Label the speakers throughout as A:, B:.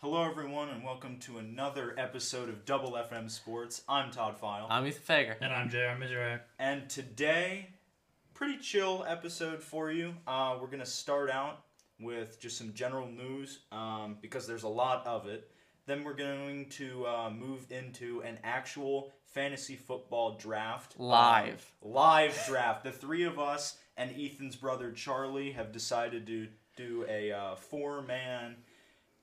A: Hello, everyone, and welcome to another episode of Double FM Sports. I'm Todd File,
B: I'm Ethan Fager.
C: And I'm JR Misery.
A: and today, pretty chill episode for you. Uh, we're gonna start out with just some general news um, because there's a lot of it. Then we're going to uh, move into an actual fantasy football draft.
B: Live.
A: Um, live draft. The three of us and Ethan's brother Charlie have decided to do a uh, four man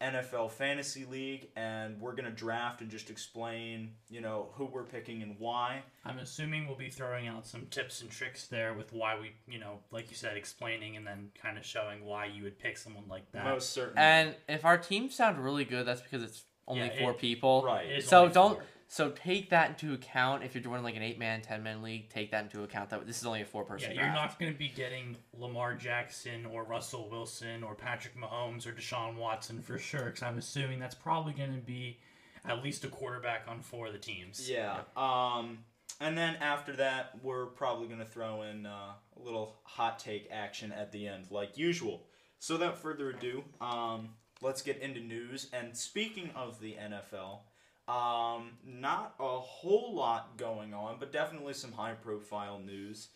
A: NFL fantasy league, and we're gonna draft and just explain, you know, who we're picking and why.
C: I'm assuming we'll be throwing out some tips and tricks there with why we, you know, like you said, explaining and then kind of showing why you would pick someone like that.
A: Most certainly.
B: And if our teams sound really good, that's because it's only
C: Yeah,
B: four
C: it-
B: people.
A: right.
C: It's
B: So
C: only
B: don't.
C: four.
B: So take that into account. If you're doing like an eight man, ten man league, take that into account. That this is only a four
C: Yeah,
B: person.
C: you're not going to be getting Lamar Jackson or Russell Wilson or Patrick Mahomes or Deshaun Watson for sure, because I'm assuming that's probably going to be at least a quarterback on four of the teams.
A: Yeah. Um, and then after that, we're probably going to throw in uh, a little hot take action at the end, like usual. So, without further ado, um, let's get into news. And speaking of the NFL, um, not a whole lot going on, but definitely some high profile news,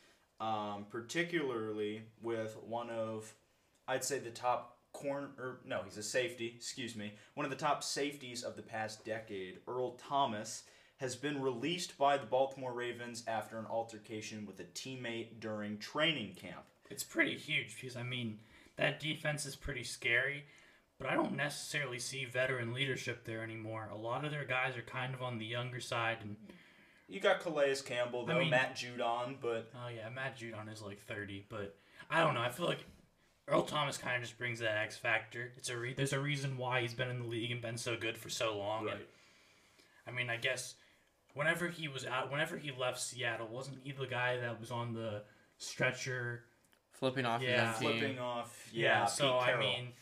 A: um, particularly with one of, I'd say, the top corner, or no, he's a safety, excuse me, one of the top safeties of the past decade, Earl Thomas, has been released by the Baltimore Ravens after an altercation with a teammate during training camp.
C: It's pretty huge because, I mean, that defense is pretty scary, but I don't necessarily see veteran leadership there anymore. A lot of their guys are kind of on the younger side and
A: You got Calais Campbell, though,
C: mean-
A: Matt Judon, but
C: Oh yeah, Matt Judon is like thirty, but I don't know. I feel like Earl Thomas kind of just brings that X factor. It's a re- there's a reason why he's been in the league and been so good for so long. And,
A: Right.
C: I mean, I guess whenever he was out, whenever he left Seattle, wasn't he the guy that was on the stretcher?
B: flipping off
C: Yeah.
B: your team.
A: flipping off, yeah,
C: so
A: Pete
C: I
A: Carroll.
C: mean,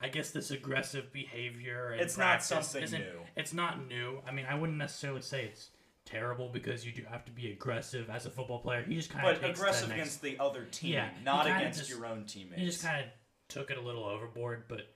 C: I guess this aggressive behavior and
A: It's not
C: practice
A: something
C: isn't-
A: new.
C: It's not new. I mean, I wouldn't necessarily say it's terrible because you do have to be aggressive as a football player. He just kind of
A: but aggressive against the other team,
C: Yeah, he
A: not
C: kinda
A: against
C: just-
A: your own teammates.
C: He just kind of took it a little overboard, but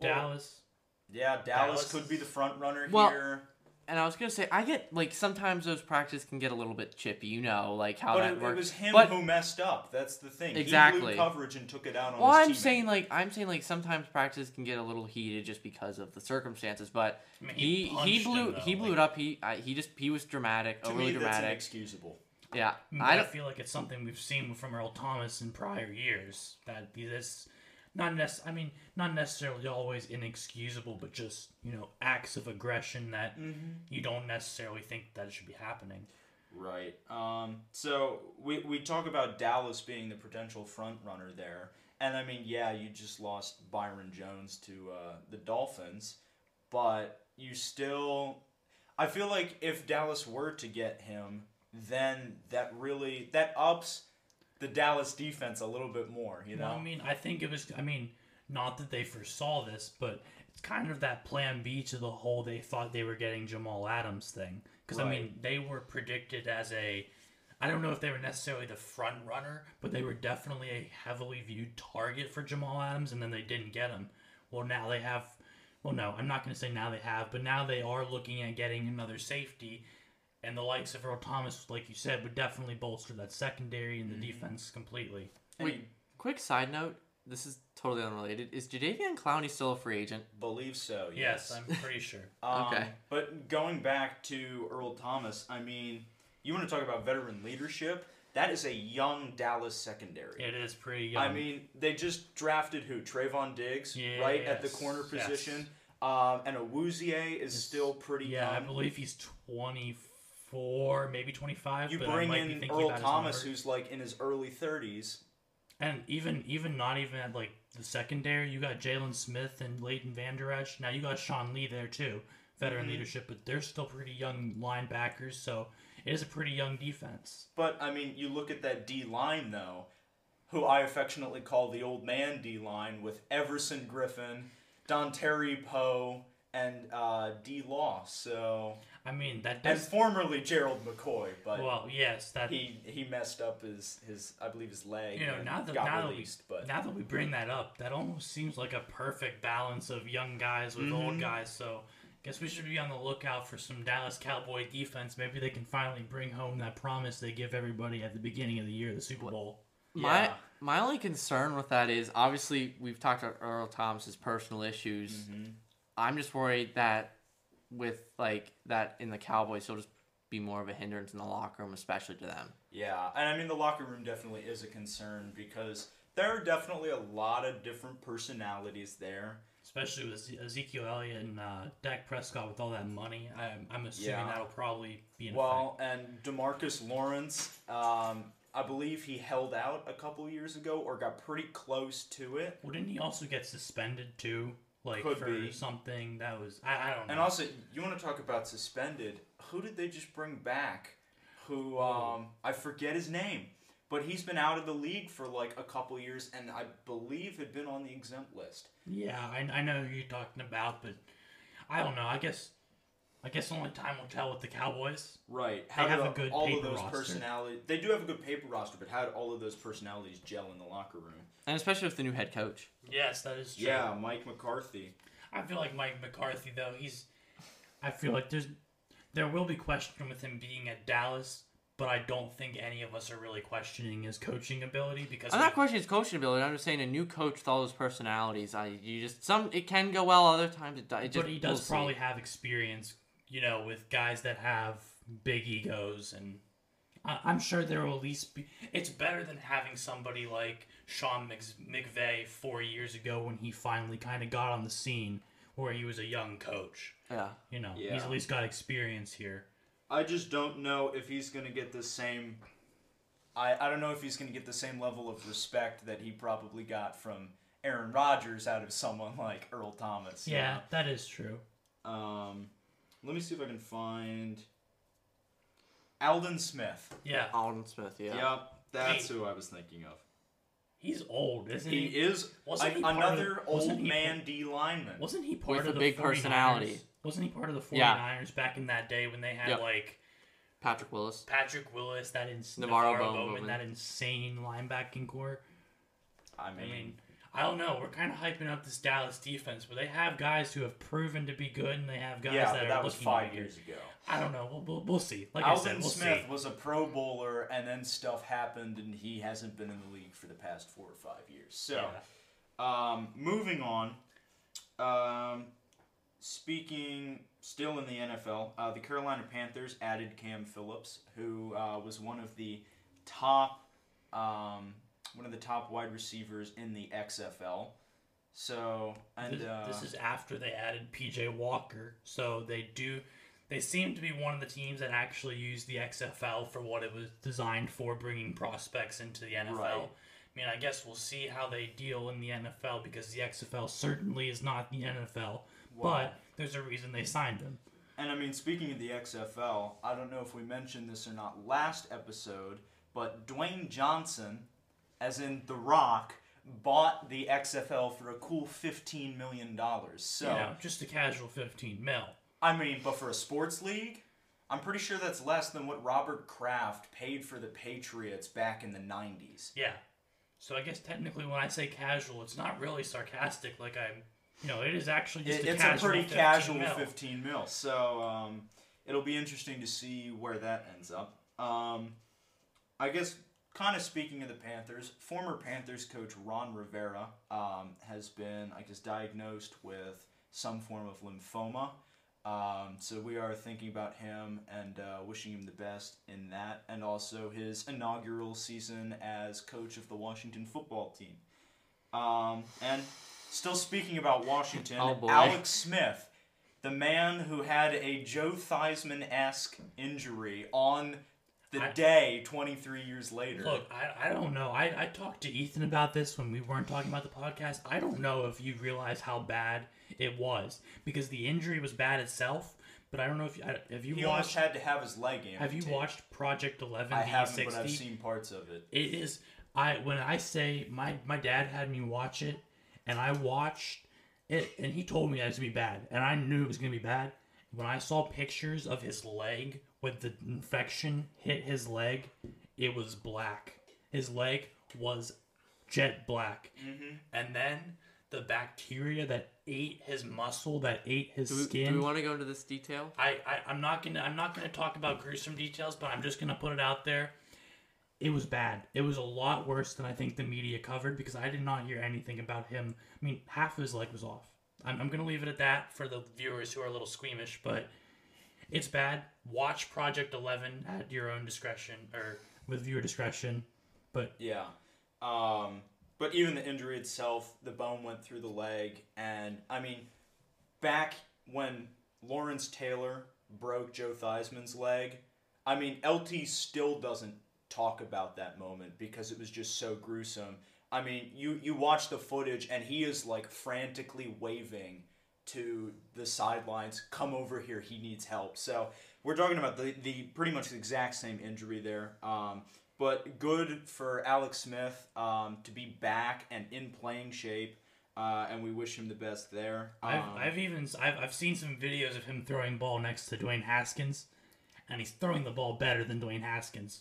A: Well-
C: Dallas.
A: yeah, Dallas,
C: Dallas-
A: could be the front runner
B: Well-
A: here,
B: And I was gonna say, I get like sometimes those practices can get a little bit chippy. You know, like how
A: but
B: that
A: it, it
B: works.
A: was him
B: But-
A: who messed up. That's the thing. He blew
B: Exactly.
A: coverage and took it out on
B: Well,
A: his
B: I'm
A: teammate.
B: saying like I'm saying like sometimes practices can get a little heated just because of the circumstances, but
C: I mean,
B: he
C: he
B: he,
C: punched
B: blew
C: him, though,
B: he blew
C: like-
B: it up. He I, he just he was dramatic,
A: to
B: overly
A: me, that's
B: dramatic.
A: inexcusable.
B: yeah,
C: but
B: I
C: I,
B: don't,
C: feel like it's something we've seen from Earl Thomas in prior years that this, not nec- I mean, not necessarily always inexcusable, but just you know acts of aggression that
B: Mm-hmm.
C: you don't necessarily think that it should be happening.
A: Right. Um, so we, we talk about Dallas being the potential front runner there. And I mean, yeah, you just lost Byron Jones to uh, the Dolphins, but you still. I feel like if Dallas were to get him, then that really that ups the Dallas defense a little bit more. You know,
C: Well, I mean, I think it was. I mean, not that they foresaw this, but it's kind of that Plan B to the whole they thought they were getting Jamal Adams thing. Because I mean, they were predicted as a. I don't know if they were necessarily the front runner, but they were definitely a heavily viewed target for Jamal Adams, and then they didn't get him. Well, now they have. Well, no, I'm not going to say now they have, but now they are looking at getting another safety, and the likes of Earl Thomas, like you said, would definitely bolster that secondary and the
A: Mm-hmm.
C: defense completely.
B: Wait, quick side note. This is totally unrelated. Is Jadavian Clowney still a free agent?
A: believe so.
C: Yes, I'm pretty sure.
A: Um,
B: Okay.
A: But going back to Earl Thomas, I mean, you want to talk about veteran leadership? That is a young Dallas secondary.
C: It is pretty young.
A: I mean, they just drafted who? Trayvon Diggs, right at the corner
C: Yes.
A: position. Um, and Awuzie is still pretty
C: yeah, I
A: young.
C: believe he's 24, maybe 25.
A: you
C: but I
A: bring
C: might be
A: in
C: thinking
A: Earl
C: about his
A: Thomas,
C: number.
A: who's like in his early 30s.
C: and even even not even at like the secondary, you got Jalen Smith and Leighton Vander Esch. Now you got Sean Lee there too, veteran
A: Mm-hmm.
C: leadership, but they're still pretty young linebackers. So it is a pretty young defense.
A: But, I mean, you look at that D line, though, who I affectionately call the old man D line with Everson Griffin, Don Terry Poe, and uh, D Law. So
C: I mean, that
A: and
C: does.
A: formerly Gerald McCoy, but
C: well, yes, that.
A: he he messed up his his I believe his leg.
C: you know,
A: and
C: now that,
A: got
C: now, that we,
A: released, but
C: now that we bring that up, that almost seems like a perfect balance of young guys with old
A: Mhm.
C: guys. So, guess we should be on the lookout for some Dallas Cowboy defense. Maybe they can finally bring home that promise they give everybody at the beginning of the year, the Super Bowl.
B: My
A: Yeah.
B: my only concern with that is obviously we've talked about Earl Thomas's personal issues.
C: Mm-hmm.
A: Mhm.
B: I'm just worried that with like that in the Cowboys, he'll just be more of a hindrance in the locker room, especially to them.
A: Yeah, and I mean the locker room definitely is a concern because there are definitely a lot of different personalities there.
C: Especially with Eze- Ezekiel Elliott and uh, Dak Prescott with all that money, I'm, I'm assuming
A: Yeah.
C: that'll probably be in
A: Well, and Demarcus Lawrence, um, I believe he held out a couple years ago or got pretty close to it.
C: effect. Wouldn't he also get suspended too, like
A: Could
C: for
A: be.
C: something that was I, I don't know.
A: And also, you want to talk about suspended? Who did they just bring back? Who um, I forget his name, but he's been out of the league for like a couple years, and I believe had been on the exempt list.
C: Yeah, I, I know who you're talking about, but I don't know. I guess I guess only time will tell with the Cowboys.
A: Right. How
C: have
A: did
C: a good
A: all
C: paper
A: of those
C: roster.
A: personalities? They do have a good paper roster, but how did all of those personalities gel in the locker room?
B: And especially with the new head coach.
C: Yes, that is true.
A: Yeah, Mike McCarthy.
C: I feel like Mike McCarthy though, he's I feel like there's there will be question with him being at Dallas, but I don't think any of us are really questioning his coaching ability because
B: I'm not questioning his coaching ability. I'm just saying a new coach with all those personalities. I you just some it can go well. Other times it, do- it just.
C: but he
B: we'll
C: does
B: see.
C: probably have experience, you know, with guys that have big egos, and I, I'm sure there will at least be. It's better than having somebody like Sean Mc, McVay four years ago when he finally kind of got on the scene, where he was a young coach.
B: Yeah.
C: You know, he's
A: Yeah.
C: at least got experience here.
A: I just don't know if he's gonna get the same. I, I don't know if he's gonna get the same level of respect that he probably got from Aaron Rodgers out of someone like Earl Thomas. you
C: Yeah, that is true.
A: know? Um, let me see if I can find Alden Smith.
C: Yeah,
B: Alden Smith. Yeah.
A: Yep, that's
C: Hey.
A: who I was thinking of.
C: he's old, isn't
A: He
C: he?
A: is
C: Wasn't
A: a-
C: he part of-
A: another
C: wasn't
A: old
C: he-
A: man D lineman.
C: Wasn't he part
B: With
C: of
B: a
C: the
B: big
C: 49ers?
B: personality.
C: Wasn't he part of the 49ers
B: Yeah.
C: back in that day when they had
B: Yep.
C: like
B: Patrick Willis.
C: Patrick Willis, that ins- Navarro,
B: Navarro
C: Bowman,
B: Bowman.
C: that insane linebacking core.
A: I
C: I
A: mean,
C: mean, I don't know. We're kind of hyping up this Dallas defense, but they have guys who have proven to be good, and they have guys
A: yeah,
C: that
A: but
C: are
A: that was
C: looking to
A: five
C: be
A: years ago.
C: good. I don't know. We'll, we'll, we'll see. Like I said,
A: Alden
C: we'll
A: Smith
C: see.
A: was a Pro Bowler, and then stuff happened, and he hasn't been in the league for the past four or five years. So,
C: Yeah.
A: um, moving on. Um, speaking still in the NFL, uh, the Carolina Panthers added Cam Phillips, who uh, was one of the top, um, one of the top wide receivers in the XFL. So, and
C: this,
A: uh,
C: this is after they added PJ Walker, so they do. They seem to be one of the teams that actually used the XFL for what it was designed for, bringing prospects into the NFL.
A: Right.
C: I mean, I guess we'll see how they deal in the NFL because the XFL certainly is not the NFL, but there's a reason they signed him.
A: And I mean, speaking of the XFL, I don't know if we mentioned this or not last episode, but Dwayne Johnson, as in The Rock, bought the XFL for a cool $15 million. So,
C: you know, just a casual 15 mil.
A: I mean, but for a sports league, I'm pretty sure that's less than what Robert Kraft paid for the Patriots back in the 90s.
C: Yeah. So I guess technically, when I say casual, it's not really sarcastic. Like I'm, you know, it is actually just
A: It-
C: a
A: it's a
C: casual
A: pretty
C: 15
A: casual
C: mil.
A: 15 mil. So um, it'll be interesting to see where that ends up. Um, I guess, kind of speaking of the Panthers, former Panthers coach Ron Rivera um, has been, I guess, diagnosed with some form of lymphoma. Um, so we are thinking about him and uh, wishing him the best in that, and also his inaugural season as coach of the Washington football team. Um, and still speaking about Washington,
B: Oh, boy.
A: Alex Smith, the man who had a Joe Theismann esque injury on the
C: I-
A: day 23 years later.
C: Look, I, I don't know. I, I talked to Ethan about this when we weren't talking about the podcast. I don't know if you realize how bad it was because the injury was bad itself. But I don't know if you, I- have you
A: he almost
C: watched
A: had to have his leg amputated.
C: have you watched Project Eleven
A: I
C: D
A: haven't, but I've
C: sixty?
A: seen parts of it.
C: It is I when I say my my dad had me watch it, and I watched It, and he told me that it was gonna be bad, and I knew it was gonna be bad. When I saw pictures of his leg with the infection hit his leg, it was black. His leg was jet black, and then the bacteria that ate his muscle, that ate his
B: Do we,
C: skin.
B: do we want to go into this detail?
C: I, I I'm not gonna I'm not gonna talk about gruesome details, but I'm just gonna put it out there. It was bad. It was a lot worse than I think the media covered because I did not hear anything about him. I mean, half of his leg was off. I'm, I'm gonna leave it at that for the viewers who are a little squeamish, but it's bad. Watch Project Eleven at your own discretion or with viewer discretion. But
A: Yeah. Um, but even the injury itself, the bone went through the leg. And I mean, back when Lawrence Taylor broke Joe Theismann's leg, I mean, LT still doesn't talk about that moment because it was just so gruesome. I mean, you, you watch the footage and he is like frantically waving to the sidelines, come over here, he needs help. So we're talking about the, the pretty much the exact same injury there. Um, but good for Alex Smith um, to be back and in playing shape, uh, and we wish him the best there. Um,
C: I've, I've even I've, I've seen some videos of him throwing ball next to Dwayne Haskins, and he's throwing the ball better than Dwayne Haskins.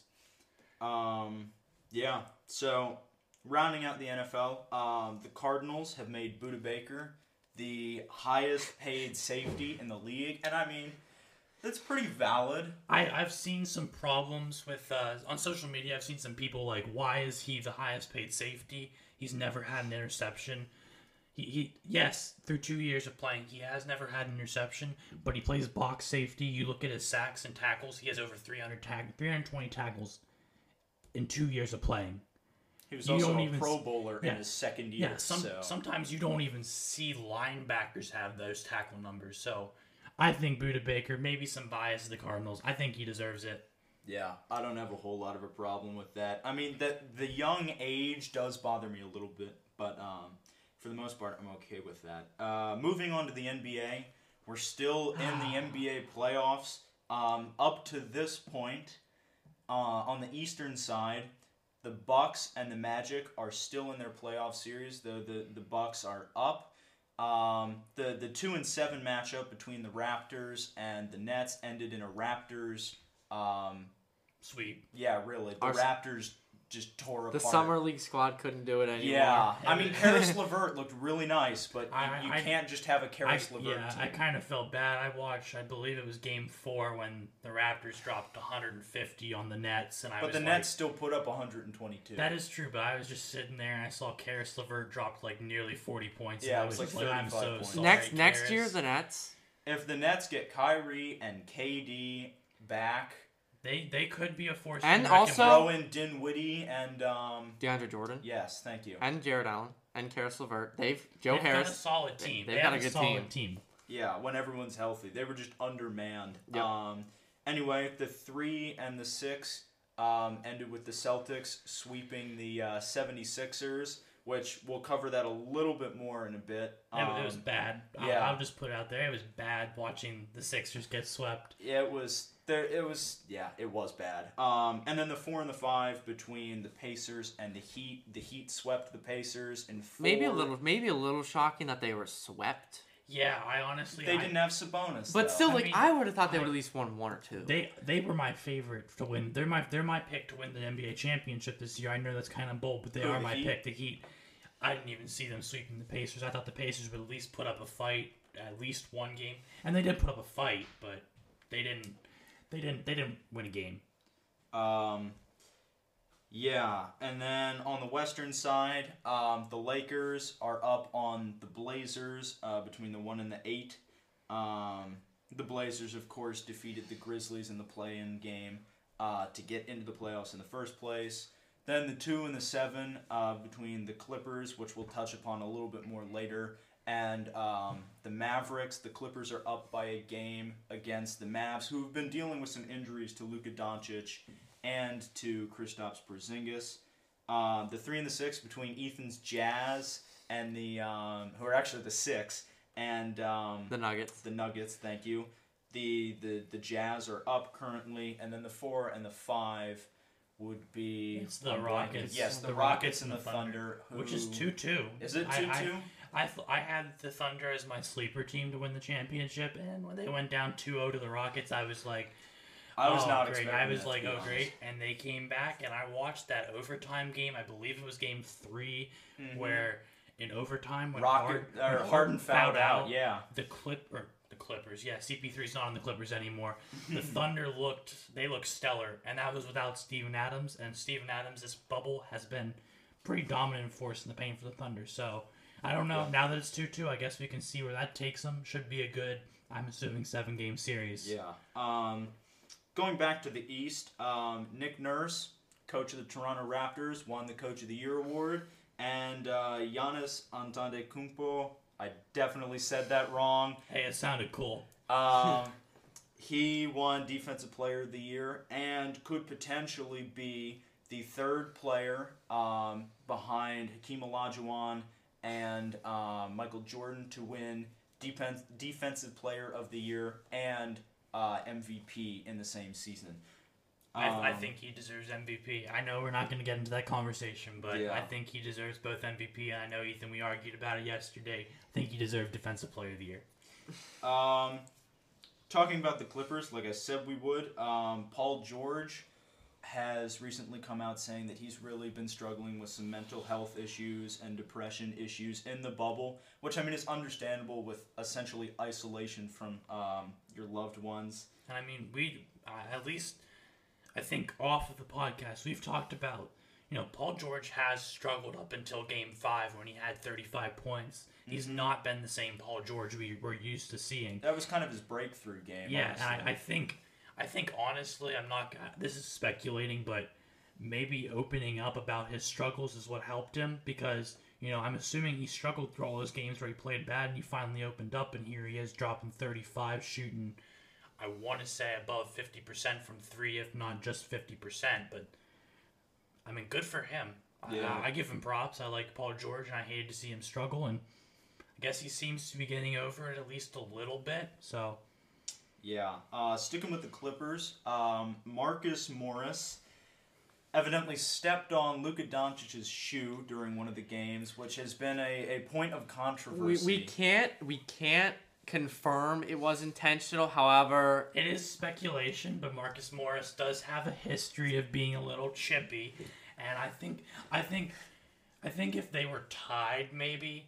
A: Um, yeah. So, rounding out the NFL, um, the Cardinals have made Buda Baker the highest paid safety in the league, and I mean, that's pretty valid.
C: I, I've seen some problems with uh, on social media. I've seen some people like, why is he the highest paid safety? He's never had an interception. He, he yes, through two years of playing, he has never had an interception, but he plays box safety. You look at his sacks and tackles; he has over 300 tag, 320 tackles in two years of playing.
A: He was
C: You
A: also
C: don't
A: a
C: even
A: Pro
C: s-
A: Bowler
C: yeah.
A: in his second year.
C: Yeah, some,
A: so.
C: sometimes you don't even see linebackers have those tackle numbers. So, I think Buda Baker, maybe some bias to the Cardinals. I think he deserves it.
A: Yeah, I don't have a whole lot of a problem with that. I mean, the the young age does bother me a little bit, but um, for the most part, I'm okay with that. Uh, moving on to the NBA, we're still in the NBA playoffs. Um, up to this point, uh, on the Eastern side, the Bucks and the Magic are still in their playoff series. Though the the Bucks are up. Um, the the two and seven matchup between the Raptors and the Nets ended in a Raptors. Um,
C: Sweet.
A: yeah, really. The
B: Our-
A: Raptors just tore
B: The
A: apart.
B: summer league squad couldn't do it anymore.
A: Yeah, I mean, Karis Levert looked really nice, but
C: I-
A: you, you
C: I-
A: can't just have a
C: I,
A: Karis Levert.
C: yeah, I
A: team.
C: kind of felt bad. I watched, I believe it was game four when the Raptors dropped 150 on the Nets, and I
A: but
C: was
A: the
C: like,
A: Nets still put up 122.
C: That is true, but I was just sitting there and I saw Karis Levert dropped like nearly 40 points.
A: Yeah,
C: and I
A: it
C: was
A: was
C: just
A: like
C: like, I'm
A: 35
C: so
A: points.
C: sorry.
B: next next
C: Karis.
B: year the Nets.
A: if the Nets get Kyrie and KD back,
C: they they could be a force.
B: And
C: to be reckoned
B: also-
C: with.
A: throw in Dinwiddie and um,
B: DeAndre Jordan
A: yes, thank you.
B: and Jared Allen and Karis LeVert. They've Joe
C: they've got a
B: Harris.
C: solid team.
B: they've
C: They
B: got
C: have
B: a good
C: solid team.
A: Yeah, when everyone's healthy, they were just undermanned.
B: Yep.
A: Um, anyway, the three and the six um, ended with the Celtics sweeping the uh, 76ers, which we'll cover that a little bit more in a bit.
C: It, wa- it
A: Um,
C: was bad.
A: yeah.
C: I'll, I'll just put it out there. It was bad watching the Sixers get swept.
A: It was there. It was yeah. It was bad. Um, and then the four and the five between the Pacers and the Heat. The Heat swept the Pacers and four.
B: Maybe a little, maybe a little shocking that they were swept.
C: Yeah, I honestly
A: They
C: I-
A: didn't have Sabonis.
B: But
A: though.
B: still,
C: I
B: like
C: mean,
B: I would have thought they
C: I-
B: would at least won one or two.
C: They they were my favorite to win. They're my they're my pick to win the NBA championship this year. I know that's kind of bold, but they
A: Who,
C: are
A: the
C: my
A: Heat?
C: pick. The Heat. I didn't even see them sweeping the Pacers. I thought the Pacers would at least put up a fight, at least one game, and they did put up a fight, but they didn't. They didn't. They didn't win a game.
A: Um, yeah, and then on the western side, um, the Lakers are up on the Blazers uh, between the one and the eight. Um, the Blazers, of course, defeated the Grizzlies in the play-in game uh, to get into the playoffs in the first place. Then the two and the seven uh, between the Clippers, which we'll touch upon a little bit more later, and um, the Mavericks. The Clippers are up by a game against the Mavs, who have been dealing with some injuries to Luka Doncic and to Kristaps Porzingis. Uh, the three and the six between Ethan's Jazz and the um, who are actually the six and um,
B: the Nuggets.
A: the Nuggets, thank you. The the the Jazz are up currently, and then the four and the five would be
C: It's the
A: I'm blanking.
C: Rockets.
A: Yes, the, Rockets and the Thunder, who,
C: which is two two.
A: Is it
C: I- I-
A: 2-2?
C: I, th- I had the Thunder as my sleeper team to win the championship, and when they went down 2-0 to the Rockets, I was like,
A: I was
C: oh,
A: not
C: great.
A: expecting
C: I was
A: that, to
C: like,
A: be
C: oh,
A: honest.
C: great. And they came back, and I watched that overtime game. I believe it was game 3 where in overtime
A: Mm-hmm.
C: when
A: Rocket
C: Hard-
A: or Harden fouled out. Yeah.
C: the clip or the Clippers. Yeah, CP3's not on the Clippers anymore. The Thunder looked they looked stellar, and that was without Steven Adams. And Steven Adams, this bubble has been pretty dominant force in the paint for the Thunder. So I don't know. Now that it's two two, I guess we can see where that takes them. Should be a good. I'm assuming seven game series.
A: Yeah. Um, going back to the East, um, Nick Nurse, coach of the Toronto Raptors, won the Coach of the Year award, and uh, Giannis Antetokounmpo. I definitely said that wrong.
C: Hey, it sounded cool.
A: Um, he won Defensive Player of the Year and could potentially be the third player um, behind Hakeem Olajuwon and um, Michael Jordan to win Defen- Defensive Player of the Year and uh, MVP in the same season.
C: I, I
A: Um,
C: think he deserves MVP. I know we're not going to get into that conversation, but
A: Yeah.
C: I think he deserves both MVP. I know Ethan, we argued about it yesterday. I think he deserved Defensive Player of the Year.
A: Um, talking about the Clippers, like I said we would, um, Paul George has recently come out saying that he's really been struggling with some mental health issues and depression issues in the bubble, which I mean is understandable with essentially isolation from um, your loved ones.
C: And I mean, we uh, at least I think off of the podcast we've talked about. You know, Paul George has struggled up until Game Five when he had 35 points. He's not been the same Paul George we were used to seeing.
A: That was kind of his breakthrough game.
C: Yeah, and I, I
A: honestly.
C: think I think honestly, I'm not. gonna- This is speculating, but maybe opening up about his struggles is what helped him because you know I'm assuming he struggled through all those games where he played bad and he finally opened up, and here he is dropping 35, shooting. I want to say above 50% from three, if not just 50%. But I mean, good for him.
A: Yeah.
C: I, I give him props. I like Paul George, and I hated to see him struggle. And I guess he seems to be getting over it at least a little bit. So
A: Yeah. Uh, sticking with the Clippers, um, Marcus Morris evidently stepped on Luka Doncic's shoe during one of the games, which has been a, a point of
B: We,
A: controversy.
B: we can't we can't confirm it was intentional. However,
C: It is speculation, but Marcus Morris does have a history of being a little chippy, and I think I think I think if they were tied, maybe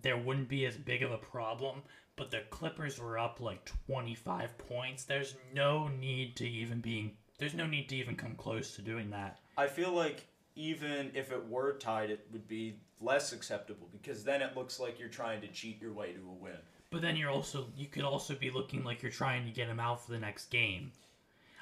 C: there wouldn't be as big of a problem. But the Clippers were up like twenty five points. There's no need to even being. There's no need to even come close to doing that.
A: I feel like even if it were tied, it would be less acceptable because then it looks like you're trying to cheat your way to a win.
C: But then you're also you could also be looking like you're trying to get him out for the next game.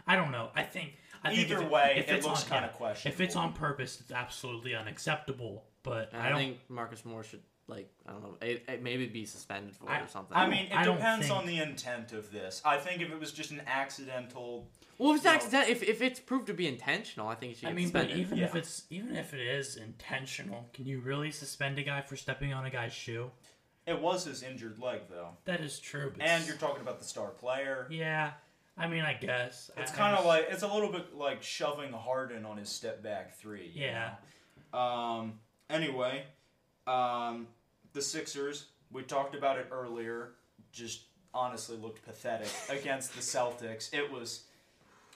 C: I don't know. I think I think
A: Either
C: if
A: way,
C: if
A: it
C: it's
A: looks
C: on-
A: kinda
C: yeah, If it's
A: questionable.
C: on purpose, it's absolutely unacceptable. But
B: I,
C: I don't.
B: think Marcus Moore should like I don't know it, it maybe be suspended for it
C: I-
B: or something.
A: I mean, it
C: I don't
A: depends
C: think-
A: on the intent of this. I think if it was just an accidental,
B: well, if it's
A: no.
B: accident, if, if it's proved to be intentional, I think it should
C: I
B: get
C: mean, but
B: suspended.
C: even if
A: Yeah.
C: it's even if it is intentional, can you really suspend a guy for stepping on a guy's shoe?
A: it was his injured leg though,
C: That is true. But
A: and you're talking about the star player.
C: yeah. I mean, I guess
A: It's
C: I- I
A: kind of
C: just-
A: like it's a little bit like shoving Harden on his step back three. you
C: yeah.
A: know? Um. Anyway, um, the Sixers. We talked about it earlier. Just honestly looked pathetic against the Celtics. It was,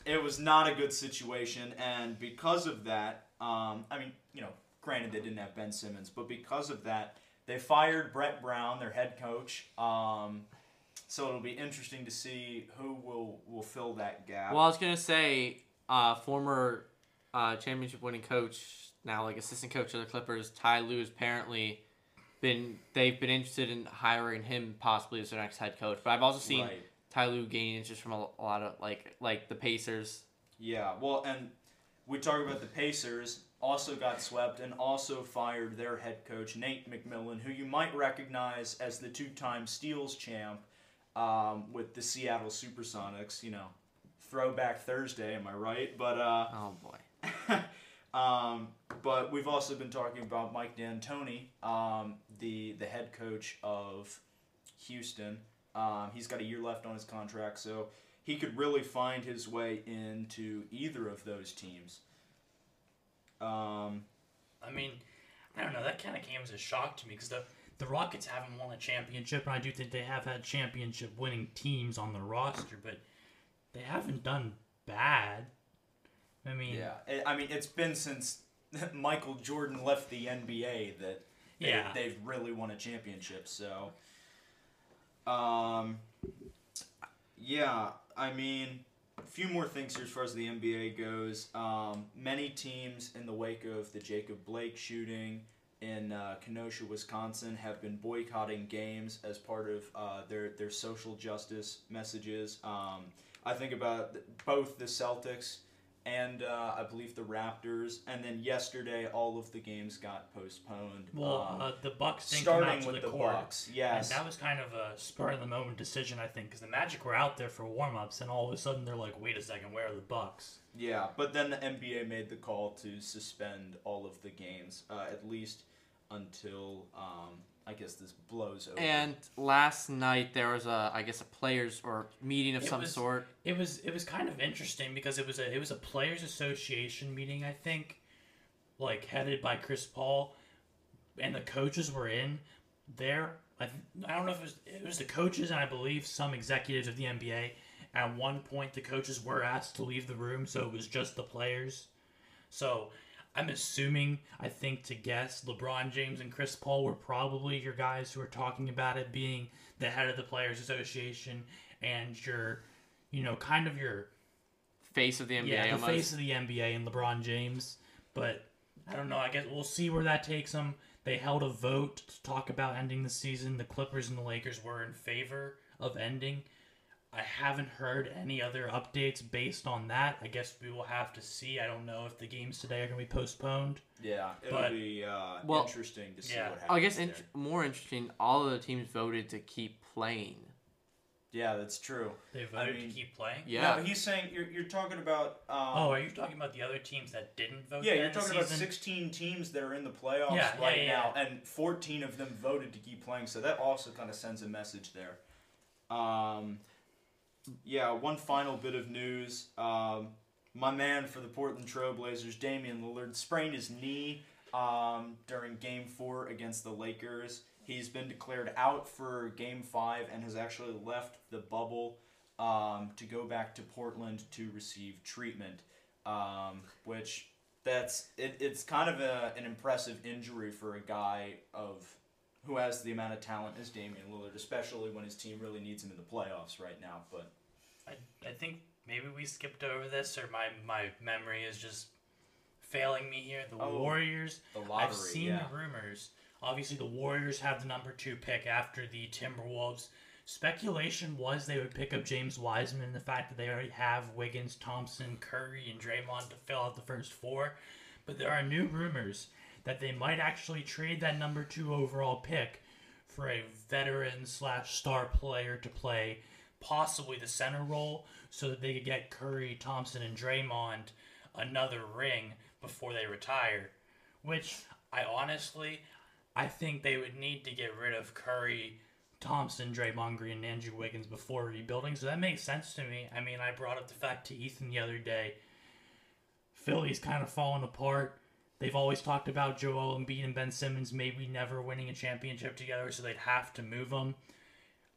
A: it was not a good situation, and because of that, um, I mean, you know, granted they didn't have Ben Simmons, but because of that, they fired Brett Brown, their head coach. Um. So it'll be interesting to see who will, will fill that gap.
B: Well, I was gonna say, uh, former uh, championship-winning coach, now like assistant coach of the Clippers, Ty Lue, has apparently been they've been interested in hiring him possibly as their next head coach. But I've also seen
A: Right.
B: Ty Lue gain interest from a, a lot of like like the Pacers.
A: Yeah, well, and we talk about the Pacers also got swept and also fired their head coach Nate McMillan, who you might recognize as the two-time steals champ um, with the Seattle SuperSonics. You know, throwback Thursday, am I right? But uh,
B: Oh boy.
A: um, but we've also been talking about Mike D'Antoni, um, the the head coach of Houston. Um, he's got a year left on his contract, so he could really find his way into either of those teams. Um,
C: I mean, I don't know. That kind of came as a shock to me because the the Rockets haven't won a championship, and I do think they have had championship winning teams on the roster, but they haven't done bad. I mean,
A: Yeah, I- I mean it's been since Michael Jordan left the NBA that they,
C: Yeah.
A: they've really won a championship. So, um, yeah, I mean, a few more things here as far as the NBA goes. Um, many teams in the wake of the Jacob Blake shooting in uh, Kenosha, Wisconsin, have been boycotting games as part of uh, their their social justice messages. Um, I think about th- both the Celtics and uh, I believe the Raptors, and then yesterday all of the games got postponed.
C: well,
A: um,
C: uh, the Bucks didn't come out
A: starting
C: to
A: with
C: the
A: the
C: court.
A: Bucks, yes.
C: And that was kind of a spur of the moment decision, I think, because the Magic were out there for warm ups, and all of a sudden they're like, wait a second, where are the Bucks?
A: Yeah, but then the NBA made the call to suspend all of the games, uh, at least until um, I guess this blows over.
B: And last night there was a, I guess, a players or meeting of
C: It
B: some
C: was-
B: sort.
C: It was it was kind of interesting because it was a it was a players association meeting, I think, like headed by Chris Paul, and the coaches were in there. I, th- I don't know if it was it was the coaches and I believe some executives of the NBA. At one point, the coaches were asked to leave the room, so it was just the players. So I'm assuming, I think to guess, LeBron James and Chris Paul were probably your guys who were talking about it being the head of the Players Association and your, you know, kind of your
B: Face of the NBA
C: yeah, the
B: almost.
C: face of the NBA and LeBron James. But I don't know. I guess we'll see where that takes them. They held a vote to talk about ending the season. The Clippers and the Lakers were in favor of ending. I haven't heard any other updates based on that. I guess we will have to see. I don't know if the games today are going to be postponed.
A: yeah, it'll
C: But-
A: be uh,
B: Well,
A: interesting to see
C: yeah.
A: what happens.
B: I guess
A: there.
B: in- more interesting, all of the teams voted to keep playing.
A: yeah, that's true.
C: They
A: I
C: voted
A: mean-
C: to keep playing.
B: Yeah.
A: but he's saying you're, you're talking about. Um,
C: Oh, are you talking about the other teams that didn't vote?
A: yeah,
C: to
A: you're
C: end the
A: talking about
C: season?
A: 16 teams that are in the playoffs
C: Yeah, yeah,
A: right
C: yeah,
A: now, and 14 of them voted to keep playing. So that also kind of sends a message there. Um, yeah, one final bit of news. Um, my man for the Portland Trailblazers, Damian Lillard, sprained his knee um, during Game Four against the Lakers. He's been declared out for Game Five and has actually left the bubble um, to go back to Portland to receive treatment. Um, which that's it, it's kind of a, an impressive injury for a guy of who has the amount of talent as Damian Lillard, especially when his team really needs him in the playoffs right now. But
C: I, I think maybe we skipped over this, or my, my memory is just failing me here. The
A: Oh,
C: Warriors.
A: the lottery,
C: I've seen
A: yeah.
C: the rumors. Obviously, the Warriors have the number two pick after the Timberwolves. Speculation was they would pick up James Wiseman, and the fact that they already have Wiggins, Thompson, Curry, and Draymond to fill out the first four. But there are new rumors that they might actually trade that number two overall pick for a veteran slash star player to play possibly the center role so that they could get Curry, Thompson, and Draymond another ring before they retire. Which I honestly, I think they would need to get rid of Curry, Thompson, Draymond Green, and Andrew Wiggins before rebuilding. So that makes sense to me. I mean, I brought up the fact to Ethan the other day. Philly's kind of falling apart. They've always talked about Joel Embiid and Ben Simmons maybe never winning a championship together, so they'd have to move them.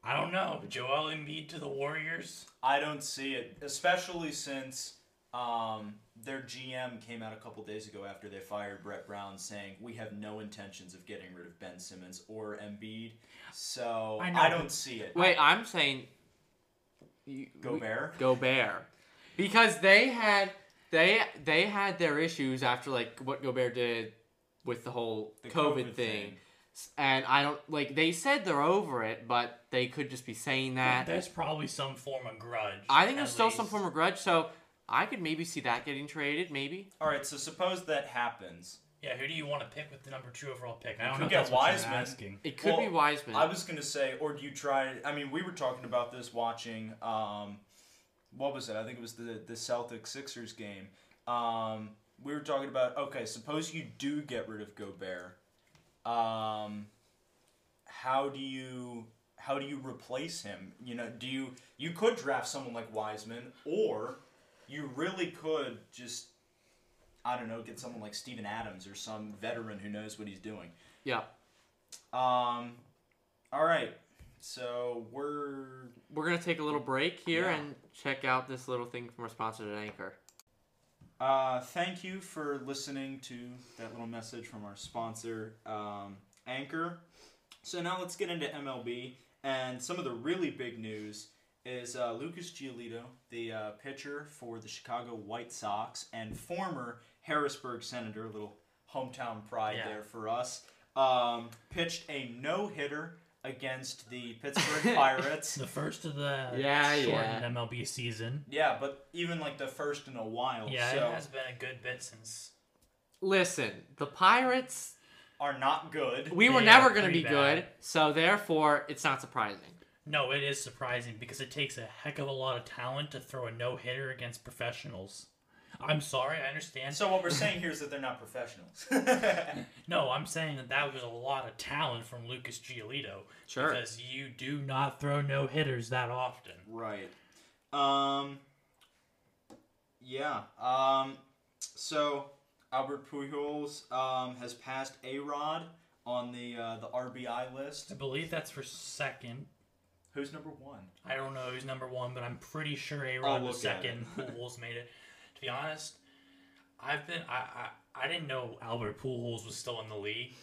C: I don't know. Joel Embiid to the Warriors.
A: I don't see it, especially since um, their GM came out a couple days ago after they fired Brett Brown, saying we have no intentions of getting rid of Ben Simmons or Embiid. So
C: I
A: I,
C: know,
A: don't
C: but-
A: see it.
B: Wait, I'm saying. You, we-
A: Gobert.
B: Gobert, because they had they they had their issues after like what Gobert did with the whole
A: The
B: COVID,
A: COVID
B: thing.
A: thing.
B: S- and I don't like they said they're over it, but they could just be saying that.
C: There's probably some form of grudge.
B: I think there's
C: at
B: still some
C: least.
B: form of grudge, so I could maybe see that getting traded. Maybe
A: All right, so suppose that happens.
C: Yeah, who do you want to pick with the number two overall pick? I
A: You
C: don't
A: could
C: know. If
A: get
C: that's what you're
A: Wiseman.
C: asking.
B: it could be
A: Well,
B: Wiseman.
A: I was gonna say, or do you try? I mean, we were talking about this watching. Um, what was it? I think it was the the Celtics Sixers game. Um, we were talking about okay. Suppose you do get rid of Gobert. Um, how do you how do you replace him? You know, do you you could draft someone like Wiseman, or you really could just I don't know get someone like Steven Adams or some veteran who knows what he's doing.
B: yeah,
A: Um, all right. So we're
B: We're gonna take a little break here
A: Yeah.
B: and check out this little thing from our sponsor at Anchor.
A: Uh, thank you for listening to that little message from our sponsor, um, Anchor. So now let's get into MLB. And some of the really big news is uh, Lucas Giolito, the uh, pitcher for the Chicago White Sox and former Harrisburg Senator, little hometown pride
C: Yeah.
A: there for us, um, pitched a no hitter against the Pittsburgh Pirates.
C: The first of the
B: Yeah,
C: shortened
B: yeah.
C: MLB season.
A: yeah, but even like the first in a while.
C: Yeah,
A: so
C: it has been a good bit since.
B: Listen, the Pirates
A: are not good.
B: we were
C: They
B: never
C: are
B: going to
C: pretty
B: be
C: bad.
B: good, so therefore it's not surprising.
C: No, it is surprising because it takes a heck of a lot of talent to throw a no hitter against professionals. I'm sorry, I understand.
A: So what we're saying here is that they're not professionals.
C: No, I'm saying that that was a lot of talent from Lucas Giolito.
B: Sure.
C: Because you do not throw no hitters that often.
A: right. Um. Yeah. Um. So Albert Pujols um, has passed A Rod on the uh, the RBI list.
C: I believe that's for second.
A: Who's number one?
C: I don't know who's number one, but I'm pretty sure A
A: I'll
C: Rod was
A: Oh, look at
C: second. Pujols made it. To be honest, I've been I, I I didn't know Albert Pujols was still in the league.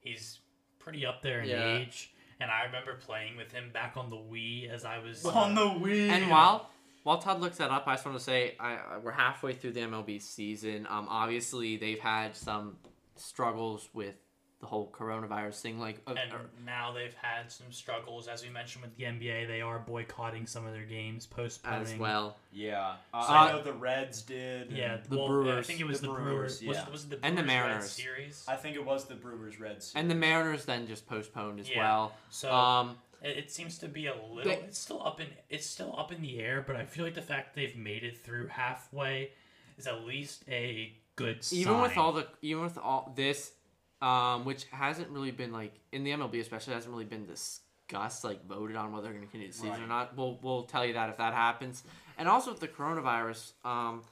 C: He's pretty up there in
B: Yeah.
C: age, and I remember playing with him back on the Wii as I was
A: On the Wii.
B: And while while Todd looks that up, I just want to say I, I- we're halfway through the MLB season. Um, obviously they've had some struggles with the whole coronavirus thing. Like, uh,
C: And
B: uh,
C: now they've had some struggles, as we mentioned with the NBA. They are boycotting some of their games, postponing.
B: as well.
A: Yeah. Uh, I know the Reds did. and
C: Yeah,
B: The
C: well,
B: Brewers.
C: I think it was
A: The
C: the,
A: Brewers,
C: Brewers.
A: yeah.
C: Was, was it the Brewers
B: And the
C: Red
B: Mariners.
C: series.
A: I think it was the Brewers Reds.
B: And the Mariners then just postponed as
C: Yeah.
B: well.
C: So
A: Uh,
B: um,
C: it, it seems to be a little.
B: They-
C: it's still up in. It's still up in the air, but I feel like the fact they've made it through halfway is at least a good sign.
B: even with all the even with all this, um, which hasn't really been like in the MLB especially hasn't really been discussed like voted on whether they're going to continue the season or
A: Right.
B: not. We'll we'll tell you that if that happens. And also with the coronavirus, um,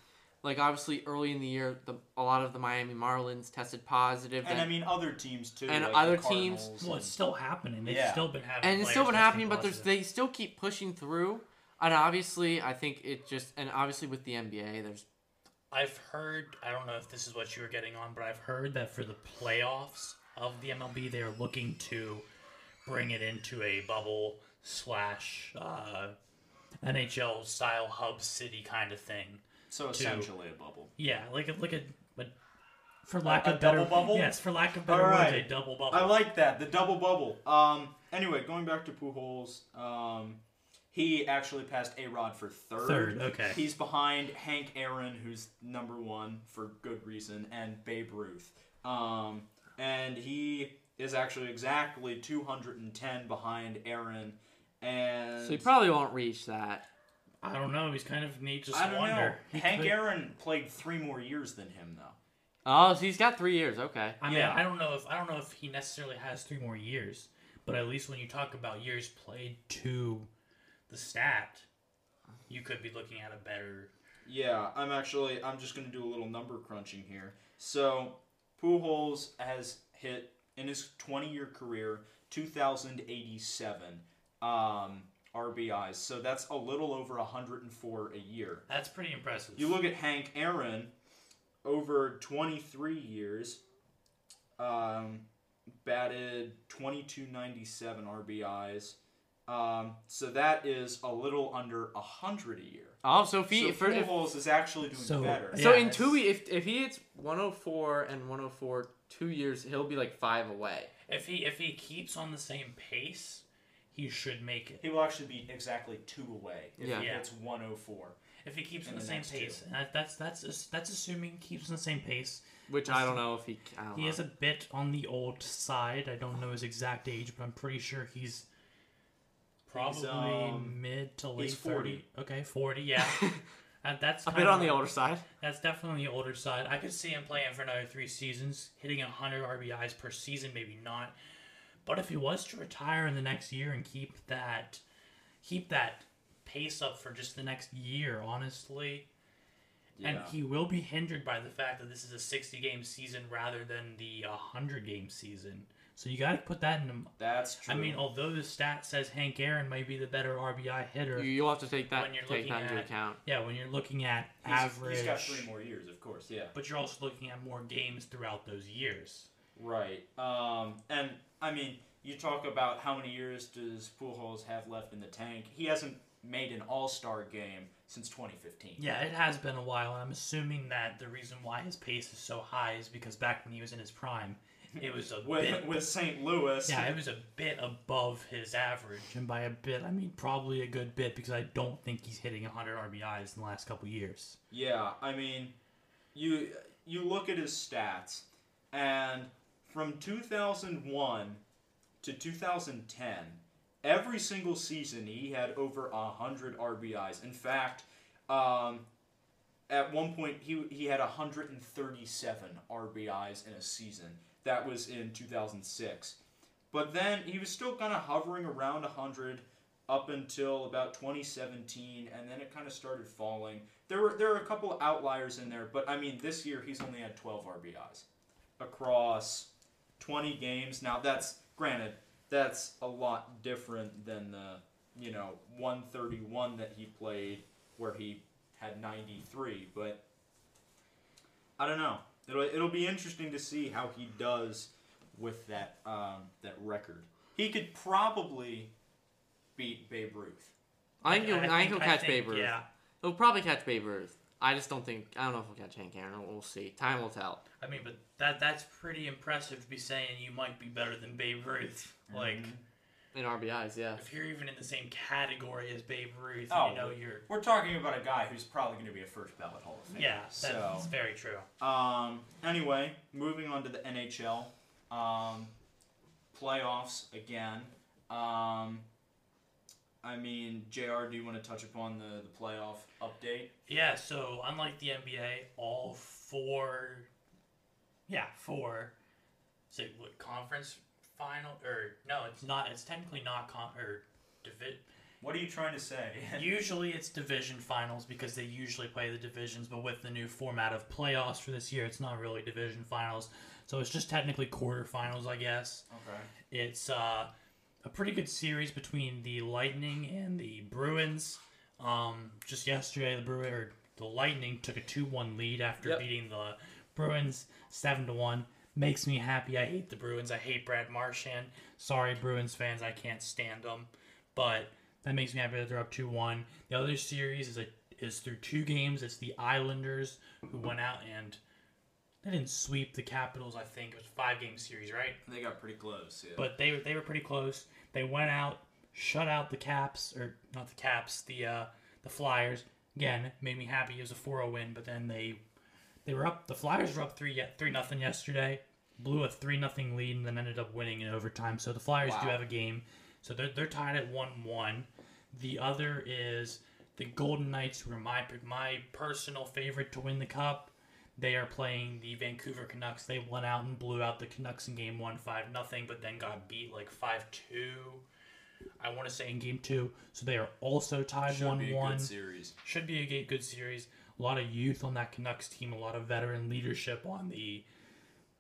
B: like obviously early in the year, the, a lot of the Miami Marlins tested positive.
A: And
B: then-
A: I mean other teams too.
B: And
A: like
B: other
A: the
B: teams-
A: Cardinals
C: well,
A: and-
C: it's still happening. They've
A: Yeah.
C: still been having.
B: and it's still
C: players
B: been happening,
C: testing
B: but there's,
C: positive.
B: they still keep pushing through. And obviously, I think it just and obviously with the NBA, there's
C: I've heard. I don't know if this is what you were getting on, but I've heard that for the playoffs of the MLB, they are looking to bring it into a bubble slash uh, NHL style hub city kind of thing.
A: So essentially a bubble.
C: Yeah, like a like a, but for lack
A: a
C: of better
A: double bubble?
C: Yes, for lack of better
A: All
C: words,
A: right.
C: a double bubble.
A: I like that the double bubble. Um. Anyway, going back to Pujols, um, he actually passed A Rod for third.
C: Third, okay.
A: He's behind Hank Aaron, who's number one for good reason, and Babe Ruth. Um, and he is actually exactly 210 behind Aaron, and
B: so you probably won't reach that.
C: I don't know. He's kind of neat. Just
A: I don't know.
C: wonder. He
A: Hank
C: could-
A: Aaron played three more years than him, though.
B: Oh, so he's got three years. Okay.
C: I mean,
A: Yeah.
C: I don't know if I don't know if he necessarily has three more years, but at least when you talk about years played to the stat, you could be looking at a better.
A: Yeah, I'm actually I'm just gonna do a little number crunching here. So Pujols has hit in his 20 year career 2,087 um, RBIs. So that's a little over 104 a year.
C: That's pretty impressive.
A: You look at Hank Aaron over 23 years, um, batted 2,297 RBIs. Um, so that is a little under 100 a year.
B: Oh, so if he
A: So
B: if, if,
A: Pujols is actually doing
C: So-
A: better.
B: So in
C: Yes.
B: two we if if he hits 104 and 104 two years, he'll be like five away.
C: if he if he keeps on the same pace, he should make it.
A: He will actually be exactly two away if
B: Yeah.
A: he
C: Yeah.
A: hits 104.
C: If he keeps
A: In
C: on the,
A: the
C: same
A: next two.
C: pace, and that, that's that's that's assuming he keeps on the same pace.
B: Which I don't know if he. I don't
C: He
B: know.
C: is a bit on the old side. I don't know his exact age, but I'm pretty sure he's probably
A: um,
C: mid to late
A: 40.
C: 40. Okay, 40, yeah. Uh, that's
B: a
C: kind
B: bit
C: of-
B: on the older side.
C: That's definitely on the older side. I could see him playing for another three seasons, hitting 100 RBIs per season, maybe not. But if he was to retire in the next year and keep that keep that pace up for just the next year, honestly, and he will be hindered by the fact that this is a 60 game season rather than the 100 game season. So you got to put that in. the-
A: That's true.
C: I mean, although the stat says Hank Aaron may be the better RBI hitter,
B: You, you'll have to take that
C: When you're
B: take that
C: looking
B: into
C: at-
B: account.
C: yeah, when you're looking at
A: He's-
C: average,
A: He's got three more years, of course. Yeah.
C: but you're also looking at more games throughout those years.
A: Right. Um, and I mean, you talk about how many years does Pujols have left in the tank? He hasn't made an All Star game since 2015.
C: Yeah, it has been a while, and I'm assuming that the reason why his pace is so high is because back when he was in his prime, it was a
A: With
C: bit.
A: with St. Louis.
C: Yeah, it was a bit above his average, and by a bit, I mean probably a good bit because I don't think he's hitting 100 RBIs in the last couple years.
A: Yeah, I mean, you you look at his stats, and from 2001 to 2010, every single season he had over hundred RBIs. In fact, um, at one point he he had 137 RBIs in a season. That was in 2006. But then he was still kind of hovering around 100 up until about 2017, and then it kind of started falling. There were there were a couple outliers in there, but I mean, this year he's only had 12 RBIs across 20 games. Now that's granted, that's a lot different than the you know 131 that he played where he had 93, but I don't know. It'll it'll be interesting to see how he does with that um, that record. He could probably beat Babe Ruth.
B: I think he'll, I, think he'll
C: I
B: catch
C: think-
B: Babe Ruth.
C: Yeah,
B: He'll probably catch Babe Ruth. I just don't think I don't know if he'll catch Hank Aaron. We'll see. Time will tell.
C: I mean, but that that's pretty impressive to be saying you might be better than Babe Ruth. Like,
B: In RBIs, yeah.
C: if you're even in the same category as Babe Ruth,
A: Oh.
C: you know you're.
A: We're talking about a guy who's probably going to be a first ballot Hall of Famer.
C: Yeah, that's
A: So,
C: very true.
A: um, anyway, moving on to the NHL um, playoffs again. Um, I mean, Jr. Do you want to touch upon the the playoff update?
C: Yeah, so unlike the NBA, all four, yeah, four, say what conference final or no, it's not. It's technically not con or divi-
A: What are you trying to say?
C: Usually it's division finals because they usually play the divisions, but with the new format of playoffs for this year, it's not really division finals. So it's just technically quarterfinals, I guess.
A: okay.
C: It's uh, a pretty good series between the Lightning and the Bruins. Um, just yesterday, the Brewer, or the Lightning took a two-one lead after
B: Yep.
C: beating the Bruins seven to one. Makes me happy. I hate the Bruins. I hate Brad Marchand. Sorry, Bruins fans. I can't stand them, but that makes me happy that they're up two-one. The other series is a is through two games. It's the Islanders who went out and they didn't sweep the Capitals. I think it was a five-game series, right?
A: They got pretty close. Yeah.
C: but they they were pretty close. They went out, shut out the Caps or not the Caps, the uh, the Flyers. Again, made me happy. It was a 4-0 win, but then they they were up. The Flyers were up three ye- three nothing yesterday. Blew a three nothing lead and then ended up winning in overtime. So the Flyers do
A: Wow.
C: have a game. So they're they're tied at one one. The other is the Golden Knights, who are my my personal favorite to win the cup. They are playing the Vancouver Canucks. They went out and blew out the Canucks in game one, five nothing, but then got beat like five two. I want to say in game two. So they are also tied
A: Should
C: one
A: be a
C: one.
A: good series.
C: Should be a ga- good series. A lot of youth on that Canucks team. A lot of veteran leadership on the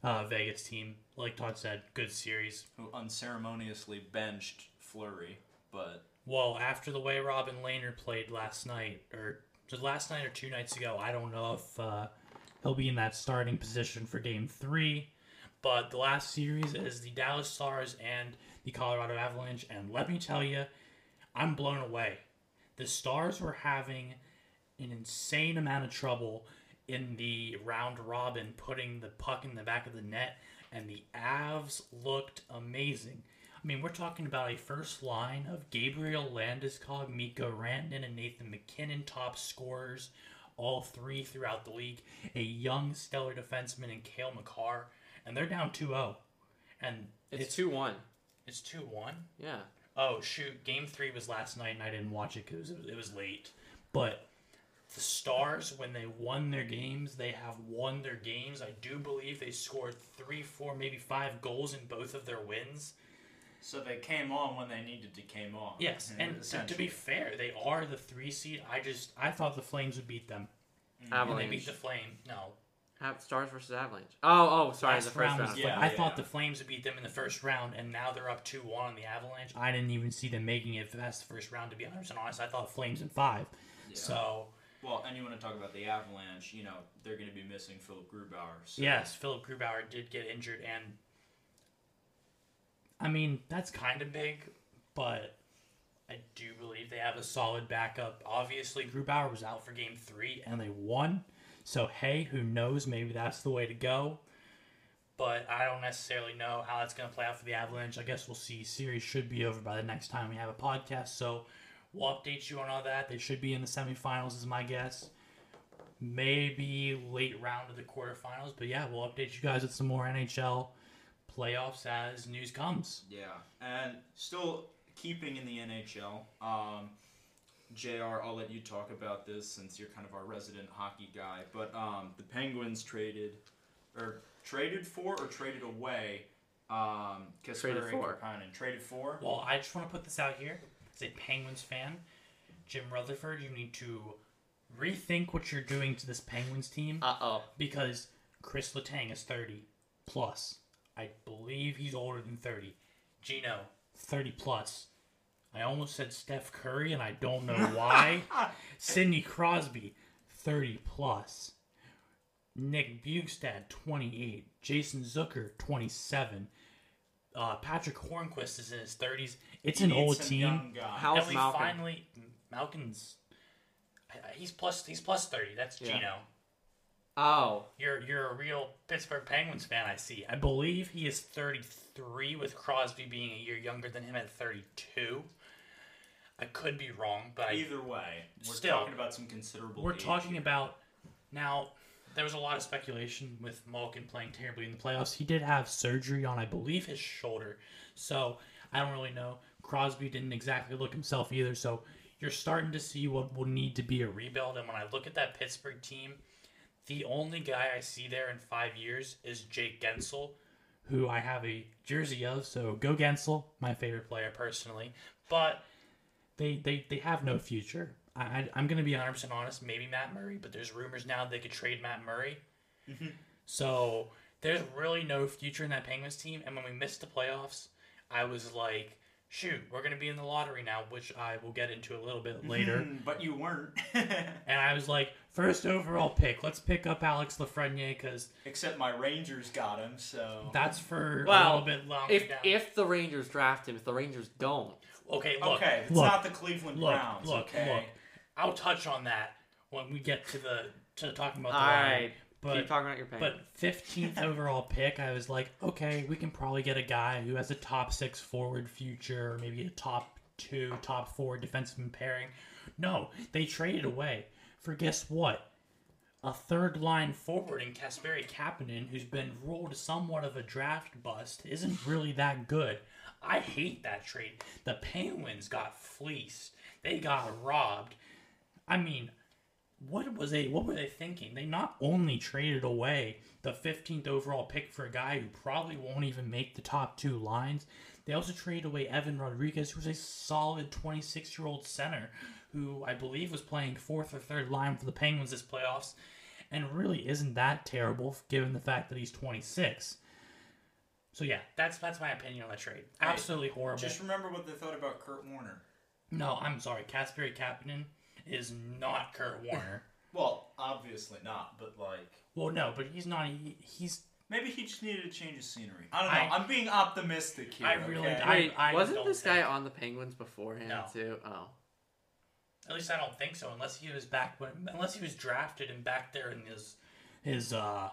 C: uh, Vegas team. Like Todd said, good series.
A: Who unceremoniously benched Flurry, but
C: Well, after the way Robin Lehner played last night, or just last night or two nights ago, I don't know if uh, he'll be in that starting position for game three. But the last series is the Dallas Stars and the Colorado Avalanche. And let me tell you, I'm blown away. The Stars were having an insane amount of trouble in the round robin putting the puck in the back of the net, and the Avs looked amazing. I mean, we're talking about a first line of Gabriel Landeskog, Miko Rantanen, and Nathan McKinnon, top scorers, all three throughout the league. A young stellar defenseman in Kale McCarr, and they're down 2-0. And
B: It's
C: it's
B: two one.
C: it's 2-1.
B: Yeah.
C: Oh shoot! Game three was last night, and I didn't watch it because it, was- it was late. But the Stars, when they won their games, they have won their games. I do believe they scored three, four, maybe five goals in both of their wins.
A: so they came on when they needed to came on.
C: Yes, and to, to be fair, they are the three seed. I just I thought the Flames would beat them, and they
B: Avalanche.
C: beat the Flame. No,
B: Av- Stars versus Avalanche. Oh, oh, sorry,
C: Last
B: the first round.
C: was-
A: Yeah,
C: I
A: yeah.
C: thought the Flames would beat them in the first round, and now they're up 2 1 on the Avalanche. I didn't even see them making it past the first round, to be 100% honest. I thought Flames in five. So,
A: Well, and you want to talk about the Avalanche? You know, they're going to be missing Philip Grubauer. So.
C: yes, Philip Grubauer did get injured, and I mean, that's kind of big, but I do believe they have a solid backup. Obviously, Grubauer was out for game three, and they won. So, hey, who knows? Maybe that's the way to go. But I don't necessarily know how that's going to play out for the Avalanche. I guess we'll see. Series should be over by the next time we have a podcast. So, we'll update you on all that. They should be in the semifinals, is my guess. Maybe late round of the quarterfinals. But yeah, we'll update you guys with some more NHL playoffs as news comes.
A: Yeah, and still keeping in the NHL. Um, Jr. I'll let you talk about this since you're kind of our resident hockey guy. But um, the Penguins traded, or traded for, or traded away. Um,
B: Traded
A: Kasperi
B: for.
A: Kapanen traded for.
C: Well, I just want to put this out here. As a Penguins fan, Jim Rutherford, you need to rethink what you're doing to this Penguins team
B: Uh oh.
C: because Chris Letang is 30 plus. I believe he's older than 30. Gino, 30 plus. I almost said Steph Curry, and I don't know why. Sidney Crosby, 30 plus. Nick Bugstad, 28. Jason Zucker, 27. Uh, Patrick Hornquist is in his 30s. It's
A: You
C: an
A: need
C: old
A: some
C: team.
A: young guy.
B: How- How's
C: and we
B: Malkin?
C: finally Malkin's he's plus he's plus 30. That's
B: Yeah.
C: Gino.
B: Oh.
C: You're you're a real Pittsburgh Penguins fan, I see. I believe he is 33 with Crosby being a year younger than him at 32. I could be wrong, but I,
A: Either way, we're
C: Still,
A: talking about some considerable.
C: we're
A: age
C: talking
A: here.
C: about now there was a lot of speculation with Malkin playing terribly in the playoffs. He did have surgery on I believe his shoulder. So, I don't really know. Crosby didn't exactly look himself either, so you're starting to see what will need to be a rebuild and when I look at that Pittsburgh team, the only guy I see there in five years is Jake Gensel, who I have a jersey of. So go Gensel, my favorite player personally. But they they, they have no future. I, I, I'm going to be 100% honest. Maybe Matt Murray, but there's rumors now they could trade Matt Murray. So there's really no future in that Penguins team. And when we missed the playoffs, I was like, shoot, we're going to be in the lottery now, which I will get into a little bit later.
A: Mm, but you weren't.
C: and I was like, first overall pick, let's pick up Alex Lafreniere because
A: Except my Rangers got him, so.
C: That's for a
B: Well,
C: little bit longer
B: Oh. If
C: down.
B: if the Rangers draft him, if the Rangers don't,
C: okay, look,
A: Okay, it's
C: look,
A: not the Cleveland
C: look,
A: Browns.
C: look, look.
A: okay,
C: I'll touch on that when we get to the to talking about the
B: all right.
C: lottery. But
B: Keep talking about your pain.
C: but 15th overall pick, I was like, okay, we can probably get a guy who has a top six forward future, or maybe a top two, top four defenseman pairing. No, they traded away for guess what? A third line forward in Kasperi Kapanen, who's been ruled somewhat of a draft bust, isn't really that good. I hate that trade. The Penguins got fleeced. They got robbed. I mean, what was they what were they thinking? They not only traded away the 15th overall pick for a guy who probably won't even make the top two lines. They also traded away Evan Rodriguez, who's a solid 26-year-old center who I believe was playing fourth or third line for the Penguins this playoffs and really isn't that terrible given the fact that he's 26. So yeah, that's that's my opinion on the trade. Absolutely horrible.
A: just remember what they thought about Kurt Warner.
C: no, I'm sorry. Kasperi Kapanen is not Kurt Warner.
A: Well, obviously not, but like
C: Well, no, but he's not. He, he's.
A: maybe he just needed a change of scenery. I don't know.
C: I-
A: I, am being optimistic here.
C: I really-
A: okay?
C: I-
B: Wait, wasn't
C: don't
B: this guy
C: think-
B: on the Penguins beforehand
C: No.
B: too? Oh.
C: At least I don't think so. Unless he was back when, unless he was drafted and back there in his, his uh,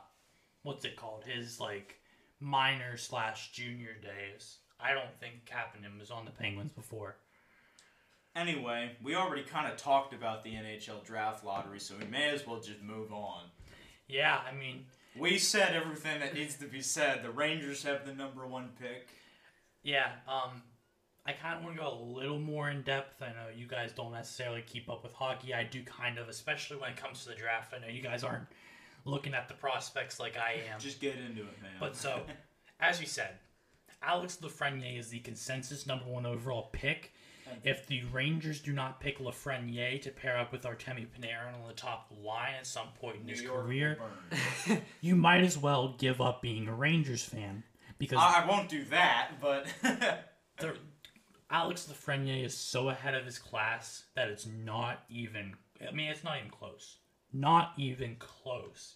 C: what's it called? His like minor slash junior days. I don't think Kapanen was on the Penguins before.
A: Anyway, we already kind of talked about the NHL draft lottery, so we may as well just move on.
C: Yeah, I mean,
A: We said everything that needs to be said. The Rangers have the number one pick.
C: yeah. Um, I kind of want to go a little more in depth. I know you guys don't necessarily keep up with hockey. I do kind of, especially when it comes to the draft. I know you guys aren't looking at the prospects like I am.
A: Just get into it, man.
C: But so, as you said, Alex Lafreniere is the consensus number one overall pick, If the Rangers do not pick Lafreniere to pair up with Artemi Panarin on the top line at some point in his career, you might as well give up being a Rangers fan because
A: I I won't do that, but
C: they're- Alex Lafreniere is so ahead of his class that it's not even. I mean, it's not even close. Not even close.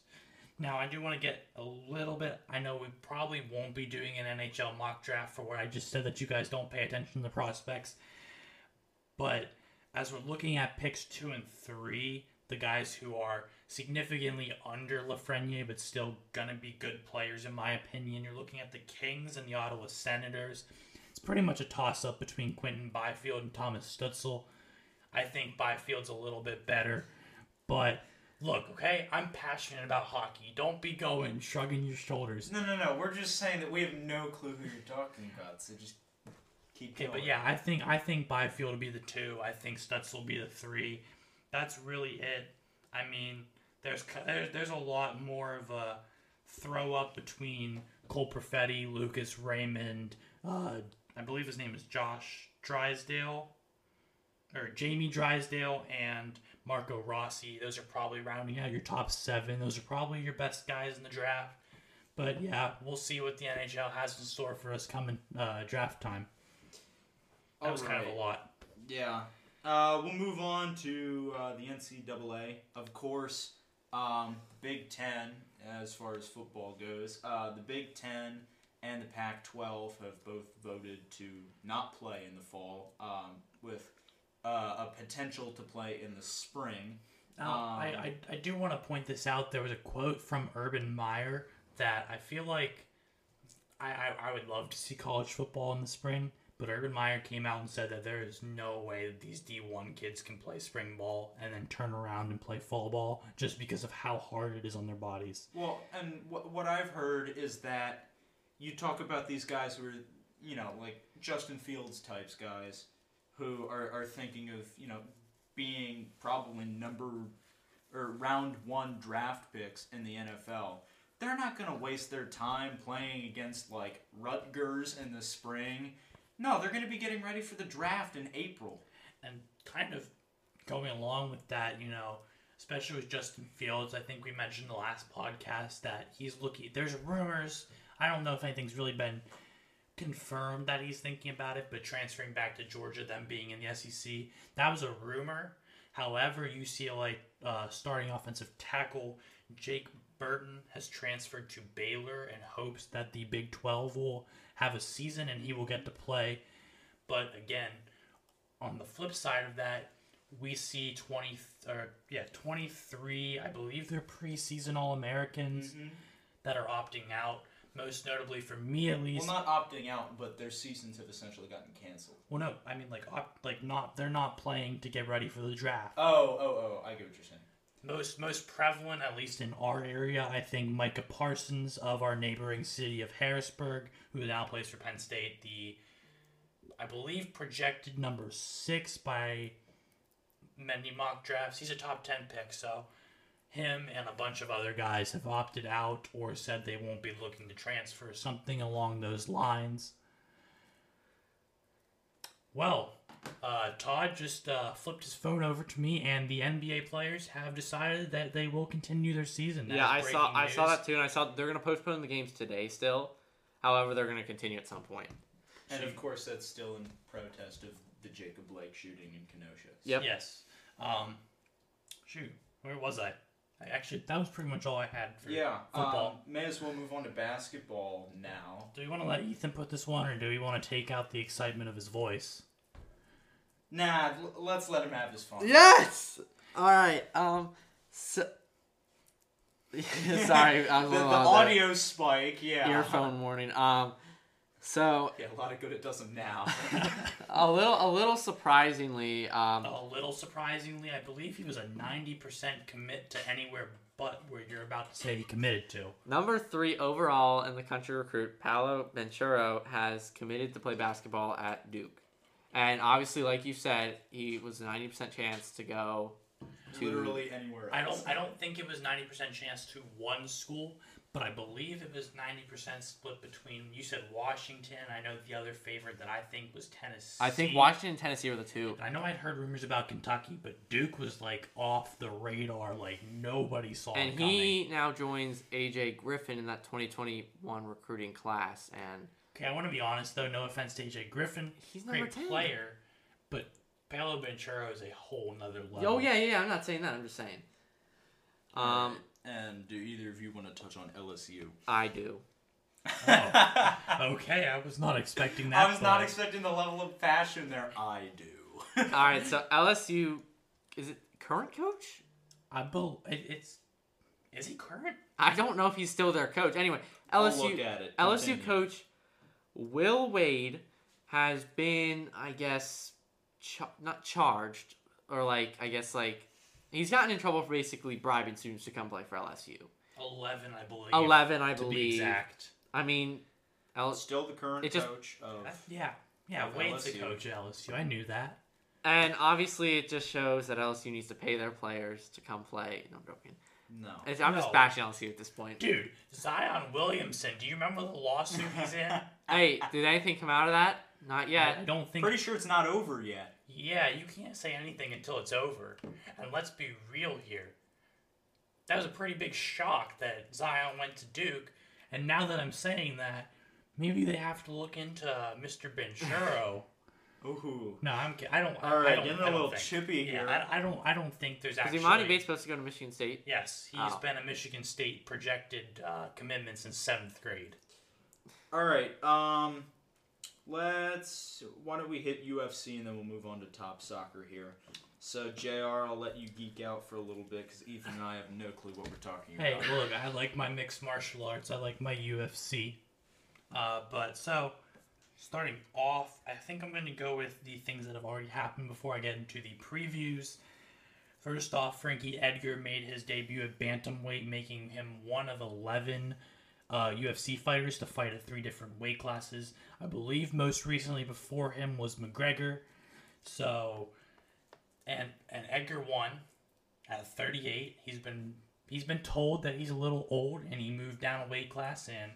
C: Now, I do want to get a little bit. I know we probably won't be doing an NHL mock draft for where I just said that you guys don't pay attention to the prospects. But as we're looking at picks two and three, the guys who are significantly under Lafreniere but still gonna be good players, in my opinion, you're looking at the Kings and the Ottawa Senators. It's pretty much a toss up between Quentin Byfield and Thomas Stutzel. I think Byfield's a little bit better, but look, okay, I'm passionate about hockey. Don't be going shrugging your shoulders.
D: No, no, no. We're just saying that we have no clue who you're talking about, so just keep
C: Okay,
D: going.
C: but yeah, I think I think Byfield will be the two. I think Stutz will be the three. That's really it. I mean, there's ki- there- there's a lot more of a throw up between Cole Perfetti, Lucas Raymond. Uh, I believe his name is Josh Drysdale, or Jamie Drysdale, and Marco Rossi. Those are probably rounding out your top seven. Those are probably your best guys in the draft. But yeah, we'll see what the NHL has in store for us coming uh, draft time. That was kind of a lot.
A: Yeah. Uh, we'll move on to uh, the NCAA. Of course, um, Big Ten, as far as football goes, uh, the Big Ten and the Pac 12 have both voted to not play in the fall, um, with uh, a potential to play in the spring.
C: Um, I, I, I do want to point this out. There was a quote from Urban Meyer that I feel like I, I, I would love to see college football in the spring, but Urban Meyer came out and said that there is no way that these D1 kids can play spring ball and then turn around and play fall ball just because of how hard it is on their bodies.
A: Well, and what, what I've heard is that you talk about these guys who are, you know, like Justin Fields types guys who are, are thinking of, you know, being probably number or round one draft picks in the NFL. They're not going to waste their time playing against like Rutgers in the spring. No, they're going to be getting ready for the draft in April.
C: and kind of going along with that, you know, especially with Justin Fields, I think we mentioned the last podcast that he's looking. There's rumors. I don't know if anything's really been confirmed that he's thinking about it, but transferring back to Georgia, them being in the SEC, that was a rumor. However, UCLA uh, starting offensive tackle Jake Burton has transferred to Baylor in hopes that the Big 12 will have a season and he will get to play. But again, on the flip side of that, we see 20 or yeah, 23, I believe they're preseason All-Americans that are opting out, most notably for me at least.
A: Well, not opting out, but their seasons have essentially gotten canceled.
C: Well, no, I mean like op- like not they're not playing to get ready for the draft.
A: Oh, oh, oh, I get what you're saying.
C: Most most prevalent, at least in our area, I think Micah Parsons of our neighboring city of Harrisburg, who now plays for Penn State, the I believe projected number six by many mock drafts. He's a top ten pick, so him and a bunch of other guys have opted out or said they won't be looking to transfer, something along those lines. Well, uh, Todd just uh, flipped his phone over to me, and the NBA players have decided that they will continue their season. That
B: yeah, I
C: is
B: saw
C: breaking
B: I saw
C: news.
B: that too, and I saw they're gonna postpone the games today still. However, they're gonna continue at some point.
A: And of course, that's still in protest of the Jacob Blake shooting in Kenosha.
B: Yep.
C: Yes. Um, shoot, where was I? I actually, that was pretty much all I had for
A: Yeah. Um,
C: football.
A: may as well move on to basketball now.
C: do we want to let Ethan put this one, or do we want to take out the excitement of his voice?
A: Nah, l- let's let him have his fun.
B: Yes. All right. Um. So. Sorry, I
A: The,
B: was
A: the
B: a little on the
A: audio spike, yeah.
B: earphone warning. Um. So
A: Yeah, a lot of good it does him now.
B: a little, a little surprisingly, um,
C: A little surprisingly, I believe he was a 90% commit to anywhere but where you're about to say he committed to.
B: Number three overall in the country recruit, Paolo Benchero, has committed to play basketball at Duke. And obviously, like you said, he was a 90% chance to go to.
A: Literally anywhere
C: I
A: else.
C: don't, I don't think it was 90% chance to one school, but I believe it was 90% split between, you said Washington. I know the other favorite that I think was Tennessee.
B: I think Washington and Tennessee were the two.
C: I know I'd heard rumors about Kentucky, but Duke was like off the radar. Like nobody saw
B: And
C: it coming.
B: he now joins AJ Griffin in that 2021 recruiting class. And
C: Okay, I want to be honest though. No offense to AJ Griffin,
B: He's
C: great
B: number 10.
C: player, but Paolo Banchero is a whole nother level.
B: oh yeah, yeah, I'm not saying that. I'm just saying. Um,
A: and do either of you want to touch on LSU?
B: I do.
C: Oh. Okay, I was not expecting that.
D: I was not
C: but-
D: expecting the level of passion there.
A: I do.
B: All right, so LSU is it current coach?
C: I bel- it, it's. Is he current?
B: I don't know if he's still their coach. Anyway,
A: I'll
B: LSU
A: look at it.
B: LSU
A: Continue.
B: coach Will Wade has been, I guess, ch- not charged or like I guess like he's gotten in trouble for basically bribing students to come play for LSU.
C: Eleven, I believe.
B: Eleven, I
C: to
B: believe.
C: be exact.
B: I mean, L-
A: still the current
B: It just-
A: coach of
C: That's- yeah, yeah.
A: Of
C: Wade's the
A: LSU.
C: coach at LSU. I knew that.
B: and obviously it just shows that LSU needs to pay their players to come play. No, I'm joking.
A: no.
B: It's- I'm just
C: No.
B: bashing LSU at this point.
C: Dude, Zion Williamson. Do you remember the lawsuit he's in?
B: Hey, did anything come out of that? Not yet.
C: I don't think
A: Pretty sure it's not over yet.
C: Yeah, you can't say anything until it's over. And let's be real here. That was a pretty big shock that Zion went to Duke. And now that I'm saying that, maybe they have to look into Mr. Benchero.
A: Ooh.
C: no, I'm ki- I don't.
A: All
C: I
A: right,
C: don't,
A: getting
C: I
A: a
C: don't
A: little
C: think.
A: chippy here.
C: Yeah, I, I don't. I don't think there's
B: Because
C: actually.
B: Imani Bates supposed to go to Michigan State.
C: Yes, he's
B: Oh.
C: been a Michigan State projected uh, commitment since seventh grade.
A: All right. Um, let's. Why don't we hit UFC and then we'll move on to top soccer here. So Jr, I'll let you geek out for a little bit because Ethan and I have no clue what we're talking
C: Hey,
A: about.
C: look, I like my mixed martial arts. I like my UFC. Uh, but so, starting off, I think I'm going to go with the things that have already happened before I get into the previews. First off, Frankie Edgar made his debut at bantamweight, making him one of 11 uh, UFC fighters to fight at three different weight classes. I believe most recently before him was McGregor. So, and and Edgar won at 38. He's been he's been told that he's a little old, and he moved down a weight class, and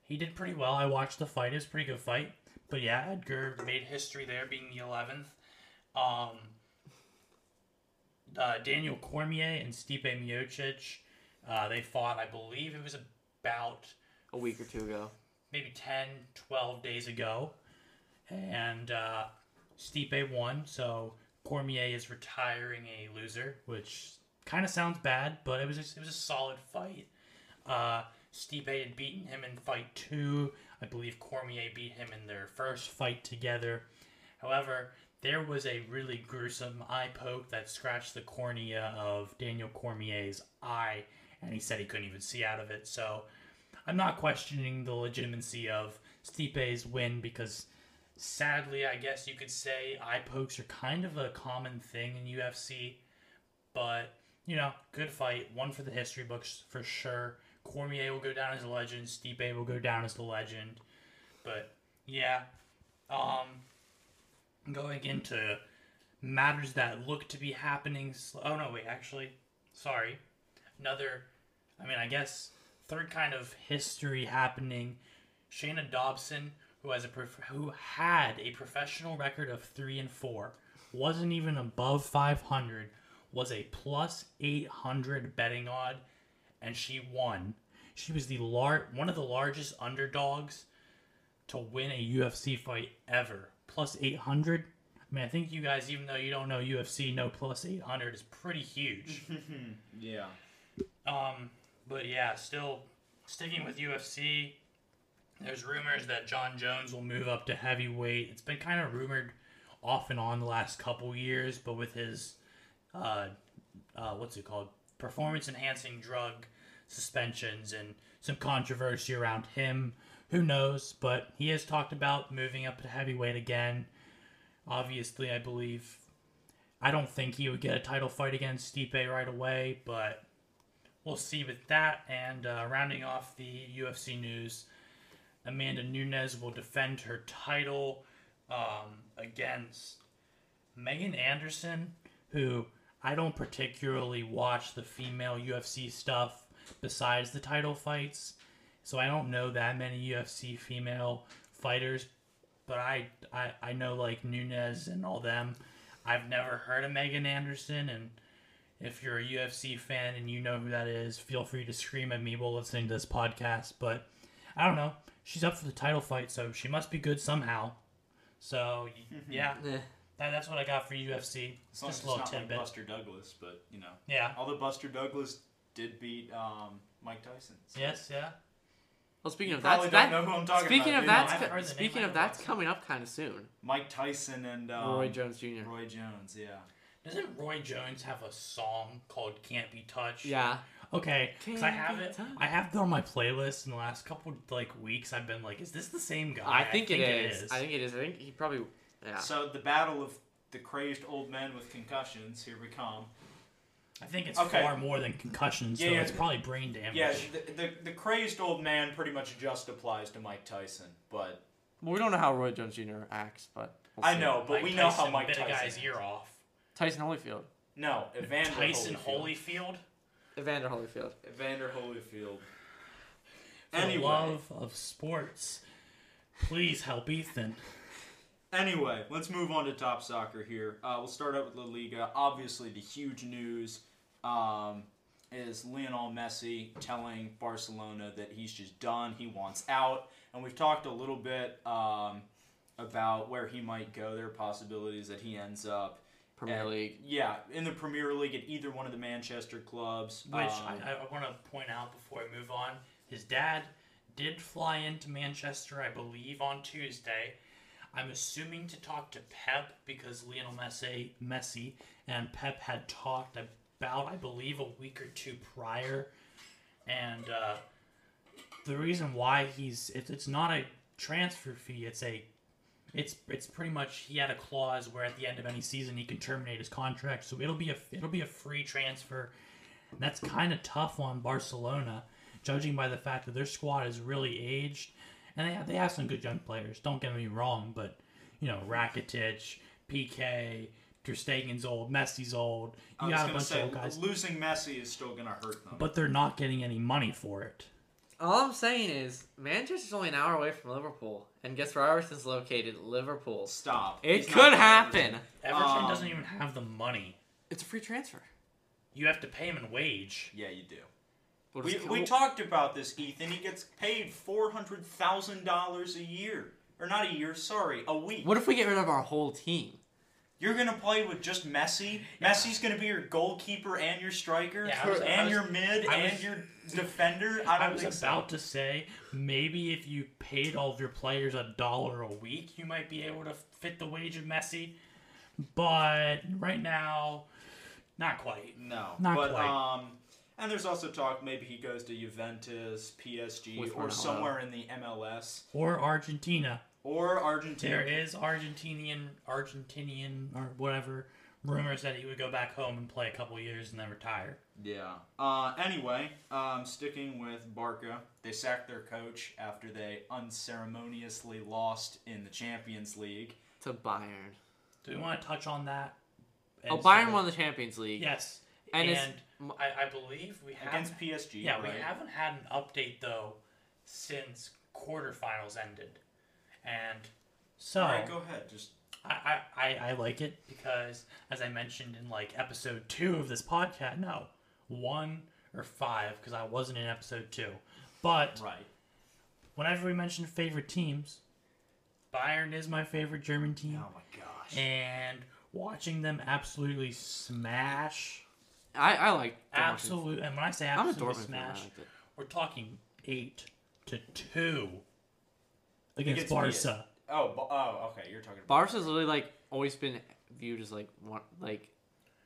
C: he did pretty well. I watched the fight; it was a pretty good fight. But yeah, Edgar made history there, being the 11th. Um, uh, Daniel Cormier and Stipe Miocic, uh, they fought. I believe it was about
B: a week or two ago.
C: maybe 10, 12 days ago. And uh, Stipe won, so Cormier is retiring a loser, which kind of sounds bad, but it was it was a solid fight. Uh, Stipe had beaten him in fight two. I believe Cormier beat him in their first fight together. However, there was a really gruesome eye poke that scratched the cornea of Daniel Cormier's eye, and he said he couldn't even see out of it. So I'm not questioning the legitimacy of Stipe's win because sadly, I guess you could say eye pokes are kind of a common thing in UFC. But, you know, good fight. One for the history books for sure. Cormier will go down as a legend. Stipe will go down as the legend. But, yeah. Um, going into matters that look to be happening. Sl- oh, no, wait, actually. Sorry. Another, I mean, I guess third kind of history happening. Shayna Dobson, who has a prof- who had a professional record of three and four, wasn't even above 500, was a plus 800 betting odd, and she won. She was the lar- one of the largest underdogs to win a UFC fight ever. Plus 800. I mean, I think you guys, even though you don't know UFC, know plus 800 is pretty huge.
A: Yeah.
C: Um, but yeah, still sticking with UFC. There's rumors that John Jones will move up to heavyweight. It's been kind of rumored off and on the last couple years, but with his uh, uh, what's it called? Performance enhancing drug suspensions and some controversy around him. Who knows? But he has talked about moving up to heavyweight again. Obviously, I believe. I don't think he would get a title fight against Stipe right away, but we'll see with that. And uh, rounding off the UFC news, Amanda Nunes will defend her title um, against Megan Anderson, who I don't particularly watch the female UFC stuff. besides the title fights. So I don't know that many UFC female fighters, but I I, I know like Nunez and all them. I've never heard of Megan Anderson, and if you're a UFC fan and you know who that is, feel free to scream at me while listening to this podcast. But I don't know. She's up for the title fight, so she must be good somehow. So y- yeah,
B: Eh.
C: that, that's what I got for UFC.
A: As long as
C: Just
A: it's
C: a
A: not
C: little
A: like
C: tidbit.
A: Buster Douglas, but you know,
C: Yeah.
A: although Buster Douglas did beat um, Mike Tyson. so-
C: Yes. Yeah.
B: Well, speaking
A: You
B: of
A: probably
B: that,
A: don't
B: that
A: know who I'm talking
B: speaking
A: about. do
B: of
A: you?
C: that-
B: that's
C: I've
B: co-
C: heard the name,
B: speaking
C: I
B: of
C: know
B: that's
C: about
B: coming up kind of soon.
A: Mike Tyson and um,
B: Roy Jones Jr.
A: Roy Jones, yeah.
C: Doesn't Roy Jones have a song called "Can't Be Touched"?
B: Yeah,
C: Okay, because I
B: Can't
C: have
B: be
C: it.
B: touched.
C: I have it on my playlist in the last couple like weeks. I've been like, is this the same guy?
B: I think, it is. I think it is. I think he probably. Yeah.
A: So the battle of the crazed old men with concussions. Here we come.
C: I think it's
A: Okay.
C: far more than concussions.
A: Yeah,
C: though.
A: yeah.
C: it's probably brain damage.
A: Yeah, the, the, the crazed old man pretty much just applies to Mike Tyson, but
B: Well, we don't know how Roy Jones Jr. acts, but we'll
A: I
B: see.
A: know, but
C: Mike
A: we know how
C: Tyson
A: Mike
C: bit
A: Tyson.
C: a guy's
A: is.
C: ear off.
B: Tyson Holyfield,
A: No, Evander
C: Tyson
A: Holyfield.
C: Holyfield.
B: Evander Holyfield.
A: Evander Holyfield.
C: For
A: Anyway.
C: the love of sports, please help Ethan.
A: Anyway, let's move on to top soccer here. Uh, we'll start out with La Liga. Obviously, the huge news um, is Lionel Messi telling Barcelona that he's just done, he wants out. And we've talked a little bit um, about where he might go. There are possibilities that he ends up.
B: Premier
A: at-
B: League.
A: Yeah, in the Premier League at either one of the Manchester clubs.
C: Which
A: Um,
C: I, I want to point out before I move on. His dad did fly into Manchester, I believe, on Tuesday. I'm assuming to talk to Pep because Lionel Messi, Messi and Pep had talked about, I believe, a week or two prior. And uh, the reason why he's it's it's not a transfer fee; it's a it's it's pretty much he had a clause where at the end of any season he can terminate his contract, so it'll be a it'll be a free transfer. And that's kind of tough on Barcelona, judging by the fact that their squad is really aged, and they have, they have some good young players. Don't get me wrong, but you know Rakitic, PK, Ter Stegen's old, Messi's old.
A: I
C: You
A: was
C: got
A: going
C: a
A: to
C: bunch of
A: say,
C: old guys,
A: losing Messi is still going to hurt them.
C: but they're not getting any money for it.
B: All I'm saying is Manchester's only an hour away from Liverpool, and guess where Iverson's located? Liverpool.
A: Stop.
B: It
A: He's not
B: could
A: gonna
B: happen.
C: Everton
A: Um,
C: doesn't even have the money.
B: It's a free transfer.
C: You have to pay him in wage.
A: Yeah, you do.
B: We'll
A: We,
B: just-
A: we
B: we'll-
A: talked about this, Ethan. He gets paid four hundred thousand dollars a year, or not a year, sorry, a week.
B: What if we get rid of our whole team?
A: You're gonna play with just Messi. Messi's gonna be your goalkeeper and your striker,
C: Yeah, I was- I
A: and
C: was-
A: your mid,
C: I was-
A: and your defender. I don't
C: I was
A: think
C: about to say maybe if you paid all of your players a dollar a week, you might be able to fit the wage of Messi. But right now, not quite.
A: so. No,
C: Not
A: but
C: quite.
A: um, and there's also talk maybe he goes to Juventus, PSG,
B: With
A: or
B: Ronaldo.
A: somewhere in the MLS
C: Or Argentina.
A: or
C: There
A: Argentina.
C: is Argentinian, Argentinian or whatever rumors that he would go back home and play a couple years and then retire.
A: Yeah. Uh, anyway, um, sticking with Barca, they sacked their coach after they unceremoniously lost in the Champions League.
B: To Bayern.
C: Do we want to touch on that?
B: Oh,
C: And
B: Bayern
C: so-
B: won the Champions League.
C: Yes,
B: And
C: and,
B: it's-
C: I, I believe we have
A: Against PSG,
C: Yeah,
A: right?
C: we haven't had an update though since quarterfinals ended, and so
A: All right, go ahead. Just
C: I, I, I, I like it because as I mentioned in like episode two of this podcast, no one or five because I wasn't in episode two, but
A: right.
C: whenever we mention favorite teams, Bayern is my favorite German team,
A: Oh my gosh.
C: and watching them absolutely smash,
B: I, I like
C: absolute, and when I say
B: I'm a
C: absolutely
B: Dortmund fan. I
C: smash,
B: liked it.
C: We're talking eight to two
A: Against
C: against Barca.
A: Oh, bu- oh, okay. You're talking about.
B: Barca's really like always been viewed as like one like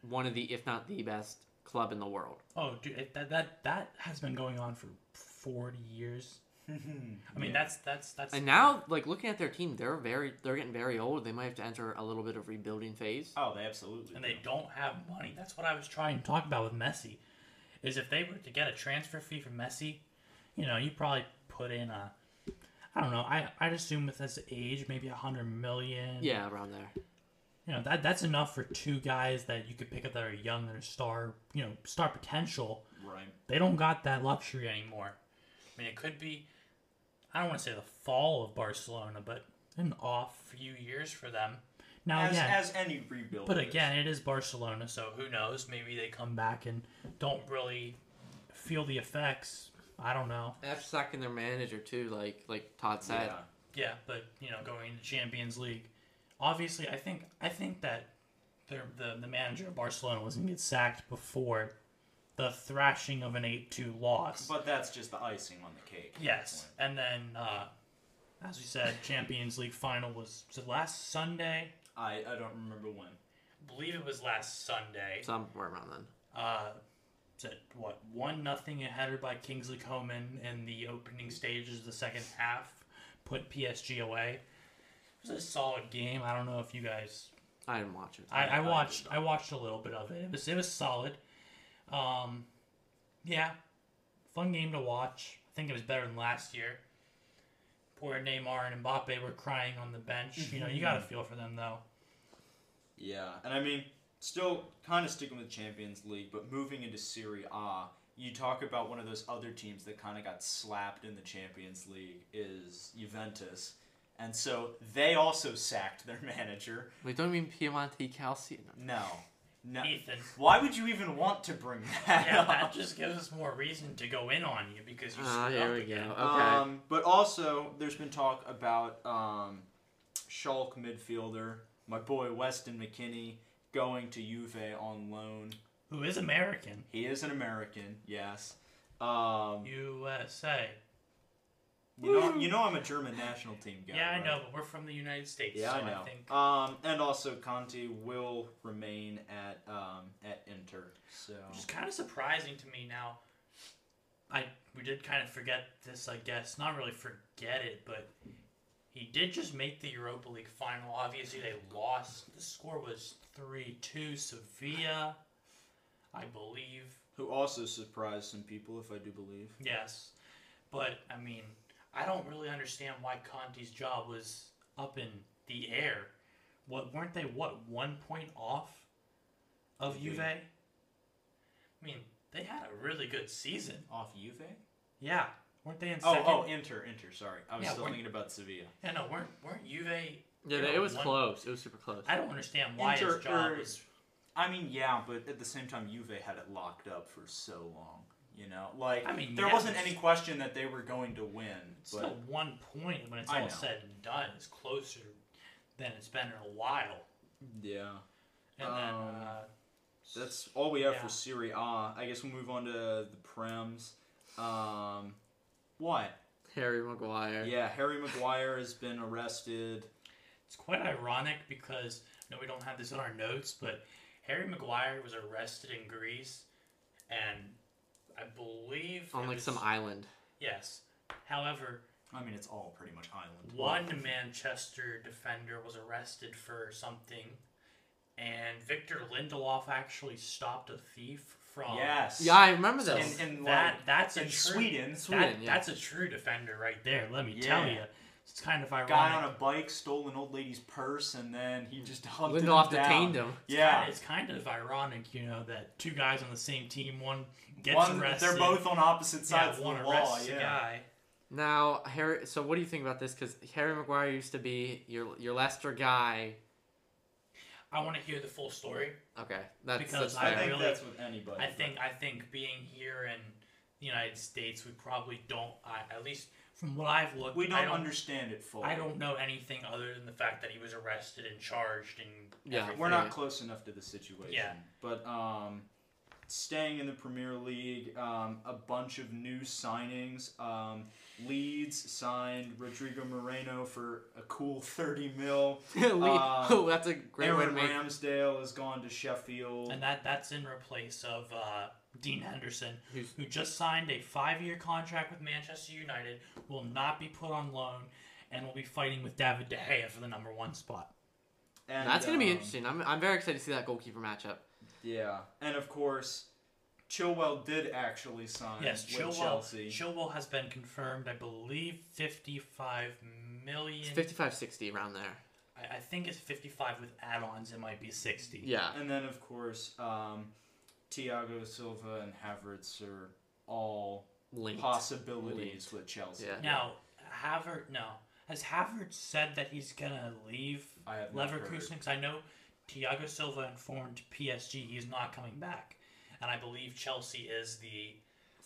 B: one of the if not the best club in the world.
C: Oh, dude, it, that that that has been going on for forty years. I mean, that's that's that's.
B: And now like looking at their team, they're very they're getting very old. They might have to enter a little bit of rebuilding phase.
A: Oh, they absolutely.
C: and
A: do.
C: they don't have money. That's what I was trying to talk about with Messi, is if they were to get a transfer fee from Messi, you know, you probably put in a, I don't know, I I'd assume with his age maybe a hundred million.
B: Yeah, around there.
C: you know that that's enough for two guys that you could pick up that are young that are star you know star potential.
A: Right.
C: They don't got that luxury anymore. I mean, it could be I don't want to say the fall of Barcelona, but an off few years for them. Now
A: As,
C: again,
A: as any rebuild.
C: but
A: is.
C: again, it is Barcelona, so who knows? Maybe they come back and don't really feel the effects. I don't know.
B: After sacking their manager too, like like Todd said.
A: yeah.
C: Yeah, but you know, going into Champions League, obviously, I think I think that the the, the manager of Barcelona was gonna get sacked before the thrashing of an eight two loss.
A: But that's just the icing on the cake. at that
C: yes,
A: point.
C: and then uh, as we said, Champions League final was, was it last Sunday.
A: I, I don't remember when.
C: I believe it was last Sunday.
B: Somewhere around then.
C: Uh, was it what one nothing a header by Kingsley Coman in the opening stages of the second half put PSG away. It was a solid game. I don't know if you guys
B: I didn't watch it.
C: I,
A: I
C: I
A: did
C: watched I watched a little bit of it. It was it was solid. Um, yeah, fun game to watch. I think it was better than last year. Poor Neymar and Mbappe were crying on the bench. You know, you got to feel for them though.
A: Yeah, and I mean, still kind of sticking with Champions League, but moving into Serie A, you talk about one of those other teams that kind of got slapped in the Champions League is Juventus. And so they also sacked their manager.
B: We don't mean Piemonte Calcio. No.
A: No. No.
C: Ethan.
A: Why would you even want to bring that
C: Yeah,
A: up?
C: that just gives us more reason to go in on you because you
B: Ah,
C: screwed
B: here
C: up
B: we
C: again.
B: go. Okay.
A: Um, but also, there's been talk about um, Schalke midfielder, my boy Weston McKinney, going to Juve on loan.
C: Who is American?
A: He is an American, yes. Um,
C: USA.
A: you, know, you know I'm a German national team guy.
C: Yeah, I
A: right?
C: know, but we're from the United States.
A: Yeah,
C: so
A: I know.
C: I think
A: um, and also, Conti will remain at um, at Inter. So
C: Which is kind of surprising to me now. I we did kind of forget this, I guess. Not really forget it, but he did just make the Europa League final. Obviously, they lost. The score was three two Sevilla, I believe.
A: who also surprised some people, if I do believe.
C: Yes, but I mean, I don't really understand why Conti's job was up in the air. What weren't they? What one point off of
A: Yeah.
C: Juve? I mean, they had a really good season.
A: Off Juve?
C: Yeah, weren't they in
A: Oh,
C: second?
A: oh, Inter, Inter. Sorry, I was
C: Yeah,
A: still
C: we're-
A: thinking about Sevilla.
C: yeah, no, weren't weren't Juve?
B: yeah,
C: you know,
B: it was
C: one-
B: close. It was super close.
C: I don't understand why
A: Inter- er,
C: his job
A: or-
C: was.
A: I mean, yeah, but at the same time, Juve had it locked up for so long. You know, like
C: I mean,
A: there
C: yes.
A: wasn't any question that they were going to win.
C: It's
A: But
C: still one point when it's
A: I
C: all
A: know.
C: said and done. It's closer than it's been in a while.
A: yeah,
C: And then,
B: Um,
C: uh,
A: that's all we have
C: Yeah.
A: for Serie A. I guess we'll move on to the Prem's. Um, what?
B: Harry Maguire.
A: Yeah, Harry Maguire has been arrested.
C: It's quite ironic because I know we don't have this in our notes, but Harry Maguire was arrested in Greece, and I believe it
B: On like
C: was-
B: some island.
C: yes. However,
A: I mean, it's all pretty much island.
C: one Manchester defender was arrested for something, and Victor Lindelof actually stopped a thief from
A: Yes.
B: Yeah, I remember
A: In,
B: this.
A: in,
C: that.
A: like,
C: That's a
A: in
C: true,
A: Sweden,
C: that-
B: Sweden, yeah.
C: That's a true defender right there. Let me tell
A: Yeah.
C: you, it's kind of ironic.
A: guy on a bike stole an old lady's purse, and then he just hunted
B: Lindelof
A: him down.
B: detained him.
A: Yeah.
C: it's kind of ironic, you know, that two guys on the same team, one gets
A: One-
C: arrested.
A: They're both on opposite
C: yeah,
A: sides
C: one
A: of the law.
C: arrests
A: Yeah.
C: a guy.
B: Now, Harry. So, what do you think about this? Because Harry Maguire used to be your your Leicester guy.
C: I want to hear the full story.
B: Okay, that's
C: Because
B: that's
C: I
A: I
B: fair.
A: think
C: really-
A: that's with anybody.
C: I
A: but-
C: think I think being here in the United States, we probably don't. I, at least from what I've looked,
A: we
C: I
A: don't
C: don't
A: understand it fully.
C: I don't know anything other than the fact that he was arrested and charged and
B: Yeah.
C: everything.
A: We're
B: Yeah.
A: not close enough to the situation.
C: Yeah.
A: But um, staying in the Premier League, um, a bunch of new signings. Um, Leeds signed Rodrigo Moreno for a cool thirty mil.
B: Lee-
A: uh,
B: oh, that's a great way to
A: Aaron
B: make.
A: Ramsdale has gone to Sheffield.
C: and that that's in replace of uh, Dean Henderson,
B: Who's-
C: who just signed a five-year contract with Manchester United, will not be put on loan, and will be fighting with David De Gea for the number one spot.
A: And,
B: That's gonna be
A: um,
B: interesting. I'm I'm very excited to see that goalkeeper matchup.
A: Yeah. And of course, Chilwell did actually sign
C: Yes,
A: Uh, with
C: Chilwell.
A: Chelsea.
C: Chilwell has been confirmed, I believe, fifty-five million.
B: It's 55-60 around there.
C: I I, I think it's 55 with add-ons. It might be 60.
B: Yeah.
A: And then, of course, um, Tiago Silva and Havertz are all
B: Linked.
A: possibilities with Chelsea.
B: Yeah.
C: Now, Havert, no. Has Havert said that he's going to leave
A: I have not heard.
C: Leverkusen? Because I know Thiago Silva informed PSG he's not coming back. And I believe Chelsea is the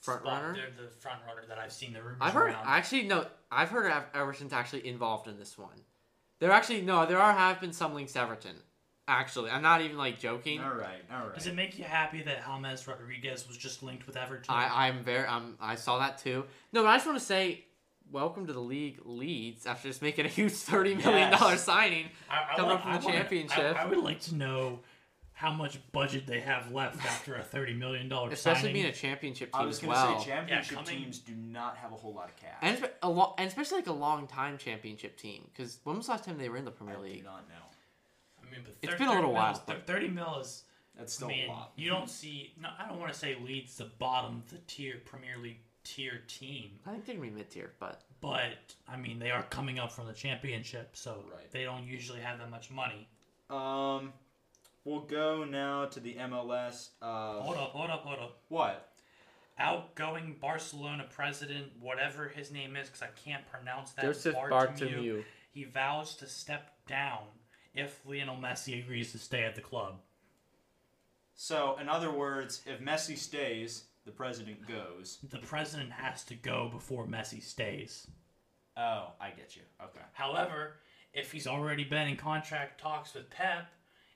B: Front
C: spot-
B: runner?
C: They're the front runner that I've seen the rumors
B: I've heard
C: around.
B: actually no. I've heard Ev- Everton's actually involved in this one. There actually no. There are have been some links to Everton. Actually, I'm not even like joking.
A: All right, all right.
C: Does it make you happy that James Rodriguez was just linked with Everton?
B: I I'm very um I saw that too. No, but I just want to say welcome to the league leads after just making a huge thirty million dollar
C: Yes.
B: signing.
C: I, I
B: Coming
C: want-
B: up from the
C: I wanna-
B: championship.
C: I, I would like to know how much budget they have left after a $30 million
B: Especially
C: signing.
B: being a championship team
A: I was
B: as
A: going to
B: well.
A: say championship
C: Yeah, coming-
A: teams do not have a whole lot of cash.
B: and, it's a lo- and especially like a long time championship team because when was the last time they were in the Premier
A: I do
B: League?
A: not know.
C: I mean, but
B: It's
C: 30
B: been a little
C: mil
B: while,
C: is-
B: but-
C: 30 mil is
A: That's still
C: I mean,
A: a lot.
C: you don't see. No, I don't want to say leads the bottom of the tier Premier League tier team,
B: I think they're gonna be mid tier, but
C: but I mean they are coming up from the championship, so
A: Right.
C: they don't usually have that much money.
A: Um, we'll go now to the MLS. Uh,
C: Hold up, hold up, hold up.
A: what?
C: Outgoing Barcelona president, whatever his name is, because I can't pronounce that.
B: Joseph
C: Bartomeu,
B: Bartomeu.
C: He vows to step down if Lionel Messi agrees to stay at the club.
A: So, in other words, if Messi stays, the president goes.
C: The president has to go before Messi stays.
A: Oh, I get you. Okay.
C: However, if he's already been in contract talks with Pep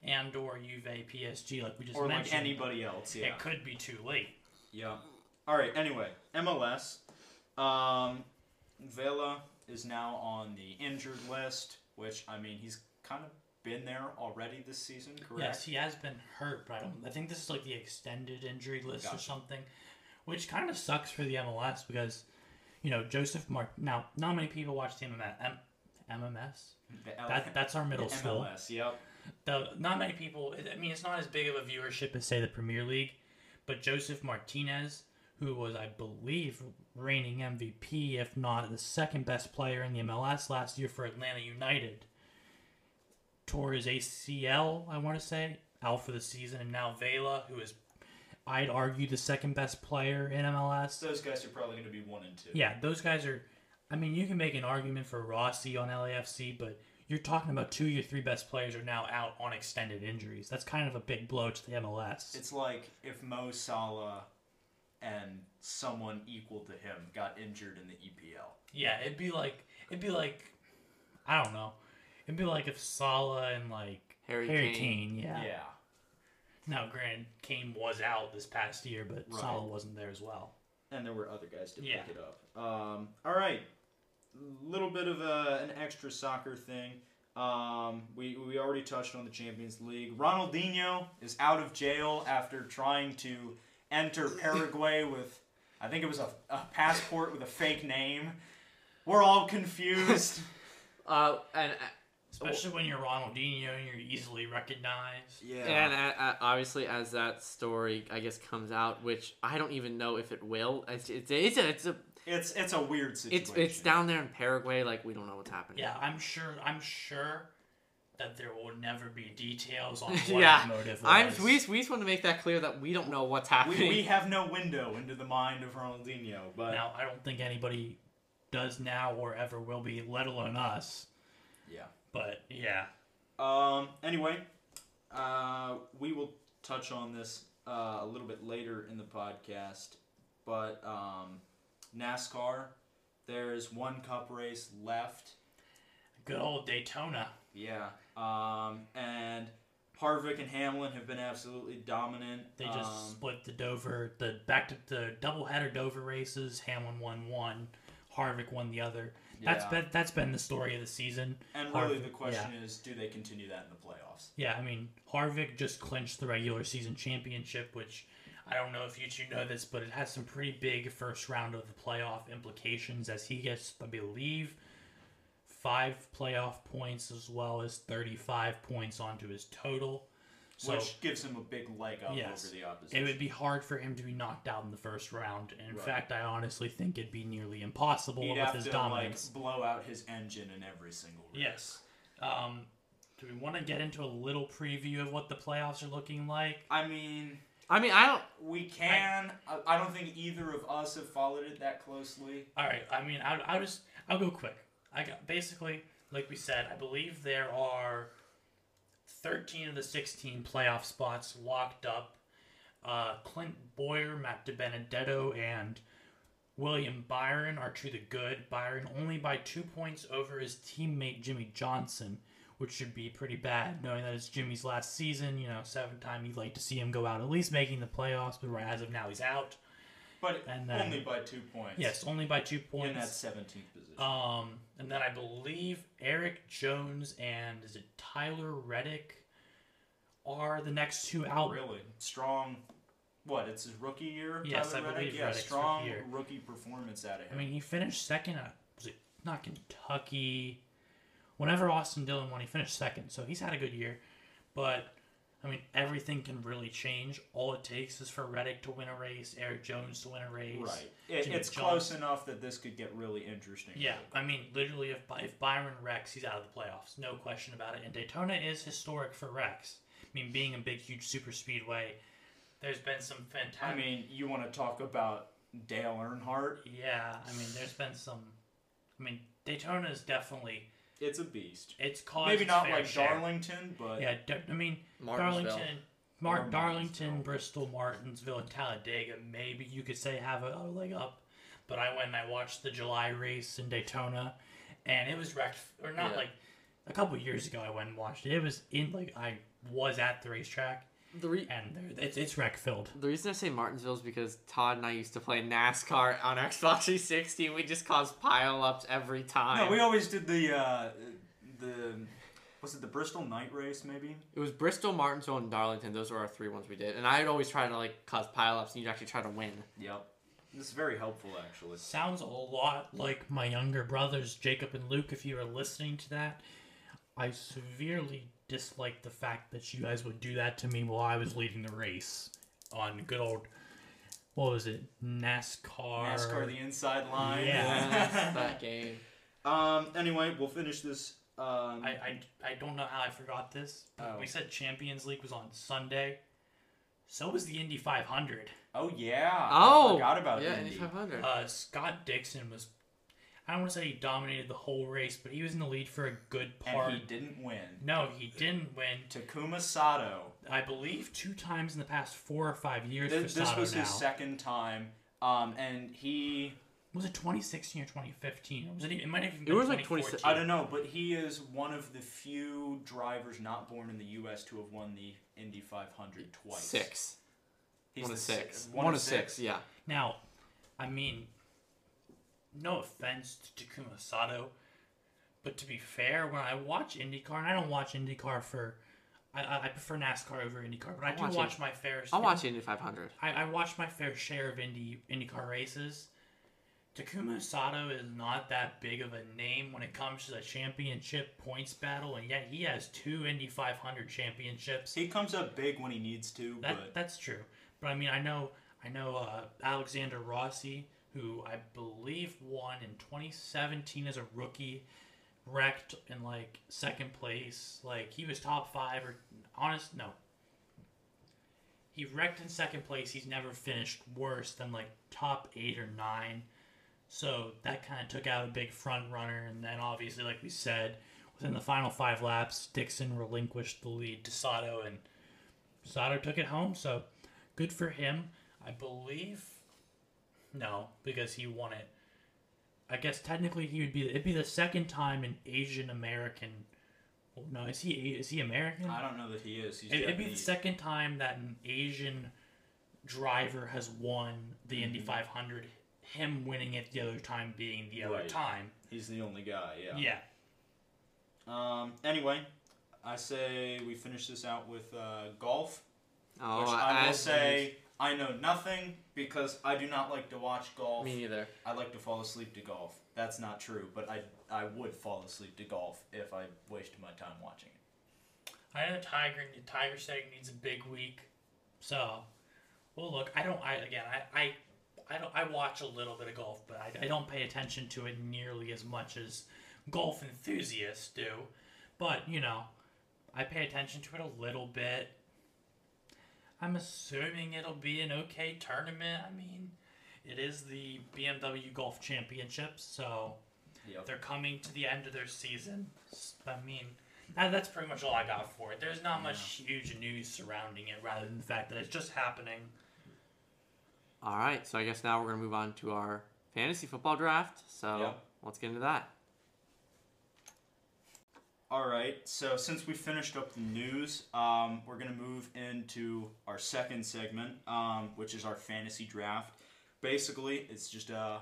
C: and or Juve, PSG, like we just
A: Or
C: mentioned,
A: like anybody else. Yeah.
C: it could be too late.
A: Yeah. All right. Anyway, MLS. Um, Vela is now on the injured list, which I mean he's kind of been there already this season,
C: Yes,
A: correct?
C: he has been hurt, but I don't. I think this is like the extended injury list or
A: Gotcha.
C: something, which kind of sucks for the MLS because, you know, Joseph Mark. Now, not many people watch the MMA, M- MMS.
A: The L-
C: That, that's our
A: the
C: middle school.
A: MLS. Yep.
C: the not many people. I mean, it's not as big of a viewership as say the Premier League, but Joseph Martinez, who was I believe reigning MVP, if not the second best player in the MLS last year for Atlanta United, tore his ACL. I want to say out for the season, and now Vela, who is I'd argue the second best player in MLS.
A: Those guys are probably going to be one and two.
C: Yeah, those guys are. I mean, you can make an argument for Rossi on LAFC, but you're talking about two of your three best players are now out on extended injuries. That's kind of a big blow to the MLS.
A: It's like if Mo Salah and someone equal to him got injured in the E EPL.
C: yeah, it'd be like it'd be like I don't know. It'd be like if Salah and like
B: Harry Kane.
C: Kane, yeah.
A: Yeah.
C: Now, granted, Kane was out this past year, but
A: Right.
C: Salah wasn't there as well.
A: And there were other guys to
C: Yeah.
A: pick it up. Um, all right. Little bit of a, an extra soccer thing. Um, we, we already touched on the Champions League. Ronaldinho is out of jail after trying to enter Paraguay with, I think it was a, a passport with a fake name. We're all confused.
B: Uh, and
C: Especially when you're Ronaldinho and you're easily recognized.
A: yeah.
B: And uh, obviously, as that story, I guess, comes out, which I don't even know if it will. It's it's it's a, it's, a,
A: It's it's a weird
B: it's
A: situation.
B: it's down there in Paraguay. Like we don't know what's happening.
C: Yeah, I'm sure. I'm sure that there will never be details on what
B: yeah.
C: his motive was.
B: I'm we just, we just want to make that clear that we don't know what's happening.
A: We, we have no window into the mind of Ronaldinho, but
C: now. I don't think anybody does now or ever will be, let alone us.
A: yeah.
C: But yeah,
A: Um. Anyway, uh, we will touch on this uh, a little bit later in the podcast, but um, NASCAR, there's one Cup race left.
C: good old Daytona.
A: Yeah. Um. And Harvick and Hamlin have been absolutely dominant.
C: They just
A: Um,
C: split the Dover, the back to the doubleheader Dover races. Hamlin won one, Harvick won the other. That's
A: Yeah.
C: been that's been the story of the season.
A: and really,
C: Harvick-
A: the question is, do they continue that in the playoffs?
C: Yeah, I mean, Harvick just clinched the regular season championship, which I don't know if you two know this, but it has some pretty big first round of the playoff implications as he gets, I believe, five playoff points as well as 35 points onto his total. So
A: Which gives him a big leg up
C: Yes.
A: over the opposition.
C: it would be hard for him to be knocked out in the first round. In
A: Right.
C: fact, I honestly think it'd be nearly impossible
A: He'd
C: with
A: have
C: his
A: to
C: dominance.
A: like blow out his engine in every single race.
C: Yes. Um, Do we want to get into a little preview of what the playoffs are looking like?
A: I mean,
B: I mean, I don't.
A: we can. I, I don't think either of us have followed it that closely.
C: All right. I mean, I'll, I'll just I'll go quick. I got basically, like we said, I believe there are thirteen of the sixteen playoff spots locked up. Uh, Clint Boyer, Matt DiBenedetto, and William Byron are to the good. Byron only by two points over his teammate Jimmy Johnson, which should be pretty bad, knowing that it's Jimmy's last season. You know, seventh time you'd like to see him go out, at least making the playoffs. But right as of now, he's out.
A: But
C: And then-
A: only by two points.
C: Yes, only by two points.
A: In that 17th position.
C: Um, and then I believe Eric Jones and is it Tyler Reddick are the next two out.
A: really strong. What? It's his rookie year.
C: Yes,
A: Tyler
C: I
A: Reddick?
C: believe
A: Yeah,
C: Reddick's
A: strong
C: rookie year.
A: performance out of him.
C: I mean, he finished second at was it not Kentucky? Whenever Austin Dillon won, he finished second, so he's had a good year. But I mean, everything can really change. All it takes is for Reddick to win a race, Eric Jones to win a race.
A: right. It,
C: Jimmy
A: it's
C: Johnson.
A: close enough that this could get really interesting.
C: Yeah, I mean, literally, if By- if Byron wrecks, he's out of the playoffs, no question about it. And Daytona is historic for Rex. I mean, being a big, huge super speedway, there's been some fantastic.
A: I mean, you want to talk about Dale Earnhardt?
C: yeah, I mean, there's been some. I mean, Daytona is definitely
A: It's a beast.
C: it's caused
A: Maybe
C: Oh, its
A: not
C: fair
A: like
C: share.
A: Darlington, but
C: Yeah, Dar- I mean,
B: Martinsville.
C: Darlington, Mark
A: Or
C: Darlington,
A: Martinsville.
C: Bristol, Martinsville, and Talladega. Maybe you could say have a, a leg up, but I went and I watched the July race in Daytona, and it was wrecked. Or not
B: Yeah.
C: like a couple years ago. I went and watched it. It was in like I was at the racetrack,
B: The, re-
C: and there- it's it's wreck filled.
B: the reason I say Martinsville is because Todd and I used to play NASCAR on Xbox 360. and We just caused pile-ups every time.
A: No, we always did the uh, the was it the Bristol night race? Maybe
B: It was Bristol, Martinsville, and Darlington. Those were our three ones we did. And I'd always try to like cause pileups, and you'd actually try to win.
A: Yep. This is very helpful, actually.
C: Sounds a lot like my younger brothers, Jacob and Luke, if you are listening to that. I severely dislike the fact that you guys would do that to me while I was leading the race on good old, what was it, NASCAR?
A: NASCAR, the inside line.
C: Yeah.
B: that game.
A: um. Anyway, we'll finish this. Um,
C: I, I, I don't know how I forgot this.
A: Oh.
C: We said Champions League was on Sunday. So was the Indy 500.
A: oh yeah.
B: Oh,
A: I forgot about
B: yeah,
A: Indy. Oh,
B: 500.
C: Uh, Scott Dixon was, I don't want to say he dominated the whole race, but he was in the lead for a good part.
A: and he didn't win.
C: no, he didn't win.
A: Takuma Sato.
C: I believe two times in the past four or five years
A: This,
C: for
A: this
C: Sato
A: was
C: now.
A: his second time, um, and he
C: was it 2016 or 2015? Or was it? Even, it might have even
B: It
C: been
B: was like
C: 2014.
B: 26
A: I don't know, but he is one of the few drivers not born in the U.S. to have won the Indy 500 twice.
B: six.
A: He's
B: one of
A: the
B: six.
A: si-
B: One, of six. Yeah.
C: Now, I mean, no offense to Takuma Sato, but to be fair, when I watch IndyCar, and I don't watch IndyCar for, I, I, I prefer NASCAR over IndyCar, but I, do
B: watch
C: watch,
B: it.
C: my fair.
B: I'll watch Indy 500.
C: I, I watch my fair share of Indy IndyCar races. Takuma Sato is not that big of a name when it comes to the championship points battle, and yet he has two Indy 500 championships.
A: He comes up big when he needs to,
C: That
A: but
C: that's true. But I mean, I know I know uh, Alexander Rossi, who I believe won in 2017 as a rookie, wrecked in like second place. Like he was top five or honest no. He wrecked in second place. He's never finished worse than like top eight or nine. So that kind of took out a big front runner, and then obviously, like we said, within the final five laps, Dixon relinquished the lead to Sato, and Sato took it home, so good for him. I believe no, because he won it. I guess technically he would be it'd be the second time an Asian American. Well, no, is he is he American?
A: I don't know that he is. He's
C: It, it'd be the
A: Japanese.
C: second time that an Asian driver has won the
A: Mm-hmm.
C: Indy 500. Him winning it the other time being the other
A: Right.
C: time.
A: He's the only guy. Yeah.
C: Yeah.
A: Um. Anyway, I say we finish this out with uh, golf,
B: Oh,
A: which I will
B: as
A: say I know nothing because I do not like to watch golf.
B: Me neither.
A: I like to fall asleep to golf. That's not true, but I I would fall asleep to golf if I wasted my time watching it.
C: I know Tiger Tiger said he needs a big week. So, well, look, I don't. I again, I, I, I don't. I watch a little bit of golf, but I, I don't pay attention to it nearly as much as golf enthusiasts do. But you know, I pay attention to it a little bit. I'm assuming it'll be an okay tournament. I mean, it is the BMW Golf Championships, so
D: Yep.
C: they're coming to the end of their season. S- I mean, that, that's pretty much all I got for it. There's not much huge news surrounding it, rather than the fact that it's just happening.
B: All right, so I guess now we're gonna move on to our fantasy football draft. So
A: Yeah.
B: let's get into that.
A: All right. So since we finished up the news, um, we're gonna move into our second segment, um, which is our fantasy draft. Basically, it's just a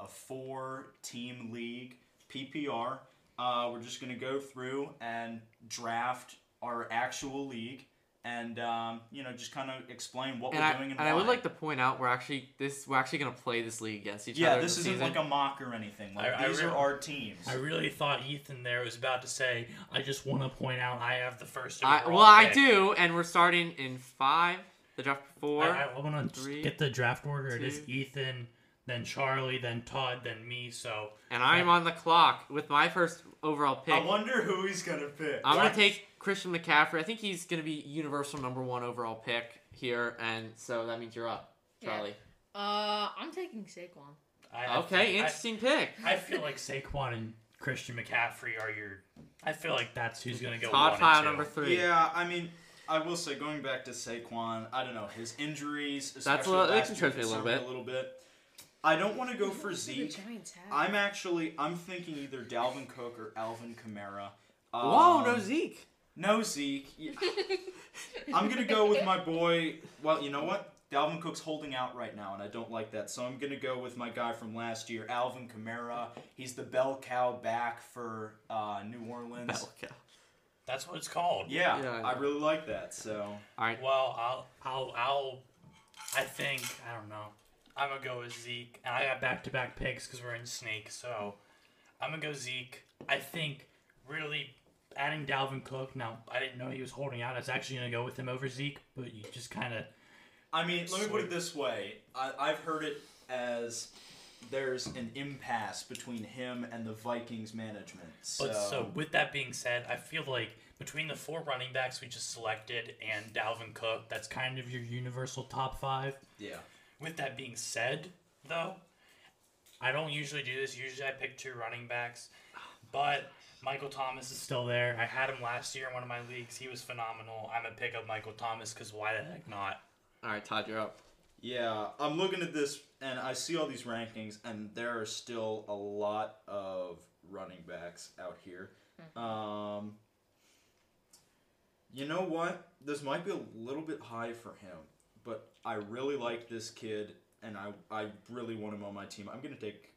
A: a four team league PPR. Uh, we're just gonna go through and draft our actual league, and um, you know, just kind of explain what
B: And
A: we're
B: I,
A: doing
B: and
A: and,
B: I would
A: why.
B: like to point out we're actually this we're actually gonna play this league against each
A: yeah,
B: other.
A: this
B: this
A: isn't
B: season.
A: like a mock or anything. Like
C: I- I
A: these
C: re-
A: are our teams.
C: I really thought Ethan there was about to say, "I just want to point out I have the first
B: I,
C: overall
B: well, I
C: pick."
B: do, and we're starting in five. The draft four.
C: I, I want to
B: three,
C: get the draft order. it is
B: two.
C: Ethan, then Charlie, then Todd, then me. So
B: And I'm on the clock with my first overall pick.
A: I wonder who he's gonna pick.
B: I'm going
C: What?
B: to take Christian McCaffrey. I think he's going to be universal number one overall pick here, and so that means you're up,
E: Yeah.
B: Charlie.
E: Uh, I'm taking Saquon.
C: I I
B: Okay,
C: feel-
B: interesting pick.
C: I, I feel like Saquon and Christian McCaffrey are your. I feel like that's who's gonna go.
B: Todd
C: one
B: file
C: and two.
B: number three.
A: Yeah, I mean, I will say going back to Saquon, I don't know his injuries.
B: a
A: especially
B: little- that
A: last
B: concerns
A: year,
B: me a little
A: concerned
B: bit.
A: A little bit. I don't want to go for
E: What do the
A: Zeke.
E: Giants have?
A: I'm actually I'm thinking either Dalvin Cook or Alvin Kamara. Um,
B: Whoa, no Zeke.
A: no Zeke. Yeah, I'm gonna go with my boy. Well, you know what? Dalvin Cook's holding out right now, and I don't like that. So I'm gonna go with my guy from last year, Alvin Kamara. He's the bell cow back for uh, New Orleans.
C: That's what it's called.
A: Yeah,
B: Yeah, I
A: I
B: know.
A: really like that. So
C: Well, I'll, I'll, I'll. I think I don't know. I'm gonna go with Zeke, and I got back-to-back picks because we're in snake. So I'm gonna go Zeke. I think really adding Dalvin Cook. Now I didn't know he was holding out. I was actually gonna go with him over Zeke, but you just kind of
A: I mean, let me put
C: Sweet.
A: it this way. I, I've heard it as there's an impasse between him and the Vikings management. So,
C: But so with that being said, I feel like between the four running backs we just selected and Dalvin Cook, that's kind of your universal top five.
A: yeah.
C: With that being said, though, I don't usually do this. Usually I pick two running backs, but Michael Thomas is still there. I had him last year in one of my leagues. He was phenomenal. I'm gonna pick up Michael Thomas because why the heck not?
B: All right, Todd, you're up.
A: Yeah, I'm looking at this and I see all these rankings, and there are still a lot of running backs out here. Um, you know what? This might be a little bit high for him, but I really like this kid, and I I really want him on my team. I'm gonna take.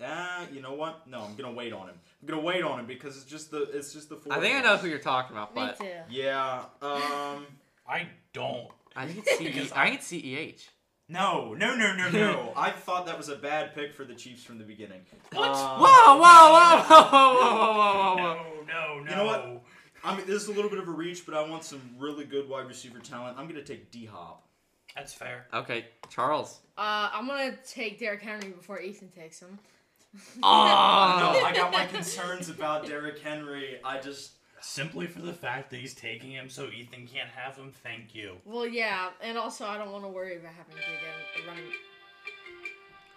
A: Ah, you know what? No, I'm gonna wait on him. I'm gonna wait on him because it's just the it's just the. Four
B: I think I
A: of
B: know
A: us.
B: who you're talking about,
E: Me
B: but
E: too.
A: Yeah. Um.
C: I don't.
B: I think it's CE. I E think it's CEH.
A: No, no, no, no, no. I thought that was a bad pick for the Chiefs from the beginning.
C: What?
A: Um,
B: Whoa, whoa, whoa, whoa, whoa, whoa, whoa, whoa, whoa.
C: No, no, no.
A: You know what? I mean, this is a little bit of a reach, but I want some really good wide receiver talent. I'm going to take D Hop.
C: That's fair.
B: Okay, Charles.
E: Uh, I'm gonna take Derrick Henry before Ethan takes him.
A: No,
B: Oh,
A: I got my concerns about Derrick Henry. I just.
C: Simply for the fact that he's taking him so Ethan can't have him. Thank you.
E: Well, yeah, and also I don't want to worry about having to get a running.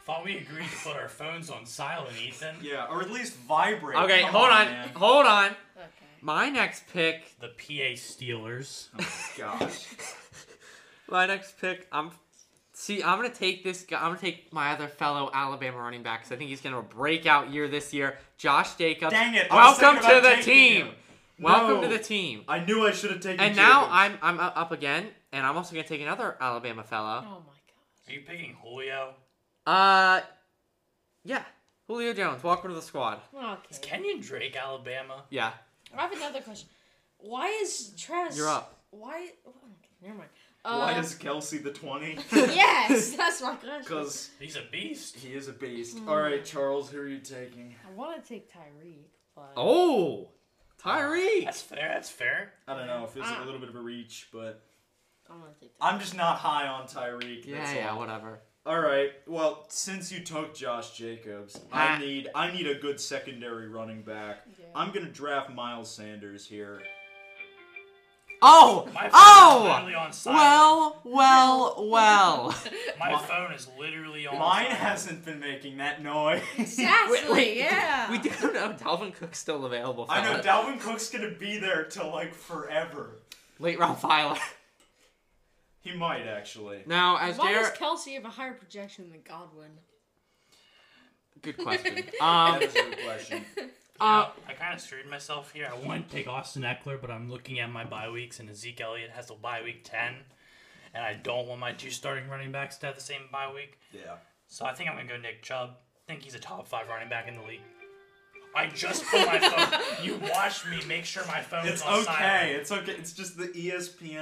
C: Thought we agreed to put our phones on silent, Ethan.
A: Yeah, or at least vibrate.
B: okay.
A: Come
B: Hold on,
A: man.
B: hold on.
E: Okay.
B: My next pick
C: The PA Steelers.
A: Oh, gosh.
B: My next pick, I'm. See, I'm gonna take this guy. I'm gonna take my other fellow Alabama running back 'cause I think he's gonna have a breakout year this year. Josh Jacobs.
A: Dang it. I was
B: Welcome
A: thinking
B: to
A: about
B: the
A: taking
B: team.
A: him.
B: Welcome
A: No.
B: to the team.
A: I knew I should have taken
B: And now
A: Jacobs.
B: I'm I'm u- up again, and I'm also gonna take another Alabama fellow.
E: Oh my
C: Are you picking Julio?
B: Uh, yeah, Julio Jones. Welcome to the squad.
E: god.
C: Is
E: Okay.
C: Kenyon Drake Alabama?
B: Yeah,
E: I have another question. Why is Travis?
B: you're up.
E: Why? oh, Never mind.
A: Why
E: Uh,
A: is Kelsey the 20?
E: yes, that's my question.
A: Because
C: He's a beast.
A: he is a beast. All right, Charles, who are you taking?
E: I want to take Tyreek, but
B: Oh, Tyree.
C: That's fair. That's fair.
A: I don't know. It feels like
E: Uh.
A: a little bit of a reach, but.
E: I'm gonna take Tyreek.
A: I'm just not high on Tyreek.
B: Yeah,
A: that's
B: yeah,
A: all.
B: whatever.
A: All right. Well, since you took Josh Jacobs,
B: Ah.
A: I need I need a good secondary running back.
E: Yeah.
A: I'm gonna draft Miles Sanders here.
B: Oh,
C: My phone is
B: oh.
C: literally on silent.
B: Well, well, well.
C: my phone is literally on.
A: Mine
C: silent.
A: hasn't been making that noise.
E: Exactly.
B: wait,
E: yeah.
B: We do know Dalvin Cook's still available. For
A: I know
B: it.
A: Dalvin Cook's gonna be there till like forever.
B: late round filer.
A: He might actually.
B: Now, as
E: Why does
B: Jared,
E: Kelsey have a higher projection than Godwin?
B: good question. Um,
A: That is a good question.
B: uh,
C: I kind of screwed myself here. I want to take Austin Eckler, but I'm looking at my bye weeks, and Zeke Elliott has a bye week 10, and I don't want my two starting running backs to have the same bye week.
A: Yeah.
C: So I think I'm going to go Nick Chubb. I think he's a top five running back in the league. I just put my phone. You watched me make sure my phone
A: It's
C: was on
A: okay.
C: silent.
A: It's okay. It's just the E ESPN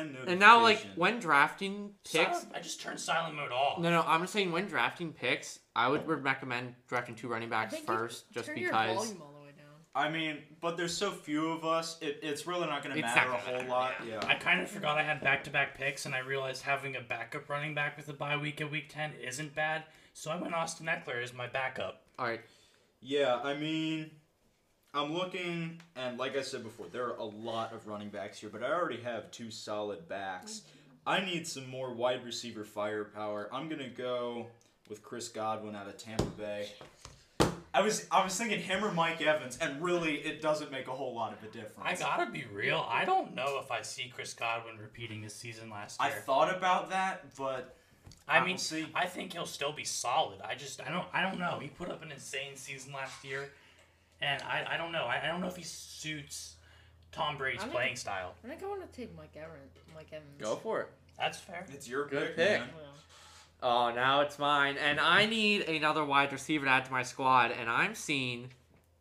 A: notification.
B: and now, like when drafting picks,
C: Silent- I just turned silent mode off.
B: no, no, I'm just saying when drafting picks, I would recommend drafting two running
E: I
B: backs
E: think you
B: first, just
E: Turn your
B: because.
E: volume all the way down.
A: I mean, but there's so few of us. It, it's really not gonna
B: It's not
A: matter
B: gonna
A: a whole
B: matter,
A: lot. Yeah.
C: I kind of forgot I had back to back picks, and I realized having a backup running back with a bye week at week 10 isn't bad. So I went Austin Eckler as my backup.
B: All right,
A: Yeah, I mean, I'm looking, and like I said before, there are a lot of running backs here, but I already have two solid backs. I need some more wide receiver firepower. I'm gonna go with Chris Godwin out of Tampa Bay. I was I was thinking him or Mike Evans, and really, it doesn't make a whole lot of a difference.
C: I gotta be real. I don't know if I see Chris Godwin repeating his season last
A: I
C: year.
A: thought about that, but
C: I,
A: I
C: mean,
A: will see.
C: I think he'll still be solid. I just, I don't, I don't know. He put up an insane season last year, and I, I don't know. I, I don't know if he suits Tom Brady's
E: I don't-
C: playing style.
E: I think I want to take Mike Evans. Mike Evans.
B: go for it.
C: That's fair.
A: it's your pick.
B: Good pick.
A: man.
E: Well,
B: Oh, now it's mine. And I need another wide receiver to add to my squad. And I'm seeing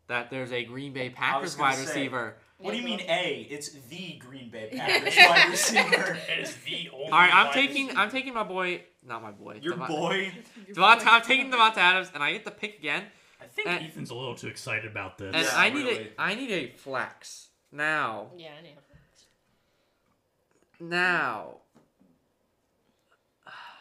B: that there's a Green Bay
A: was
B: Packers
A: gonna
B: wide
A: say.
B: receiver.
A: What do you
E: Yeah,
A: mean
E: go.
A: A? It's the Green Bay Packers wide receiver.
C: It is the only.
B: All right, I'm
C: wide
B: taking
C: receiver-
B: I'm taking my boy, not my boy.
A: Your
B: Devon-
A: boy.
E: you're
B: Devonta,
E: right.
B: I'm taking Devonta Adams, and I get the pick again.
C: I think
B: and-
C: Ethan's a little too excited about this.
B: And
A: Yeah,
B: I need
A: really.
B: a I need a flex now.
E: Yeah, I know.
B: Now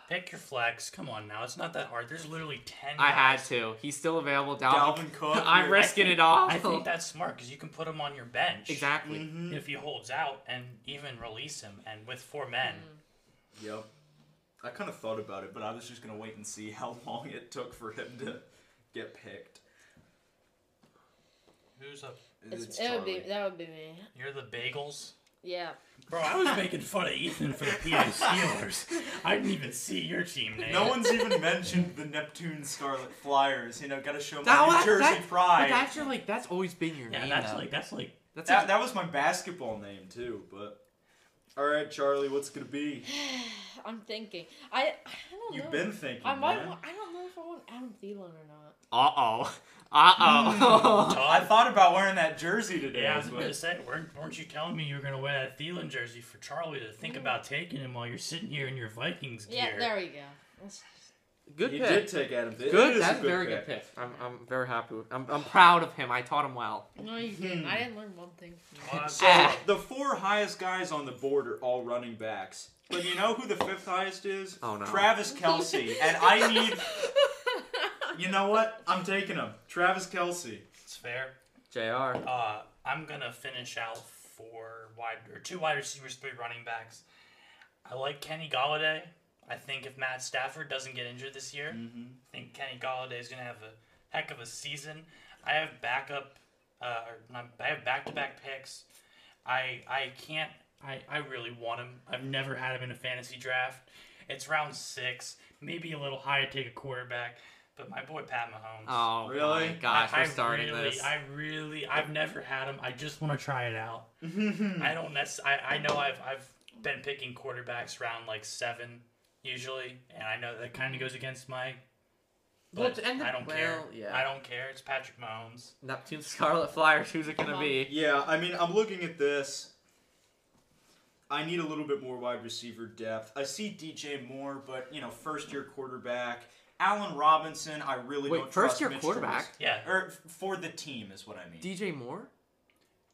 C: Pick your flex. Come on now. It's not that hard. There's literally ten.
B: I had
C: guys.
B: to. He's still available. Dalvin.
A: Dalvin Cook.
B: I'm
A: You're-
B: risking it all.
C: I think that's smart because you can put him on your bench.
B: exactly.
E: Mm-hmm.
A: Mhm.
C: If he holds out and even release him, and with four men,
A: Yep. I kind of thought about it, but I was just gonna wait and see how long it took for him to get picked.
C: who's up?
E: It's, it would be that would be me.
C: You're the bagels.
E: Yeah.
C: Bro, I was making fun of Ethan for the PA Steelers. I didn't even see your team name.
A: no one's even mentioned the Neptune Scarlet Flyers. You know, gotta show my
B: That,
A: New Jersey
B: that, but
A: pride.
B: that's your like that's always been your
C: Yeah,
B: name.
C: that's
B: though.
C: like that's like
B: that's
A: that,
B: a-
A: that was my basketball name too. But all right, Charlie, what's it gonna be?
E: I'm thinking. I I don't know.
A: You've been thinking,
E: I might.
A: man.
E: Want, I don't know if I want Adam Thielen or not.
B: Uh oh. Uh oh.
A: I thought about wearing that jersey today.
C: Yeah, I was gonna
A: but
C: say, weren't, weren't you telling me you were gonna wear that Thielen jersey for Charlie to think about taking him while you're sitting here in your Vikings gear?
E: Yeah, there we go. Let's-
B: Good
A: Mm. you
B: pick.
A: did take Adam. It is
B: Good. That's
A: a
B: a very good pick. I'm, I'm very happy with. I'm, I'm proud of him. I taught him well.
E: No, you didn't. Hmm. I didn't learn one thing. From you.
C: Well, I'm-
A: So
B: Ah.
A: the four highest guys on the board are all running backs. But you know who the fifth highest is?
B: Oh, no.
A: Travis Kelsey. and I need. You know what? I'm taking him. Travis Kelsey.
C: It's fair.
B: Jr.
C: Uh, I'm gonna finish out four wide or two wide receivers, three running backs. I like Kenny Galladay. I think if Matt Stafford doesn't get injured this year, I think Kenny Galladay is gonna have a heck of a season. I have backup, uh, or not, I have back-to-back picks. I I can't. I I really want him. I've never had him in a fantasy draft. It's round six, maybe a little high to take a quarterback, but my boy Pat Mahomes.
B: Oh
A: Really?
B: my gosh,
C: I-
B: we're starting
C: really,
B: this.
C: I really, I've never had him. I just want to try it out. I don't necess- I, I know I've, I've been picking quarterbacks round like seven usually, and I know that kind of goes against my.
B: Well,
C: But
B: to end
C: I
B: up-
C: don't care.
B: well, yeah.
C: I don't care. It's Patrick Mahomes.
B: Neptune Scarlet Flyers. Who's it gonna
E: Come
B: be?
A: Yeah, I mean, I'm looking at this. I need a little bit more wide receiver depth. I see DJ Moore, but, you know, first year quarterback. Allen Robinson, I really
B: Wait,
A: don't
B: first
A: trust
B: year
A: Mitch
B: quarterback?
C: Yeah.
A: Trubisky. Or f- Er, for the team is what I mean.
B: DJ Moore.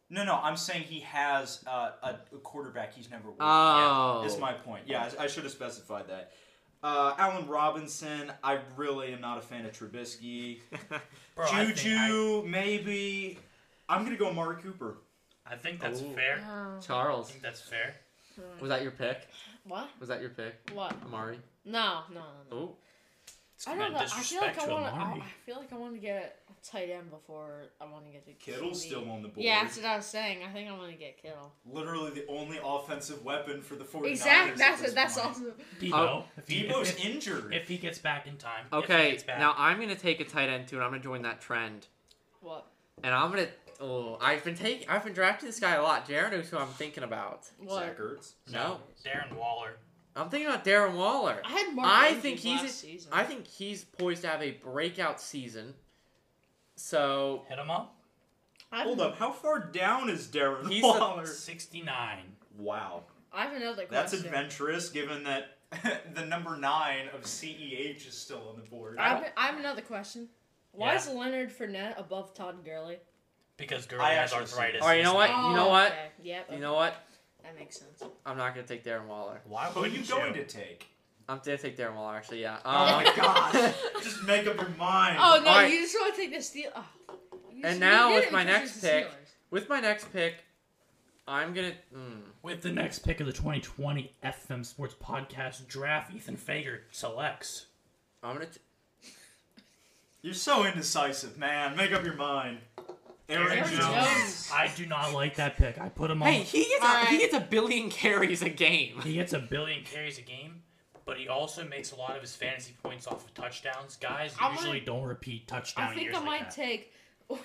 A: No, no, I'm saying he has uh, a, a quarterback he's never worked.
B: Oh.
A: Is my point. Yeah, I, I should have specified that. Uh, Allen Robinson, I really am not a fan of Trubisky.
C: Bro, I think-
A: Juju, maybe. I'm gonna go Amari Cooper.
C: I, I think that's
B: Ooh.
C: fair.
E: Oh.
C: I
B: Charles.
C: think that's fair.
B: Was that your pick?
E: What?
B: Was that your pick,
E: What?
B: Amari?
E: No, no, no. no.
B: Oh,
C: It's
E: I don't know. I feel like I want to. I,
C: Amari.
E: I feel like I want to get a tight end before I want to get to
A: Kittle's
E: QB.
A: still on the board.
E: Yeah, that's what I was saying. I think I want to get Kittle.
A: Literally the only offensive weapon for the 49ers.
E: Exactly.
A: at
E: That's
A: this
E: it. That's
A: point.
E: awesome.
C: Debo.
B: Oh.
C: if, he,
A: Debo's
C: if,
A: injured.
C: if he gets back in time. if he
B: okay.
C: gets back.
B: Now I'm gonna take a tight end too, and I'm gonna join that trend.
E: What?
B: And I'm gonna. Oh, I've been taking. I've been drafting this guy a lot. Jared knows who I'm thinking about.
E: What?
A: Zach Ertz.
B: No,
C: Darren Waller.
B: I'm thinking about Darren Waller.
E: I had Mark
B: I
E: Andrews
B: think he's a-
E: last season.
B: I think he's poised to have a breakout season. So
C: Hit him up.
E: I have,
A: Hold up, how far down is Darren
B: He's a-
A: Waller?
C: 69.
A: Wow.
E: I have another question.
A: That's adventurous given that the number nine of CEH is still on the board.
E: I have, I have another question. Why
C: Yeah.
E: is Leonard Fournette above Todd Gurley? Oh,
C: Because Gurley
A: I
C: has
A: actually see-
C: arthritis.
B: All right, you
C: He's
B: know what?
C: not-
B: you know what?
E: Okay. Yep.
B: you know what?
E: that makes sense.
B: I'm not gonna take Darren Waller.
C: Why
A: Who are you
C: wouldn't
A: going to take?
B: I'm gonna take Darren Waller actually. Yeah. Um,
A: Oh my
E: Um,
A: gosh. Just make up your mind.
E: Oh no,
B: Alright.
E: you just want to take the steal. Oh. You just- you
B: now
E: did
B: with
E: it
B: my
E: because
B: next
E: it's the
B: pick-
E: Steelers.
B: With my next pick, I'm gonna. Mm,
C: With the next pick of the 2020 FM Sports Podcast draft, Ethan Fager selects.
B: I'm gonna. T-
A: You're so indecisive, man. Make up your mind. Aaron,
E: Aaron
A: Jones.
E: Jones.
C: I do not like that pick. I put him on.
B: hey, he gets a, he
E: Alright.
B: gets a billion carries a game.
C: He gets a billion carries a game, but he also makes a lot of his fantasy points off of touchdowns. Guys
E: I
C: usually
E: might-
C: don't repeat touchdown
E: I think
C: years
E: I
C: like
E: might
C: that.
E: take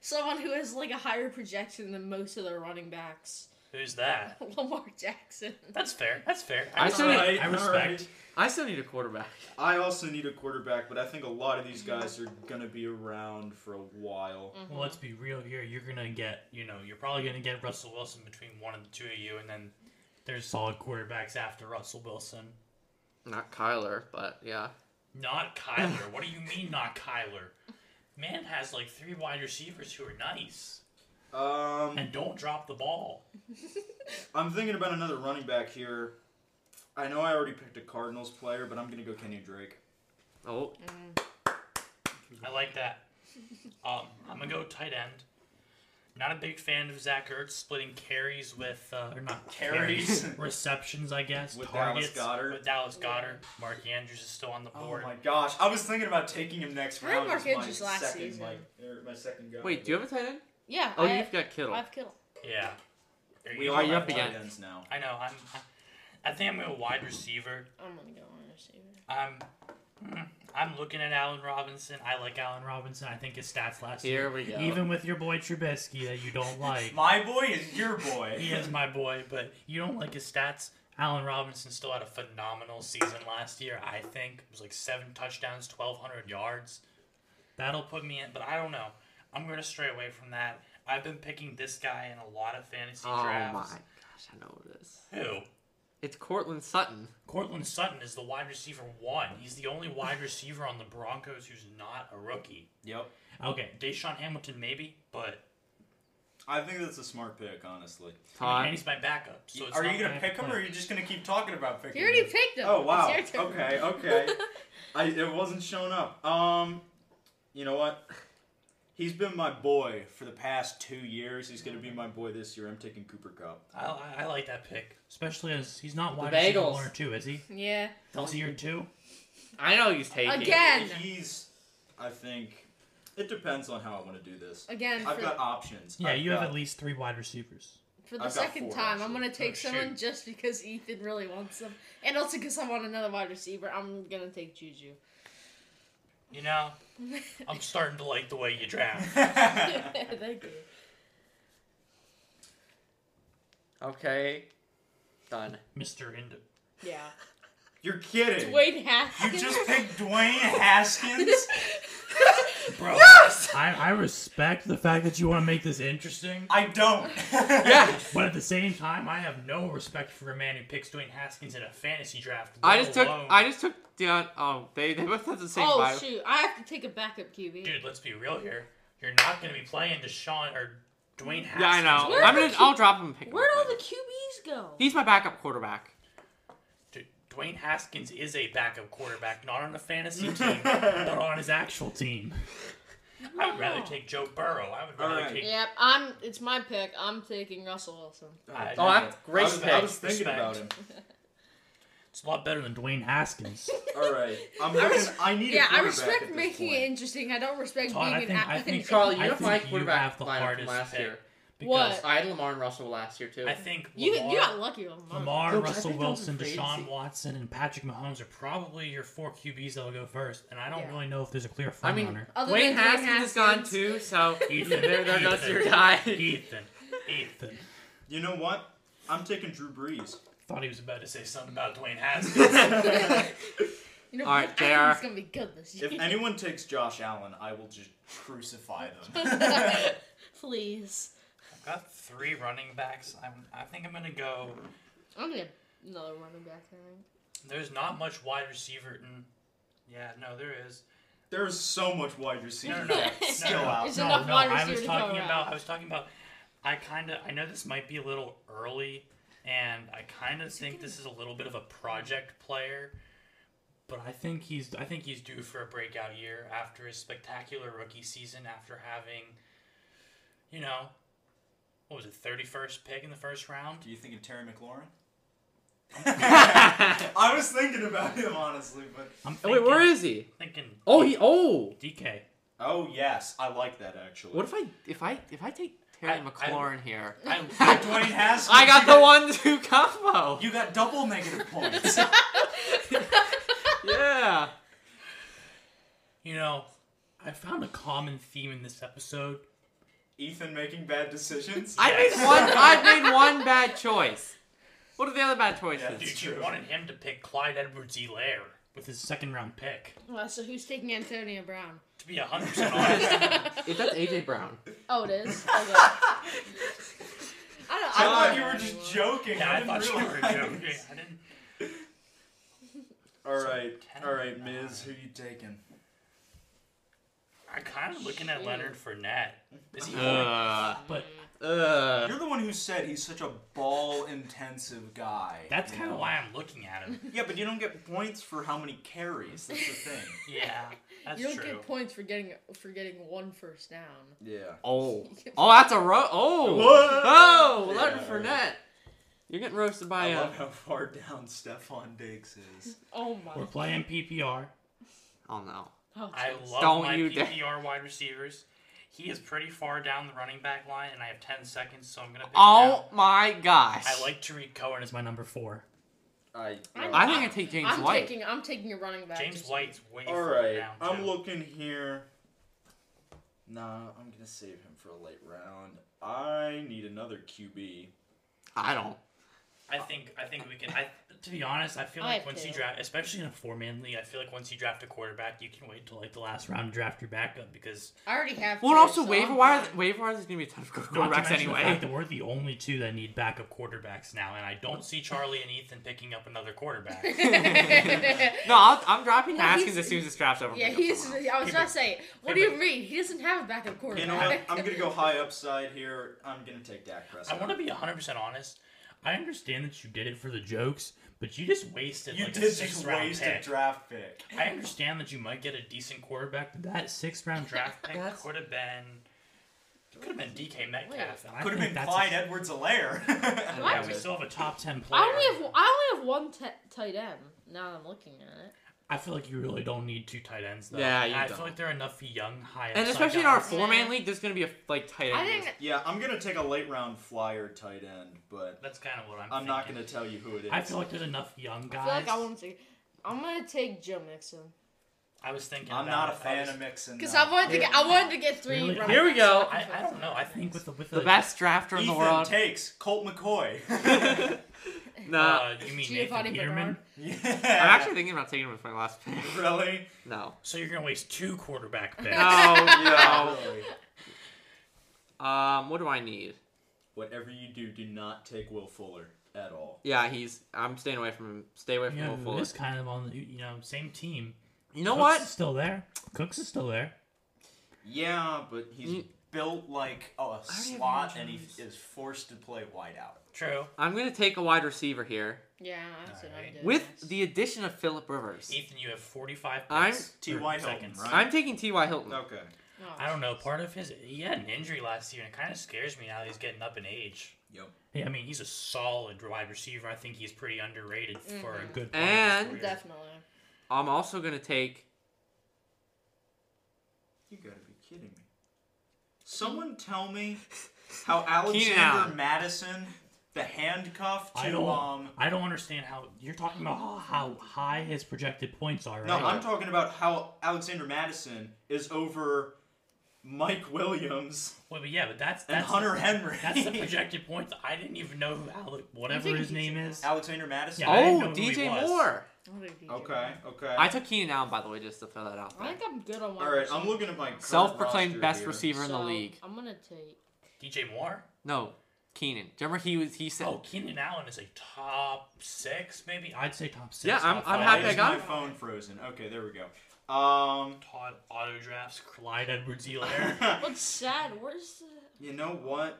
E: someone who has like a higher projection than most of their running backs.
C: Who's that?
E: Lamar Jackson.
C: That's fair. That's fair.
B: I
C: respect.
B: still need-
C: I respect.
B: I still need a quarterback.
A: I also need a quarterback, but I think a lot of these guys are gonna be around for a while.
C: Well, let's be real here. You're gonna get, you know, you're probably gonna get Russell Wilson between one of the two of you, and then there's solid quarterbacks after Russell Wilson.
B: Not Kyler, but yeah.
C: Not Kyler. what do you mean, not Kyler? Man has like three wide receivers who are nice
E: Mm.
A: Um,
C: and don't drop the ball.
A: I'm thinking about another running back here. I know I already picked a Cardinals player, but I'm gonna go Kenny Drake.
B: Oh,
C: I like that. Um, I'm gonna go tight end. Not a big fan of Zach Ertz splitting carries with, uh, or not carries, receptions, I guess.
A: With Dallas
C: targets,
A: Goddard.
C: With Dallas Goddard. Mark Andrews is still on the
A: Oh
C: board.
A: my gosh! I was thinking about taking him next
E: I had
A: round.
E: Mark
A: as my
E: Andrews last
A: second,
E: season.
A: Like, er, my second guy.
B: wait, do you have a tight end?
E: Yeah.
B: Oh,
E: I,
B: you've got Kittle.
E: I've killed.
C: Yeah.
A: We all
B: Are you
A: have
B: up again?
A: tight ends now.
C: I know. I'm. I think I'm a wide receiver.
E: I'm gonna go on receiver.
C: I'm. hmm, I'm looking at Allen Robinson. I like Allen Robinson. I think his stats last
B: Here
C: year,
B: we go.
C: even with your boy Trubisky that you don't like,
A: My boy is your boy.
C: he is my boy, but you don't like his stats. Allen Robinson still had a phenomenal season last year. I think it was like seven touchdowns, twelve hundred yards. That'll put me in, but I don't know. I'm gonna stray away from that. I've been picking this guy in a lot of fantasy
B: oh my
C: drafts.
B: gosh, I know what it is.
C: Who?
B: It's Cortland Sutton.
C: Cortland Sutton is the wide receiver one. He's the only wide receiver on the Broncos who's not a rookie.
A: Yep.
C: Okay, Deshaun Hamilton maybe, but
A: I think that's a smart pick, honestly.
C: I mean,
B: Todd.
C: and he's my backup. So it's
A: are
C: not
A: you gonna
C: bad.
A: pick him, or are you just gonna keep talking about picking?
E: You already
A: him?
E: picked him.
A: Oh wow.
E: It's your turn.
A: Okay, okay. I it wasn't showing up. Um, you know what? He's been my boy for the past two years. He's gonna be my boy this year. I'm taking Cooper Cup.
C: I, I- I like that pick, especially as he's not wide
B: bagels.
C: receiver one or two, is he?
E: yeah.
C: Is he your two?
B: I know he's taking.
E: Again.
A: He's, I think, it depends on how I want to do this.
E: Again,
A: I've
E: for,
A: got options.
C: Yeah,
A: I've
C: you have
A: got-
C: at least three wide receivers.
E: for the
A: I've got
E: second
A: four,
E: time, I'm
A: actually.
E: gonna take
C: Oh,
E: someone
C: shoot.
E: just because Ethan really wants them, and also because I want another wide receiver. I'm gonna take Juju.
C: You know, I'm starting to like the way you draft.
E: Thank you.
B: Okay. Done.
C: Mr. Indo.
E: Yeah.
A: You're kidding.
E: Dwayne
A: You
E: Haskins.
A: just picked Dwayne Haskins.
C: Bro, I, I respect the fact that you want to make this interesting,
A: I don't.
B: Yeah.
C: but at the same time, I have no respect for a man who picks Dwayne Haskins in a fantasy draft.
B: I
C: let
B: just took.
C: alone-
B: I just took Deion. Oh, they they both have the same
E: oh
B: bio.
E: shoot! I have to take a backup QB.
C: Dude, let's be real here. You're not going to be playing Deshaun or Dwayne Haskins.
B: Yeah, I know.
E: Where
B: I'm
E: the
B: gonna.
E: Q-
B: I'll drop him. and Pick him
E: Where'd
B: up
E: all the
B: later.
E: QBs go?
B: He's my backup quarterback.
C: Dude, Dwayne Haskins is a backup quarterback, not on a fantasy team, but on his actual team. I would rather take Joe Burrow. I would rather
A: Alright.
C: take.
E: Yep, I'm. It's my pick. I'm taking Russell Wilson.
C: I-
B: Oh, that's
A: I
B: great
A: was, I was
B: pick.
A: thinking
C: Respect.
A: about him.
C: It's a lot better than Dwayne Haskins.
A: All right, I'm
E: I
A: looking,
E: res-
A: I need. a
E: yeah, I
A: quarterback
E: respect
A: at
E: making
A: this
E: it
A: point.
E: interesting. I don't respect
C: Todd,
E: being
C: I think-
E: an.
C: I
E: I
C: think-
B: Charlie, you
C: I
B: have
C: think
B: my
C: you
B: quarterback
C: have the
B: lineup from
C: hardest
B: last
C: pick.
B: year.
C: Because
E: What?
B: I had Lamar and Russell last year too.
C: I think
E: you
C: Lamar,
E: you got lucky on mine.
C: Lamar,
B: No, 'cause I
C: Russell
B: think that was
C: Wilson,
B: in free
C: Deshaun
B: agency.
C: Watson, and Patrick Mahomes are probably your four QBs that'll go first. And I don't
E: Yeah.
C: really know if there's a clear front
B: I mean,
C: runner.
E: Other
B: Wayne
E: than Dwayne
B: Haskins, is gone
E: Haskins.
B: too, so
C: Ethan,
B: there, there goes
C: Ethan,
B: your guy.
C: Ethan, Ethan.
A: You know what? I'm taking Drew Brees.
C: Thought he was about to say something about Dwayne Haskins.
E: You know,
B: All right, JR.
E: I think it's gonna be good this year.
A: If anyone takes Josh Allen, I will just crucify them.
E: Please,
C: I've got three running backs. I'm, I think I'm gonna go.
E: I'm gonna get another running back. I think.
C: There's not much wide receiver. In, yeah, no, there is.
A: There is so much wide
C: No,
A: receiver
C: no, no.
A: that's
C: no,
A: still
C: no,
A: out.
E: There's
C: no,
E: enough
C: no,
E: wide
C: I
E: receiver
C: was
E: to go
C: talking
E: around.
C: about. I was talking about. I kind of. I know this might be a little early, and I kind of think this is a little bit of a project player. But I think he's. I think he's due for a breakout year after his spectacular rookie season. After having, you know, what was it, thirty first pick in the first round?
A: Do you think of Terry McLaurin? I was thinking about him honestly, but
C: I'm
B: Oh,
C: thinking,
B: Wait, where is he?
C: thinking
B: Oh, he. Oh,
C: DK.
A: oh yes, I like that actually.
B: what if I if I if I take Terry
C: I- I-
B: McLaurin here?
C: I,
A: Dwayne Haskins?
B: I got
A: you
B: the one two combo.
A: You got double negative points.
B: Yeah.
C: you know, I found a common theme in this episode.
A: Ethan making bad decisions.
B: I made
C: Yes.
B: one. I made one bad choice. What are the other bad
A: Yeah,
B: choices?
A: dude.
C: Dude, you wanted him to pick Clyde edwards elaire with his second round pick.
E: Well, so who's taking Antonio Brown?
C: To be 100%
A: Oh,
C: honest,
B: If that's AJ Brown,
E: Oh, it is. Okay. I don't.
A: I
E: don't
A: thought you
E: know
A: were just
E: anymore.
A: joking.
C: yeah,
A: I
C: I
A: didn't
C: thought you were
A: realize.
C: joking. I didn't.
A: All right,
C: ten
A: all right,
C: nine.
A: Miz, who you taking?
C: I'm kind of looking at Leonard Fournette. Is he
B: uh,
C: But
B: uh,
A: You're the one who said he's such a ball intensive guy.
C: that's
A: you
C: kind
A: know?
C: of why I'm looking at him.
A: Yeah, but you don't get points for how many carries. That's the thing.
C: Yeah, that's
E: You don't
C: true.
E: get points for getting for getting one first down.
A: yeah.
B: oh, oh, that's a ro. Oh,
A: Whoa.
B: oh,
A: Yeah,
B: Leonard
A: yeah.
B: Fournette. You're getting roasted by.
A: I
B: Uh,
A: love how far down Stefan Diggs is.
E: Oh my.
C: We're playing PPR.
B: oh no.
E: Oh,
C: I
E: jeez.
C: love
B: Don't
C: my
B: you dare.
C: PPR wide receivers. He is pretty far down the running back line, and I have 10 seconds, so I'm going to pick him
B: Oh
C: out.
B: my gosh.
C: I like Tariq Cohen as my number four.
A: I.
B: I think I take James
E: I'm
B: White.
E: taking. I'm taking a running back.
C: James
E: Just-
C: White's way
A: All
C: far
A: right,
C: down.
A: I'm
C: too.
A: looking here. Nah, I'm gonna save him for a late round. I need another QB.
B: I don't.
C: I think I think we can. I to be honest, I feel
E: I
C: like
E: have
C: once you
E: two.
C: draft, especially in a four man league, I feel like once you draft a quarterback, you can wait till like the last round to draft your backup because
E: I already have.
B: Well,
E: two,
B: and also
E: so
B: waiver
E: I'm
B: wire.
E: fine.
B: Waiver wire is gonna be a ton of good
C: not to
B: quarterbacks
C: mention the fact
B: anyway.
C: that we're the only two that need backup quarterbacks now, and I don't see Charlie and Ethan picking up another quarterback.
B: No, I'll, I'm dropping
E: No,
B: Haskins
E: he's-
B: as soon as this draft's over.
E: yeah,
B: Pick up
E: he's.
B: someone else.
E: I was about to say. What do
C: Hey,
E: you mean? He doesn't have a backup quarterback.
A: You know what? I'm gonna go high upside here. I'm gonna take Dak
C: I
A: Prescott.
C: want to be 100 percent honest. I understand that you did it for the jokes, but you just wasted
A: You
C: like a
A: did
C: six
A: just
C: round
A: waste a
C: pick.
A: draft pick.
C: I understand that you might get a decent quarterback, but that sixth round draft pick
B: That's-
C: could have been could have been DK Metcalf. and I
A: Could have
C: think
A: been
C: that's a-
A: Clyde Edwards Alaire.
B: I
C: Yeah,
B: know
C: we
B: it.
C: still have a top ten player.
E: I only have. I only have one t- tight end. Now that I'm looking at it.
C: I feel like you really don't need two tight ends though.
B: Yeah, you
C: I
B: don't.
C: feel like there are enough young high.
B: and
C: upside
B: especially in our
C: guys.
B: four man league, there's gonna be a like tight end.
E: I think.
A: yeah, I'm gonna take a late round flyer tight end, but
C: That's kind of what I'm.
A: I'm not
C: thinking.
A: gonna tell you who it is.
C: I feel like there's enough young
E: I
C: guys.
E: feel like I want to. I'm gonna take Joe Mixon
C: I was thinking.
A: I'm not
C: about
A: a
C: it. I
A: fan
C: was-
A: of mixing.
E: because
A: no.
E: I wanted to get. I wanted to get three.
C: Really?
E: running
B: Here we
E: backs
B: go.
E: off the
C: I, I
E: first
C: don't know. I think with the with the,
B: the best drafter in the
A: Ethan
B: world.
A: takes Colt McCoy.
B: no,
C: Uh, you mean
E: Giovanni
C: Nathan Peterman?
E: Bernard.
A: yeah.
B: I'm actually thinking about taking him with my last pick.
A: really.
B: No,
C: So you're gonna waste two quarterback picks.
B: no,
A: really.
B: no. Um, what do I need?
A: Whatever you do, do not take Will Fuller at all.
B: Yeah, he's. I'm staying away from him. Stay away from
C: You know,
B: Will Fuller.
C: It's kind of on the you know same team.
B: You know
C: Cooks
B: what?
C: is still there. Cooks is still there.
A: Yeah, but he's
B: Mm.
A: built like a
B: have
A: slot,
B: no
A: and he
B: choice.
A: is forced to play wideout.
C: True.
B: I'm gonna take a wide receiver here
E: round. Yeah, that's what I'm
C: Alright.
E: doing.
B: with
E: yes.
B: the addition of Philip Rivers.
C: Ethan, you have 45
B: I'm-
C: picks.
A: T.Y.
C: or
A: Hilton,
C: seconds.
A: right?
B: I'm taking T.Y. Hilton.
A: Okay.
E: Oh,
C: I don't know. Part of his he had an injury last year, and it kind of scares me now that he's getting up in age.
A: Yep.
C: Yeah, I mean he's a solid wide receiver. I think he's pretty underrated for a
E: Mhm.
C: good. part of his
B: And-
C: career.
E: Definitely.
B: I'm also gonna take.
A: You gotta be kidding me. Someone tell me how Alexander
B: Allen.
A: Madison, the handcuff
C: I
A: to
C: don't.
A: um.
C: I don't understand how you're talking about how, how high his projected points are.
A: No,
C: right?
A: I'm talking about how Alexander Madison is over Mike Williams
C: Wait, but yeah, but that's
A: and
C: that's
A: Hunter Henry.
C: That's the projected points. I didn't even know who Alec, whatever
E: think
C: his
E: he's
C: name
E: a-
C: is.
A: Alexander Madison.
C: Yeah, I didn't know
B: oh,
C: who he
B: DJ
C: was.
B: Moore.
E: I'm gonna be
A: Okay. Okay.
B: I took Keenan Allen by the way, just to throw that out
E: I
B: there.
E: think I'm good on one.
A: All right. I'm looking at my current
B: Self-proclaimed
A: roster
B: best
A: here.
B: receiver in the league.
E: I'm gonna take.
C: DJ Moore.
B: No, Keenan. Do you Remember he was he said.
C: Oh, Keenan Allen is a top six, maybe. I'd say top six.
B: Yeah, I'm-
C: top
B: I'm
C: five.
B: happy
A: Why
B: I
A: is
B: got
A: my
B: it.
A: phone frozen? Okay, there we go. Um,
C: Todd auto drafts Clyde Edwards Elaire.
E: What's sad? Where's the?
A: you know what?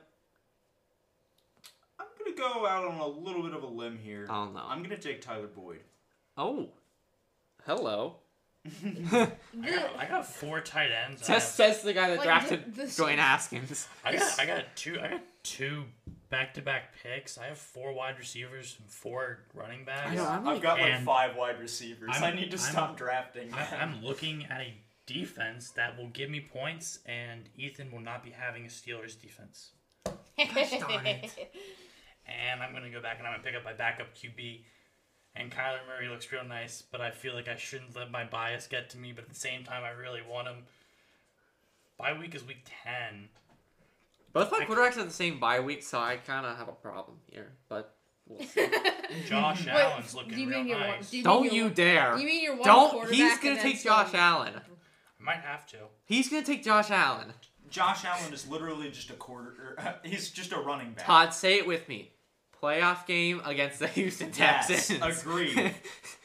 A: I'm gonna go out on a little bit of a limb here.
B: Oh no.
A: I'm gonna take Tyler Boyd.
B: oh, hello.
C: I, got, I got four tight ends. I
B: Test
C: have-
B: says the guy that
E: Wait,
B: drafted
E: this-
B: Dwayne Haskins.
C: I got, I got two. I got two back-to-back picks. I have four wide receivers and four running backs.
B: I know, I'm
A: I've
B: like-
A: got like
C: And-
A: five wide receivers.
C: I'm-
A: i need to
C: I'm-
A: stop drafting.
C: I, I'm looking at a defense that will give me points, and Ethan will not be having a Steelers defense.
E: Gosh
B: darn
C: And I'm gonna go back and I'm gonna pick up my backup QB. And Kyler Murray looks real nice, but I feel like I shouldn't let my bias get to me. But at the same time, I really want him. Bye week is week ten.
B: Both my quarterbacks have the same bye week, so I kind of have a problem here. But we'll see.
C: Josh Allen's looking
E: do you
C: real
E: mean your one?
C: nice.
E: Do you
B: don't
E: mean
B: you
E: your,
B: dare!
E: Do you mean your one
B: Don't.
E: quarterback
B: He's gonna
E: and
B: take
E: that's
B: Josh
E: all-
B: Allen.
C: I might have to.
B: He's gonna take Josh Allen.
A: Josh Allen is literally just a quarter. Or, he's just a running back.
B: Todd, say it with me. Playoff game against the Houston
A: Yes,
B: Texans.
A: agreed.
C: I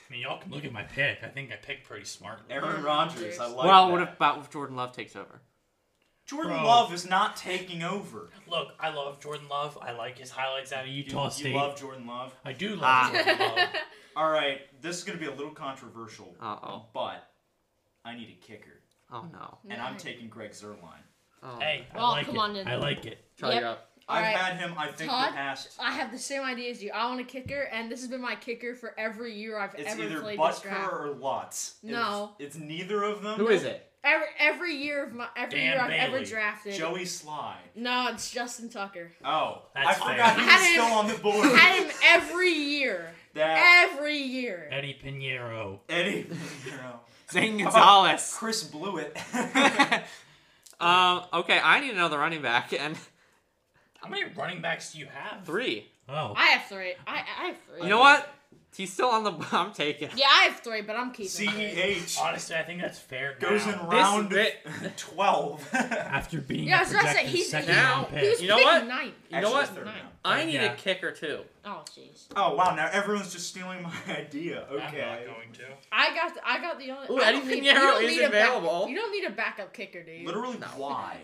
C: mean, y'all can look at my pick. I think I picked pretty smartly.
A: Aaron Rodgers. I like
B: well,
A: that.
B: what about if Jordan Love takes over?
A: Jordan
C: Bro.
A: Love is not taking over.
C: Look, I love Jordan Love. I like his highlights out of
A: You,
C: Utah State.
A: you love Jordan Love.
C: I do love
B: Ah.
C: Jordan Love.
A: All right, this is going to be a little controversial,
B: Uh oh.
A: but I need a kicker,
B: Oh no.
A: and I'm
E: Nice.
A: taking Greg Zerline.
B: Oh,
C: Hey,
E: Well,
C: I like
E: come
C: it.
E: on in.
C: I like it.
B: Charlie,
E: Yep.
B: you're up.
E: All
A: I've
E: right.
A: had him, I think,
E: Todd?
A: the past.
E: I have the same idea as you. I want a kicker, and this has been my kicker for every year I've
A: It's
E: ever
A: either
E: played this
A: Butker
E: draft.
A: or Lutz. It's-
E: No.
A: It's, neither of them.
B: Who is it?
E: Every every year of my every
C: Dan
E: year I've ever
C: Bailey.
E: drafted.
A: Joey Sly.
E: No, it's Justin Tucker.
A: Oh,
C: That's
A: I
C: fair.
A: forgot he was
E: Had him-
A: still on the board.
E: Had him every year.
A: that
E: Every year.
C: Eddie Pinheiro.
A: Eddie. you know,
B: Zane Gonzalez.
A: Chris Blewett.
B: um. Okay, I need another running back and
C: How many running backs do you have?
B: three.
C: Oh.
E: I have three. I, I have three.
B: You know what? He's still on the. I'm taking.
E: Yeah, I have three, but I'm keeping.
C: E
E: three.
A: CEH
C: Honestly, I think that's fair.
A: E goes in
C: now.
A: round
B: bit-
A: 12.
C: after being
E: Yeah, I
C: a
E: was about to
C: projected
E: say he's
C: second
B: now-
C: round
E: he was
C: pick.
B: You know
E: picked
B: what?
E: ninth.
B: You know
A: Actually, it's
B: what?
A: third round.
B: I need
C: Yeah.
B: a kicker too.
E: Oh jeez.
A: Oh wow! Now everyone's just stealing my idea.
C: I'm not
A: Okay.
C: going to.
E: I got the, I got the only.
B: Ooh,
E: I don't
B: Eddie
E: need,
B: Pinheiro
E: you don't
B: is
E: need a back-
B: available.
E: you don't need a backup kicker, do you?
A: Literally, why?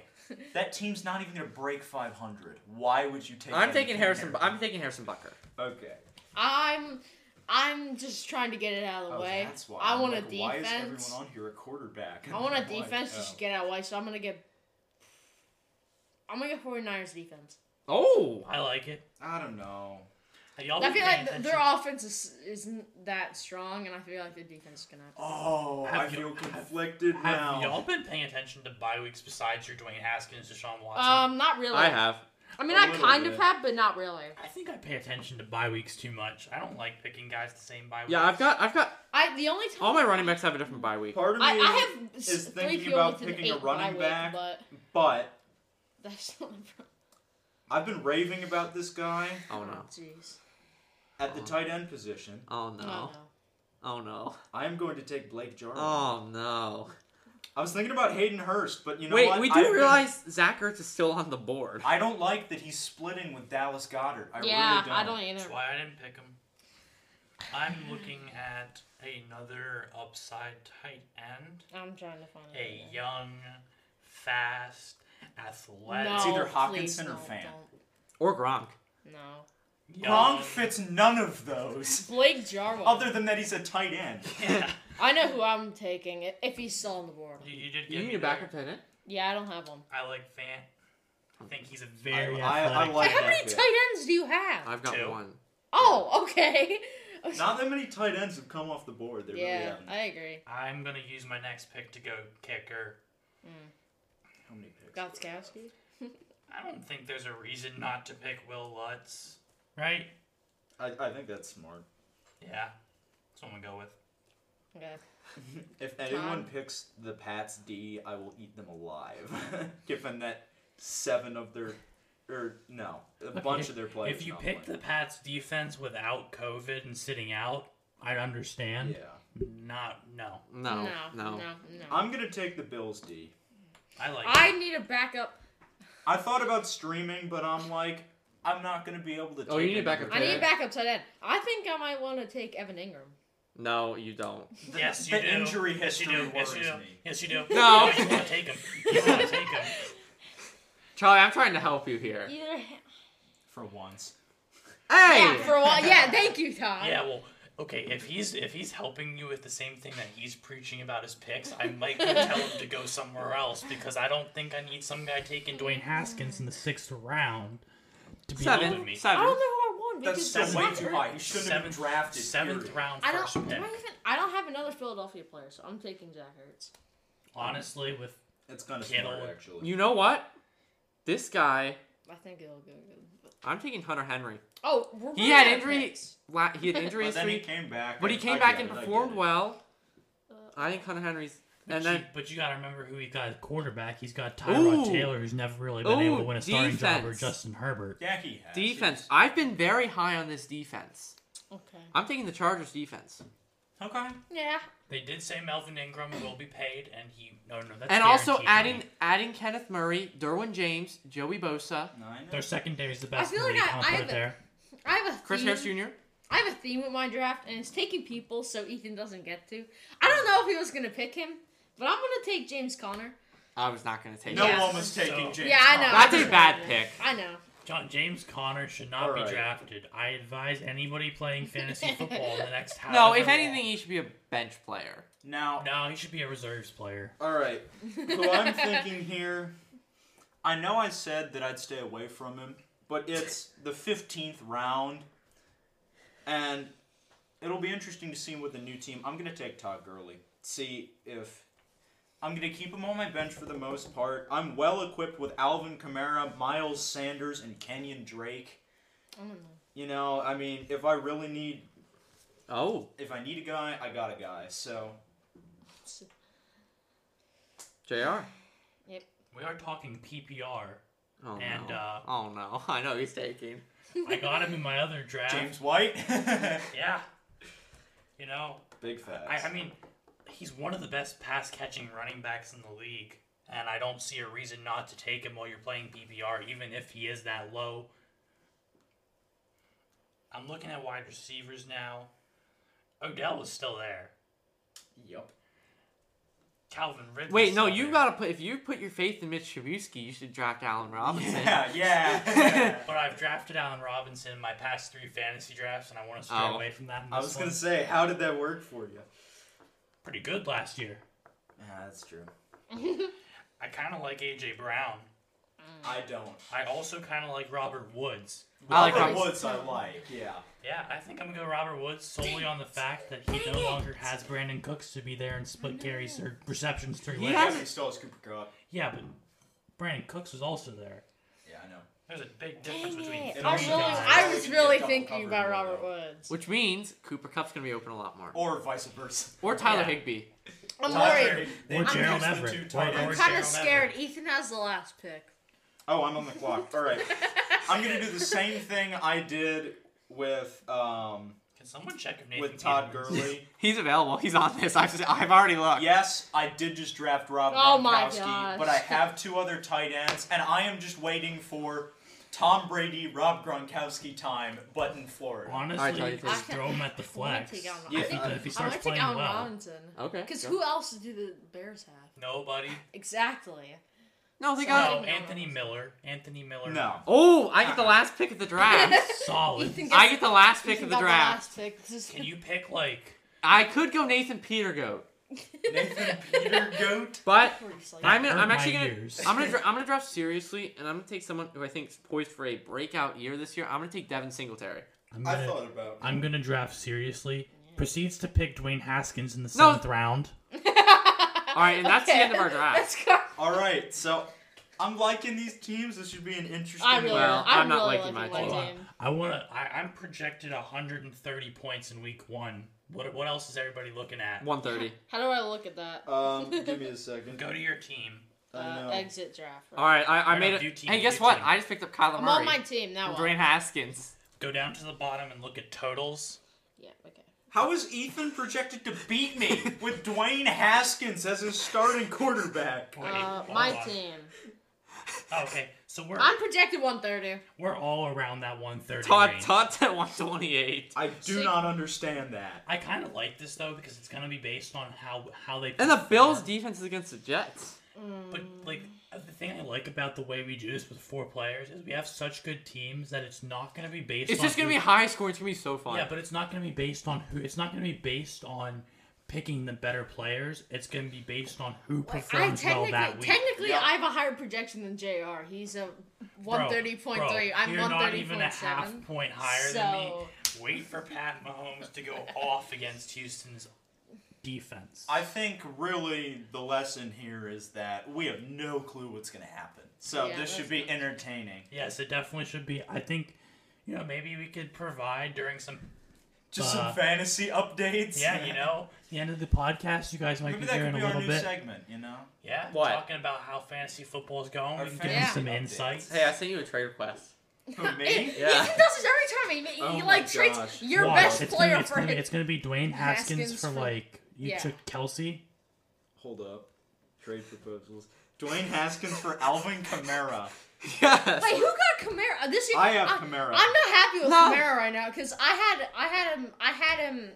A: That team's not even gonna break 500. Why would you take?
B: I'm
A: Eddie
B: taking
A: Pinheiro?
B: Harrison. I'm taking Harrison Bucker.
A: Okay.
E: I'm I'm just trying to get it out of the
A: Oh,
E: way.
A: that's why.
E: I
A: I'm
E: want
A: like,
E: a
A: Why is everyone
E: defense.
A: on here a quarterback?
E: I want a
A: Why?
E: defense
A: Oh.
E: just to get out of the way, so I'm gonna get I'm gonna get 49ers defense.
B: Oh.
C: I like it.
A: I don't know.
C: Have y'all
E: I
C: been
E: feel
C: paying
E: like th-
C: attention?
E: their offense is, isn't that strong, and I feel like the defense is gonna.
A: Oh,
C: Have
A: I
C: you-
A: feel conflicted
C: Have
A: now.
C: y'all been paying attention to bye weeks besides your Dwayne Haskins, Deshaun Watson?
E: Um, not really.
B: I have.
E: I mean,
A: A
E: I
A: little
E: kind
A: bit.
E: of have, but not really.
C: I think I pay attention to bye weeks too much. I don't like picking guys the same bye week.
B: Yeah, I've got. I've got.
E: I the only time
B: All my running backs have a different bye week.
A: Part of me,
E: I, I have s-
A: is
E: three
A: thinking
E: people
A: about
E: within
A: picking a
E: eight
A: running
E: bye week,
A: back.
E: but
A: but
E: that's not a problem.
A: I've been raving about this guy
B: Oh no.
E: Jeez.
A: at
B: Uh-huh.
A: the tight end position.
B: Oh
E: Oh,
B: no. Oh no.
A: I am going to take Blake Jarwin.
B: Oh no.
A: I was thinking about Hayden Hurst, but you know
B: Wait,
A: what?
B: we do
A: I've been-
B: realize Zach Ertz is still on the board.
A: I don't like that he's splitting with Dallas Goddard. I
E: yeah,
A: really
E: I don't either.
C: That's why I didn't pick him. I'm looking at another upside tight end.
E: I'm trying to find
C: A
E: it.
C: young, fast, athletic.
E: No,
A: It's either
E: please,
A: Hawkinson or
E: no,
A: Fan.
B: Or Gronk.
E: don't. No.
C: young-
A: Gronk fits none of those,
E: Blake Jarwin.
A: other than that he's a tight end.
C: Yeah.
E: I know who I'm taking i- if he's still on the board.
C: You, you did
B: You
C: give me
B: need a
C: there.
B: backup tight end.
E: Yeah, I don't have one.
C: I like Van. I think he's a very
A: I- I
C: athletic.
A: like
E: How
A: that
E: many
A: bit.
E: tight ends do you have?
B: I've got
C: Two.
B: one.
E: oh, okay.
A: Not that many tight ends have come off the board. They really
E: yeah,
A: haven't.
E: I agree.
C: I'm gonna use my next pick to go kicker.
A: How many picks?
E: Gotskowski.
C: I don't think there's a reason not to pick Will Lutz, right?
A: I, I think that's smart.
C: Yeah, that's what I'm gonna go with.
E: Okay.
A: If anyone
E: Tom?
A: picks the Pats D, I will eat them alive. Given that seven of their, or no, a bunch
C: if,
A: of their players.
C: If you
A: not
C: pick the
A: playing.
C: Pats defense without COVID and sitting out, I understand.
A: yeah,
C: Not no.
B: No, no,
E: no, no. no.
A: I'm gonna take the Bills D.
C: I like.
E: I need a backup.
A: I thought about streaming, but I'm like, I'm not gonna be able to.
B: Oh, you
A: take
B: need a
A: it.
B: backup
E: I need
B: Okay.
E: a backup tight end. I think I might want to take Evan Ingram.
B: No, you don't.
A: The,
C: Yes, you
A: the
C: do.
A: injury
C: Yes, you
A: history
C: do. Yes, you
A: worries
C: do.
A: me.
C: Yes, you do.
B: No.
C: you want to take him. You want to take him.
B: Charlie, I'm trying to help you here.
E: Either
A: For once,
B: Hey!
E: yeah, for a while. Yeah, thank you, Todd.
C: Yeah. Well. Okay. If he's if he's helping you with the same thing that he's preaching about his picks, I might go tell him to go somewhere else because I don't think I need some guy taking Dwayne Haskins in the sixth round to be helping
B: Seven.
C: me.
E: I don't know who
B: Seven.
E: I want
A: that's
E: because
A: still
E: it's
A: way
E: not
A: too
E: her.
A: high. He shouldn't have been
C: Seventh-
A: drafted.
C: Seventh
A: period.
C: round
E: I
C: first
E: don't. Do I
C: pick.
E: even? I don't have another Philadelphia player, so I'm taking Zach Ertz.
C: Honestly, with
A: It's kind of
C: Kittle.
A: smart, actually.
B: You know what? This guy,
E: I think it'll go good.
B: I'm taking Hunter Henry.
E: Oh, we're
B: He
E: running
B: had
E: out of
B: injury-
E: picks.
B: La- He had injury
A: But then he
B: history,
A: came back.
B: but he
A: I-
B: came
A: I
B: back
A: get
B: and
A: it, I get
B: performed
A: it.
B: well.
E: Uh,
B: I think Hunter Henry's.
C: But
B: And
C: you,
B: then
C: but you gotta remember who he got as quarterback. He's got Tyrod
B: Ooh.
C: Taylor, who's never really been able to
B: Ooh,
C: win a starting job, or
B: defense.
C: Justin Herbert.
A: Yeah, he has.
B: defense. I've been very high on this defense.
E: okay.
B: I'm taking the Chargers defense.
C: Okay.
E: Yeah.
C: They did say Melvin Ingram will be paid, and he no no that's
B: and also
C: guaranteed
B: adding
C: money.
B: adding Kenneth Murray, Derwin James, Joey Bosa,
A: Nine.
C: their secondary is the best.
E: feel
C: in the
E: like
C: league,
E: I-
C: I'll
E: I
C: put
E: have
C: it
E: a-
C: there.
E: I have a
B: Chris
E: theme.
B: Harris Jr.
E: I have a theme with my draft, and it's taking people so Ethan doesn't get to. I don't know if he was gonna pick him, but I'm gonna take James Conner.
B: I was not going to take
A: No
B: that.
E: Yeah.
A: one was taking
C: So-
A: James.
E: Yeah, I know.
A: Conner.
B: That's a bad pick.
E: I know.
C: John James Connor should not be
A: Alright.
C: drafted. I advise anybody playing fantasy football in the next half.
B: No, if anything, he should be a bench player.
A: Now,
C: no, he should be a reserves player.
A: all right. Who I'm thinking here? I know I said that I'd stay away from him, but it's the 15th round, and it'll be interesting to see with the new team. I'm gonna take Todd Gurley. See if I'm gonna keep him on my bench for the most part. I'm well equipped with Alvin Kamara, Miles Sanders, and Kenyon Drake.
E: I don't know.
A: You know, I mean, if I really need
B: Oh,
A: if I need a guy, I got a guy. So
B: Jr.
C: We are talking PPR.
B: Oh
C: And,
B: no.
C: uh,
B: oh no. I know he's taking.
C: I got him in my other draft.
A: James White,
C: Yeah. You know,
A: big facts.
C: I, I mean, he's one of the best pass catching running backs in the league, and I don't see a reason not to take him while you're playing PPR, even if he is that low. I'm looking at wide receivers now. Odell is still there.
A: yep.
C: Calvin Ridley.
B: Wait, no. You gotta put if you put your faith in Mitch Trubisky, you should draft Allen Robinson.
A: Yeah, yeah.
C: But I've drafted Allen Robinson in my past three fantasy drafts, and I want to stray
B: Oh.
C: away from that. in
A: I
C: this
A: was gonna
C: one.
A: say, how did that work for you?
C: pretty good last year.
A: Yeah, that's true.
C: I kind of like AJ Brown.
A: I don't.
C: I also kind of like Robert Woods.
B: I like
A: Robert
B: Robinson.
A: Woods. I like. Yeah.
C: Yeah, I think I'm gonna go Robert Woods solely on the fact that he
E: Dang
C: no
E: it.
C: longer has Brandon Cooks to be there and split carries or receptions three
B: He
C: ways.
B: has-
A: He still has Cooper Cup.
C: Yeah, but Brandon Cooks was also there. Oh
A: Yeah, I know.
C: There's a big difference
E: Dang
C: between
E: it!
C: three
A: And
E: I
A: also
E: really,
A: guys.
E: I was really
A: Double
E: thinking about
A: covered
E: Robert
A: window.
E: Woods.
B: Which means Cooper Cup's gonna be open a lot more.
A: Or vice versa.
B: Or Tyler
C: Yeah.
B: Higby.
E: I'm
A: Tyler-
E: worried.
C: or
E: I'm
A: just
C: Gerald
A: the
C: Everett.
A: two
C: Or-
A: tight
C: or
A: ends.
E: I'm
A: Where's
E: kind
C: Gerald
E: of scared.
C: Everett.
E: Ethan has the last pick.
A: Oh, I'm on the clock. All right. I'm gonna do the same thing I did with um
C: Can someone check if Nathan
A: with Todd
C: Peterman is-
A: Gurley.
B: He's available. He's on this. I've I've already looked.
A: Yes, I did just draft Rob
E: Oh my
A: Gronkowski,
E: gosh.
A: but I have two other tight ends, and I am just waiting for Tom Brady, Rob Gronkowski time, but in Florida.
B: All right,
C: Honestly,
B: Tyler, you
C: just
E: take it.
C: throw him at the
E: I wanna
C: flex.
E: take Allen
A: Yeah,
C: I think
A: I-
C: that if he
E: I'm
C: starts
E: gonna take
C: playing
E: Allen
C: well,
E: Robinson.
B: Okay.
E: Because
B: go.
E: who else do the Bears have?
C: nobody.
E: Exactly.
B: No, they
E: So-
B: got.
C: No, Anthony Miller. Anthony Miller.
A: No.
B: Oh, I get the last pick of the draft.
C: Solid.
E: Ethan
B: I get the last pick
E: Ethan
B: of the
E: got
B: draft.
E: last pick. This is-
C: Can you pick like?
B: I could go Nathan Petergoat.
D: Nathan Peter Goat.
B: But I'm
C: That
B: gonna,
C: hurt
B: I'm actually
C: my
B: gonna
C: ears.
B: I'm gonna dra- I'm gonna draft seriously, and I'm gonna take someone who I think is poised for a breakout year this year. I'm gonna take Devin Singletary.
C: I'm
A: I
C: gonna,
A: thought about.
C: I'm gonna draft seriously. Proceeds to pick Dwayne Haskins in the
B: No.
C: seventh round.
E: All
B: right, and that's the end of our draft.
E: Let's go.
A: All right, so I'm liking these teams. This should be an interesting.
E: I really,
B: Well,
E: I'm,
B: I'm not
E: really
B: liking my
E: liking
C: Hold
E: my
C: on.
E: team.
C: I wanna. I, I'm projected 130 points in week one. What What else is everybody looking at?
B: One thirty.
E: How do I look at that?
A: Um, give me a second.
C: Go to your team.
A: I
E: Uh,
A: know.
E: exit draft.
B: All right, I, I
C: Alright,
B: made
C: I'll
B: it.
C: do team,
B: Hey,
C: you
B: guess
C: do
B: what?
C: team.
B: I just picked up Kyler
E: I'm
B: Murray.
E: on my team now.
B: from
E: What?
B: Dwayne Haskins.
C: Go down to the bottom and look at totals.
E: Yeah. Okay.
D: How is Ethan projected to beat me?
A: With Dwayne Haskins as his starting quarterback.
C: Wait,
E: Uh,
C: hold
E: my
C: on.
E: team.
C: Oh, okay, so we're
E: I'm projected 130.
C: we're all around that 130
B: Todd
C: range.
B: Todd's at one twenty eight.
A: I do
E: Sick.
A: not understand that.
C: I kind of like this though because it's gonna be based on how how they
B: And the Bills
C: perform.
B: defense is against the Jets.
C: But like the thing I like about the way we do this with four players is we have such good teams that it's not gonna be based.
B: It's
C: on
B: just gonna be
C: who-
B: high scoring. It's gonna be so fun.
C: Yeah, but it's not gonna be based on who. It's not gonna be based on picking the better players. It's gonna be based on who
E: I
C: performs well
E: technically,
C: that week.
E: technically,
A: Yeah.
E: I have a higher projection than Jr. He's a
C: Bro,
E: 130.3.
C: bro,
E: I'm
C: you're not even a
E: 130.7.
C: half point higher
E: So-
C: than me. Wait for Pat Mahomes to go off against Houston's defense.
A: I think really the lesson here is that we have no clue what's going to happen. So this
E: Yeah, that's
A: should be
E: good.
A: entertaining.
C: yes, it definitely should be. I think you know maybe we could provide during some
A: Just
C: Uh,
A: some fantasy updates.
C: yeah you know the end of the podcast you guys might
A: Maybe
C: be
A: that
C: hearing
A: could be
C: a
A: our
C: little
A: new
C: bit.
A: segment, you know?
C: Yeah,
B: What?
C: talking about how fantasy football is going.
A: Our
C: we can give
E: fantasy
C: them some
A: updates.
C: insists.
B: Hey, I sent you a trade request.
A: Who,
E: It-
A: me?
E: it
B: Yeah.
E: does this every time. He, he
A: Oh my
E: like treats
A: gosh.
E: your
C: Why?
E: best
C: it's
E: player
C: gonna, be- it's
E: for
C: gonna be,
E: him.
C: it's gonna be Dwayne Haskins,
E: Haskins
C: for
E: for-
C: like you
E: yeah.
C: took Kelsey.
A: Hold up. Trade proposals. Dwayne Haskins for Alvin Kamara.
B: Yes.
E: Wait, who got Kamara this year?
A: I have
E: I-
A: Kamara.
E: I'm not happy with
B: No.
E: Kamara right now because I had I had him I had him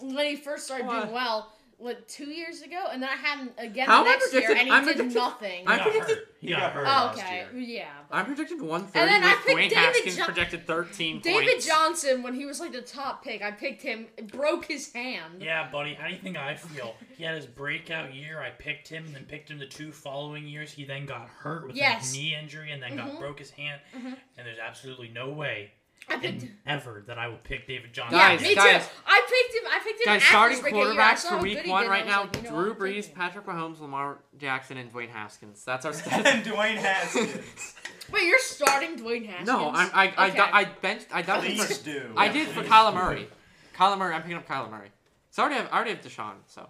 E: when he first started
B: Why?
E: doing well like two years ago, and then I had him again
B: How
E: the
B: am I
E: next year,
B: projected-
E: and he
B: I'm
E: did
B: projected-
E: nothing.
C: He
B: I'm
C: got
B: projected-
C: hurt. He
A: He
C: got
A: got
C: hurt.
A: hurt.
E: Oh,
A: last
E: okay,
A: year.
E: yeah. but-
B: I'm projected 130
E: And then I
B: with
E: picked
B: Dwayne
E: David
B: Haskins
E: Jo-
B: projected 13
E: David
B: points.
E: Johnson, when he was like the top pick, I picked him. It broke his hand.
C: Yeah, buddy. How do you think I feel? He had his breakout year. I picked him, and then picked him the two following years. He then got hurt with
E: Yes.
C: a knee injury, and then got
E: Mhm.
C: broke his hand. And there's absolutely no way
E: I picked.
C: in, ever that I would pick David Johnson.
E: yeah,
B: Guys,
E: me
B: guys.
E: too. I picked him. I picked him.
B: Guys,
E: after
B: starting
E: his breakout year. I
B: quarterbacks
E: saw
B: for
E: how
B: week
E: good he
B: one
E: did,
B: right
E: and I
B: now
E: was like, you know
B: Drew
E: what, I'm taking
B: Brees,
E: him.
B: Patrick Mahomes, Lamar Jackson, and Dwayne Haskins. That's our stats.
A: and Dwayne Haskins.
E: Wait, you're starting Dwayne Haskins?
B: no, I'm, I, I,
E: Okay.
B: got- I benched. I doubled him
A: Please
B: for,
A: do.
B: I did for Kyler Murray. Kyler Murray, I'm picking up Kyler Murray. So I already have, I already have Deshaun. So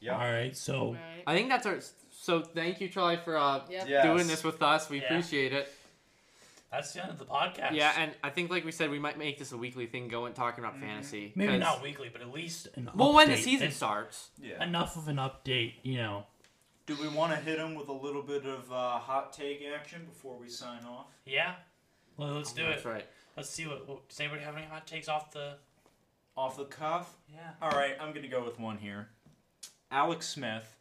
A: Yeah.
C: All right, so
E: Right.
B: I think that's our. So thank you, Charlie, for uh,
E: Yep.
A: Yes.
B: doing this with us. We
C: Yeah.
B: appreciate it.
C: that's the end of the podcast.
B: Yeah, and I think, like we said, we might make this a weekly thing going talking about fantasy.
C: maybe
B: 'cause-
C: not weekly, but at least an
B: Well, when the
C: update.
B: season
C: It's
B: starts.
A: Yeah.
C: enough of an update, you know.
A: Do we want to hit him with a little bit of uh, hot take action before we sign off?
C: Yeah. Well, let's do
B: Oh, That's
C: it.
B: right.
C: Let's see what, what. Does anybody have any hot takes off the?
A: Off the cuff?
C: Yeah.
A: All right, I'm going to go with one here. Alex Smith,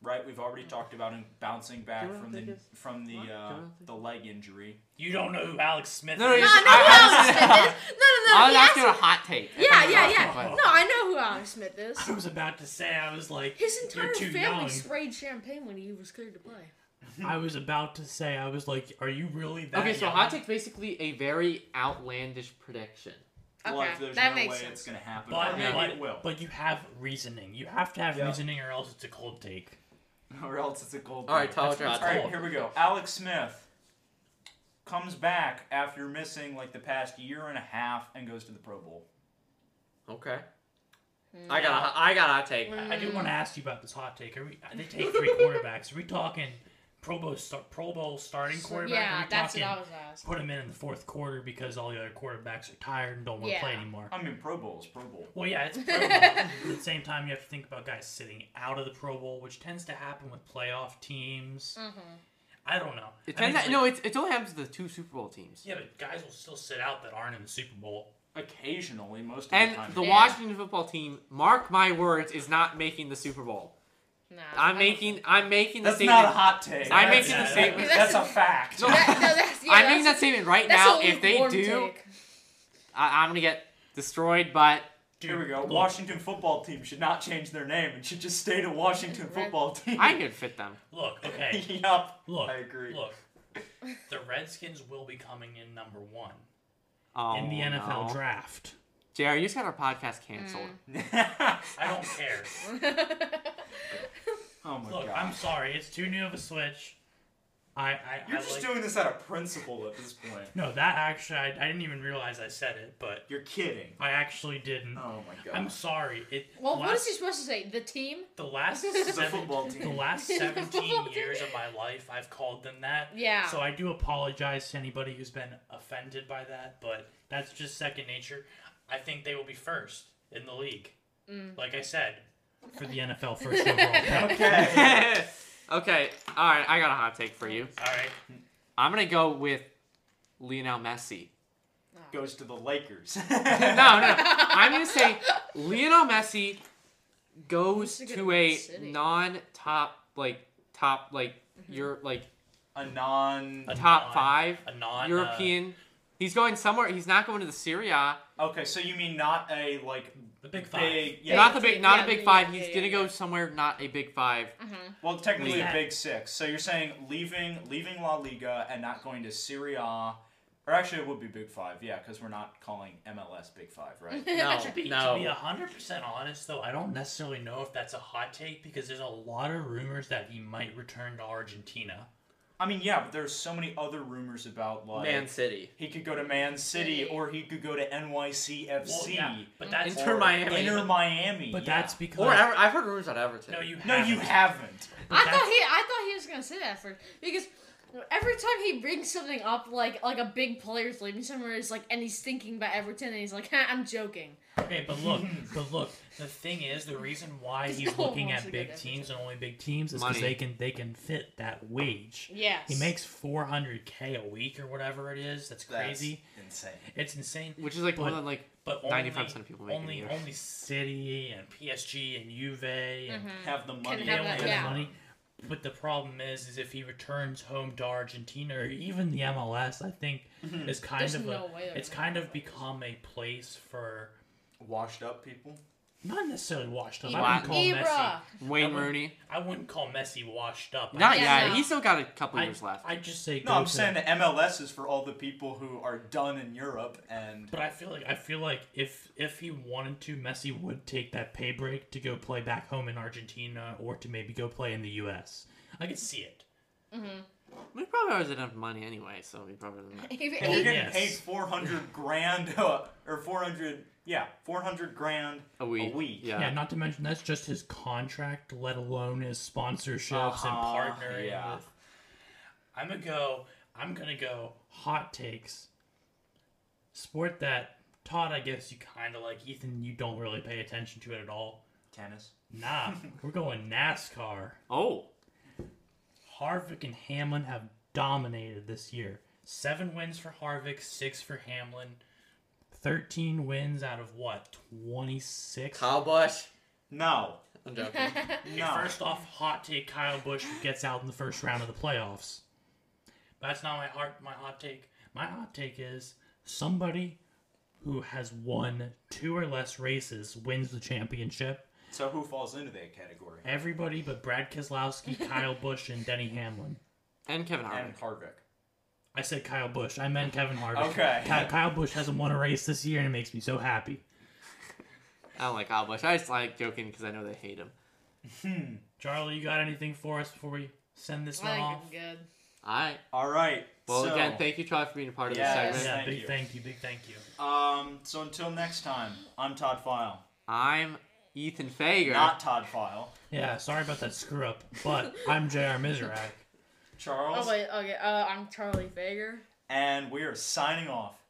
A: right? We've already talked about him bouncing back
B: Mm. Do you
A: from
B: wanna
A: the
B: take
A: from the
B: What? Do you
A: uh,
B: wanna take
A: the leg injury.
C: You don't know who Alex Smith
B: No, no,
C: is.
E: No,
B: Here's-
E: I know
B: I-
E: who
B: I-
E: Alex Smith is. No, no, no.
B: I was
E: he
B: asking a
E: asked-
B: hot take.
E: Yeah, yeah,
C: him
E: yeah.
C: a
E: No, I know who Alex Smith is.
C: I was about to say. I was like,
E: His entire
C: you're too
E: family
C: young.
E: sprayed champagne when he was cleared to play.
C: I was about to say. I was like, are you really that?
B: Okay, so
C: young?
B: hot take's basically a very outlandish prediction.
E: Okay,
A: like, there's
E: that
A: no
E: makes
A: way
E: sense.
A: it's going to happen.
C: But,
A: or maybe
B: Yeah.
C: but,
A: it will.
C: but you have reasoning. You have to have
A: Yeah.
C: reasoning, or else it's a cold take.
A: or else it's a gold.
B: All right,
A: digger.
B: Tyler,
C: That's
B: your hot
C: what's
B: take.
A: All right, here we go. Alex Smith comes back after missing like the past year and a half and goes to the Pro Bowl.
B: Okay.
E: Hmm.
B: I got a, hot- I got a hot take.
C: I, I
E: Mm.
C: do want to ask you about this hot take. Are we? uh, They take three quarterbacks. Are we talking Pro Bowl, star, Pro Bowl starting quarterback? Are
E: yeah,
C: we
E: that's what
C: talking
E: I was asking.
C: Put him in in the fourth quarter because all the other quarterbacks are tired and don't want to
E: Yeah.
C: play anymore.
A: I mean, Pro Bowl is Pro Bowl.
C: Well, yeah, it's Pro Bowl. At the same time, you have to think about guys sitting out of the Pro Bowl, which tends to happen with playoff teams.
E: Mm-hmm.
C: I don't know.
B: It
C: I mean,
B: tends
C: like-
B: to, no, it, it only happens to the two Super Bowl teams.
C: Yeah, but guys will still sit out that aren't in the Super Bowl.
A: Occasionally, most of the
B: And
A: time.
B: the
E: Yeah.
B: Washington football team, mark my words, is not making the Super Bowl.
E: Nah,
B: I'm
E: I don't
B: making
E: think-
B: I'm making the
A: That's
B: statement.
A: not a hot take.
B: I'm
A: That's-
B: making the
A: that-
B: statement.
A: That's a fact.
B: No.
E: That, no, that's, yeah,
B: I'm making that
E: that's,
B: statement right
E: that's
B: now.
E: a
B: If they
E: lukewarm
B: do,
E: take.
B: I, I'm gonna get destroyed. But
A: Here we go. Washington football team should not change their name and should just stay the Washington
E: Red-
A: football team.
B: I could fit them.
C: Look, okay.
A: yup.
C: Look.
A: I agree.
C: Look. The Redskins will be coming in number one
B: Oh,
C: in the NFL
B: no.
C: draft.
B: Jerry, you just got our podcast canceled.
C: I don't care.
A: oh my
C: Look,
A: god.
C: I'm sorry. It's too new of a switch. I, I,
A: You're
C: I
A: just
C: like-
A: doing this out of principle at this point.
C: No, that actually, I, I didn't even realize I said it, but
A: You're kidding.
C: I actually didn't.
A: Oh my god.
C: I'm sorry. It.
E: well, what is
C: last-
E: he supposed to say? The team?
C: The last
E: This
A: is a
C: seven-
A: football
C: The
A: team.
C: last
E: It's a football
C: seventeen
E: team.
C: years of my life, I've called them that.
E: Yeah.
C: So I do apologize to anybody who's been offended by that, but that's just second nature. I think they will be first in the league.
E: Mm.
C: Like I said, for the NFL first overall. pick.
A: Okay.
E: Hmm.
B: okay, all right. I got a hot take for you.
C: All right.
B: I'm gonna go with Lionel Messi.
E: Oh.
A: Goes to the Lakers.
B: No, no. I'm gonna say Lionel Messi goes
E: Wants to go
B: to
E: to
B: a
E: Man City. Mm-hmm.
B: non-top like top like you're like
A: A non.
C: A
B: top
C: non-
B: five
C: a non, uh,
B: European. he's going somewhere. He's not going to the Syria.
A: Okay, so you mean not a like
C: The big five.
A: big? Yeah.
B: not the big,
E: yeah,
B: not a
E: yeah,
B: big
E: yeah,
B: five.
E: yeah,
B: He's
E: yeah,
B: gonna
E: yeah.
B: go somewhere not a big five.
C: Mm-hmm.
A: Well, technically
C: League.
A: a big six. So you're saying leaving leaving La Liga and not going to Serie A, or actually it would be Big Five, yeah, because we're not calling MLS Big Five, right?
B: No,
C: To be, to be
B: no.
C: 100% honest, though, I don't necessarily know if that's a hot take because there's a lot of rumors that he might return to Argentina.
A: I mean, yeah, but there's so many other rumors about like
B: Man City.
A: he could go to Man City or he could go to NYCFC.
C: Well, yeah, but that's
B: Inter Miami.
A: Inter Miami.
C: but
A: yeah.
C: that's because
B: Or Ever- I've heard rumors about Everton.
C: no, you
A: no, you
C: haven't.
A: haven't.
C: But
E: I thought he I thought he was gonna say that first because every time he brings something up like like a big player's leaving somewhere is like and he's thinking about Everton and he's like ha, I'm joking.
C: Okay, but look, but look. The thing is, the reason why he's
E: No one
C: looking
E: wants
C: at
E: to
C: big
E: get
C: teams and only big teams is
B: Money.
C: because they can they can fit that wage.
E: Yes.
C: He makes four hundred k a week or whatever it is. That's crazy.
A: That's insane.
C: It's insane.
B: which is like more
C: But-
B: than like
C: But only
B: 95% of people make it
C: only
B: here.
C: only City and PSG and Juve and
A: Have the money.
E: Can
C: they
E: Mm-hmm. have
C: only
E: that,
C: have
E: yeah.
C: money. But the problem is, is if he returns home to Argentina or even the MLS, I think
A: Mm-hmm.
C: is kind
E: Hmm. There's
C: of
E: no
C: a,
E: way they're
C: it's
E: gonna
C: kind
E: have
C: of
E: those.
C: become a place for
A: Washed up people.
C: not necessarily washed up. I
B: Wow.
C: wouldn't call Messi.
E: Ibra.
B: Wayne
C: I would-
B: Rooney.
C: I wouldn't call Messi washed up.
B: Not
C: I,
E: Yeah,
B: yet.
E: no.
B: He's still got a couple
C: I,
B: years left.
C: I just say
A: No,
C: go
A: I'm
C: to-
A: saying that MLS is for all the people who are done in Europe and
C: But I feel like I feel like if if he wanted to, Messi would take that pay break to go play back home in Argentina or to maybe go play in the U.S. I could see it.
B: we probably always didn't have money anyway, so we probably didn't.
A: And
E: If-
A: you're getting
E: if-
C: Yes.
A: paid 400 grand, uh, or 400, yeah, 400 grand
B: A week.
A: A week.
B: Yeah.
C: Yeah, not to mention that's just his contract, let alone his sponsorships and
A: Uh-huh,
C: partnering.
A: yeah.
C: With. I'm gonna go. I'm gonna go hot takes. Sport that Todd, I guess you kind of like Ethan. You don't really pay attention to it at all.
A: tennis.
C: Nah, we're going NASCAR.
B: Oh.
C: Harvick and Hamlin have dominated this year. Seven wins for Harvick, six for Hamlin. Thirteen wins out of what? Twenty six.
B: Bush.
A: No,
B: I'm joking.
A: no.
C: First off, hot take: Kyle Busch gets out in the first round of the playoffs. That's not my heart. My hot take. My hot take is somebody who has won two or less races wins the championship.
A: so who falls into that category?
C: Everybody but Brad Keselowski, Kyle Busch, and Denny Hamlin.
B: and Kevin Hart.
A: And Harvick.
C: I said Kyle Busch. I meant Kevin Harvick.
A: Okay.
C: Ky- Kyle Busch hasn't won a race this year, and it makes me so happy.
B: I don't like Kyle Bush. I just like joking because I know they hate him.
A: Hmm.
C: Charlie, you got anything for us before we send this
E: I
C: one off?
E: think I'm good.
B: All right.
A: All right.
B: Well,
A: so,
B: again, thank you, Troy, for being a part of
A: Yes.
B: this segment.
C: Yeah,
A: Thank
C: big
A: you.
C: thank you, big thank you.
A: um, so until next time, I'm Todd File,
B: I'm Ethan Fager.
A: not Todd File.
C: Yeah, sorry about that screw up, but I'm JR Mizrak.
A: Charles,
E: Oh wait, okay. Uh, I'm Charlie Fager.
A: and we are signing off.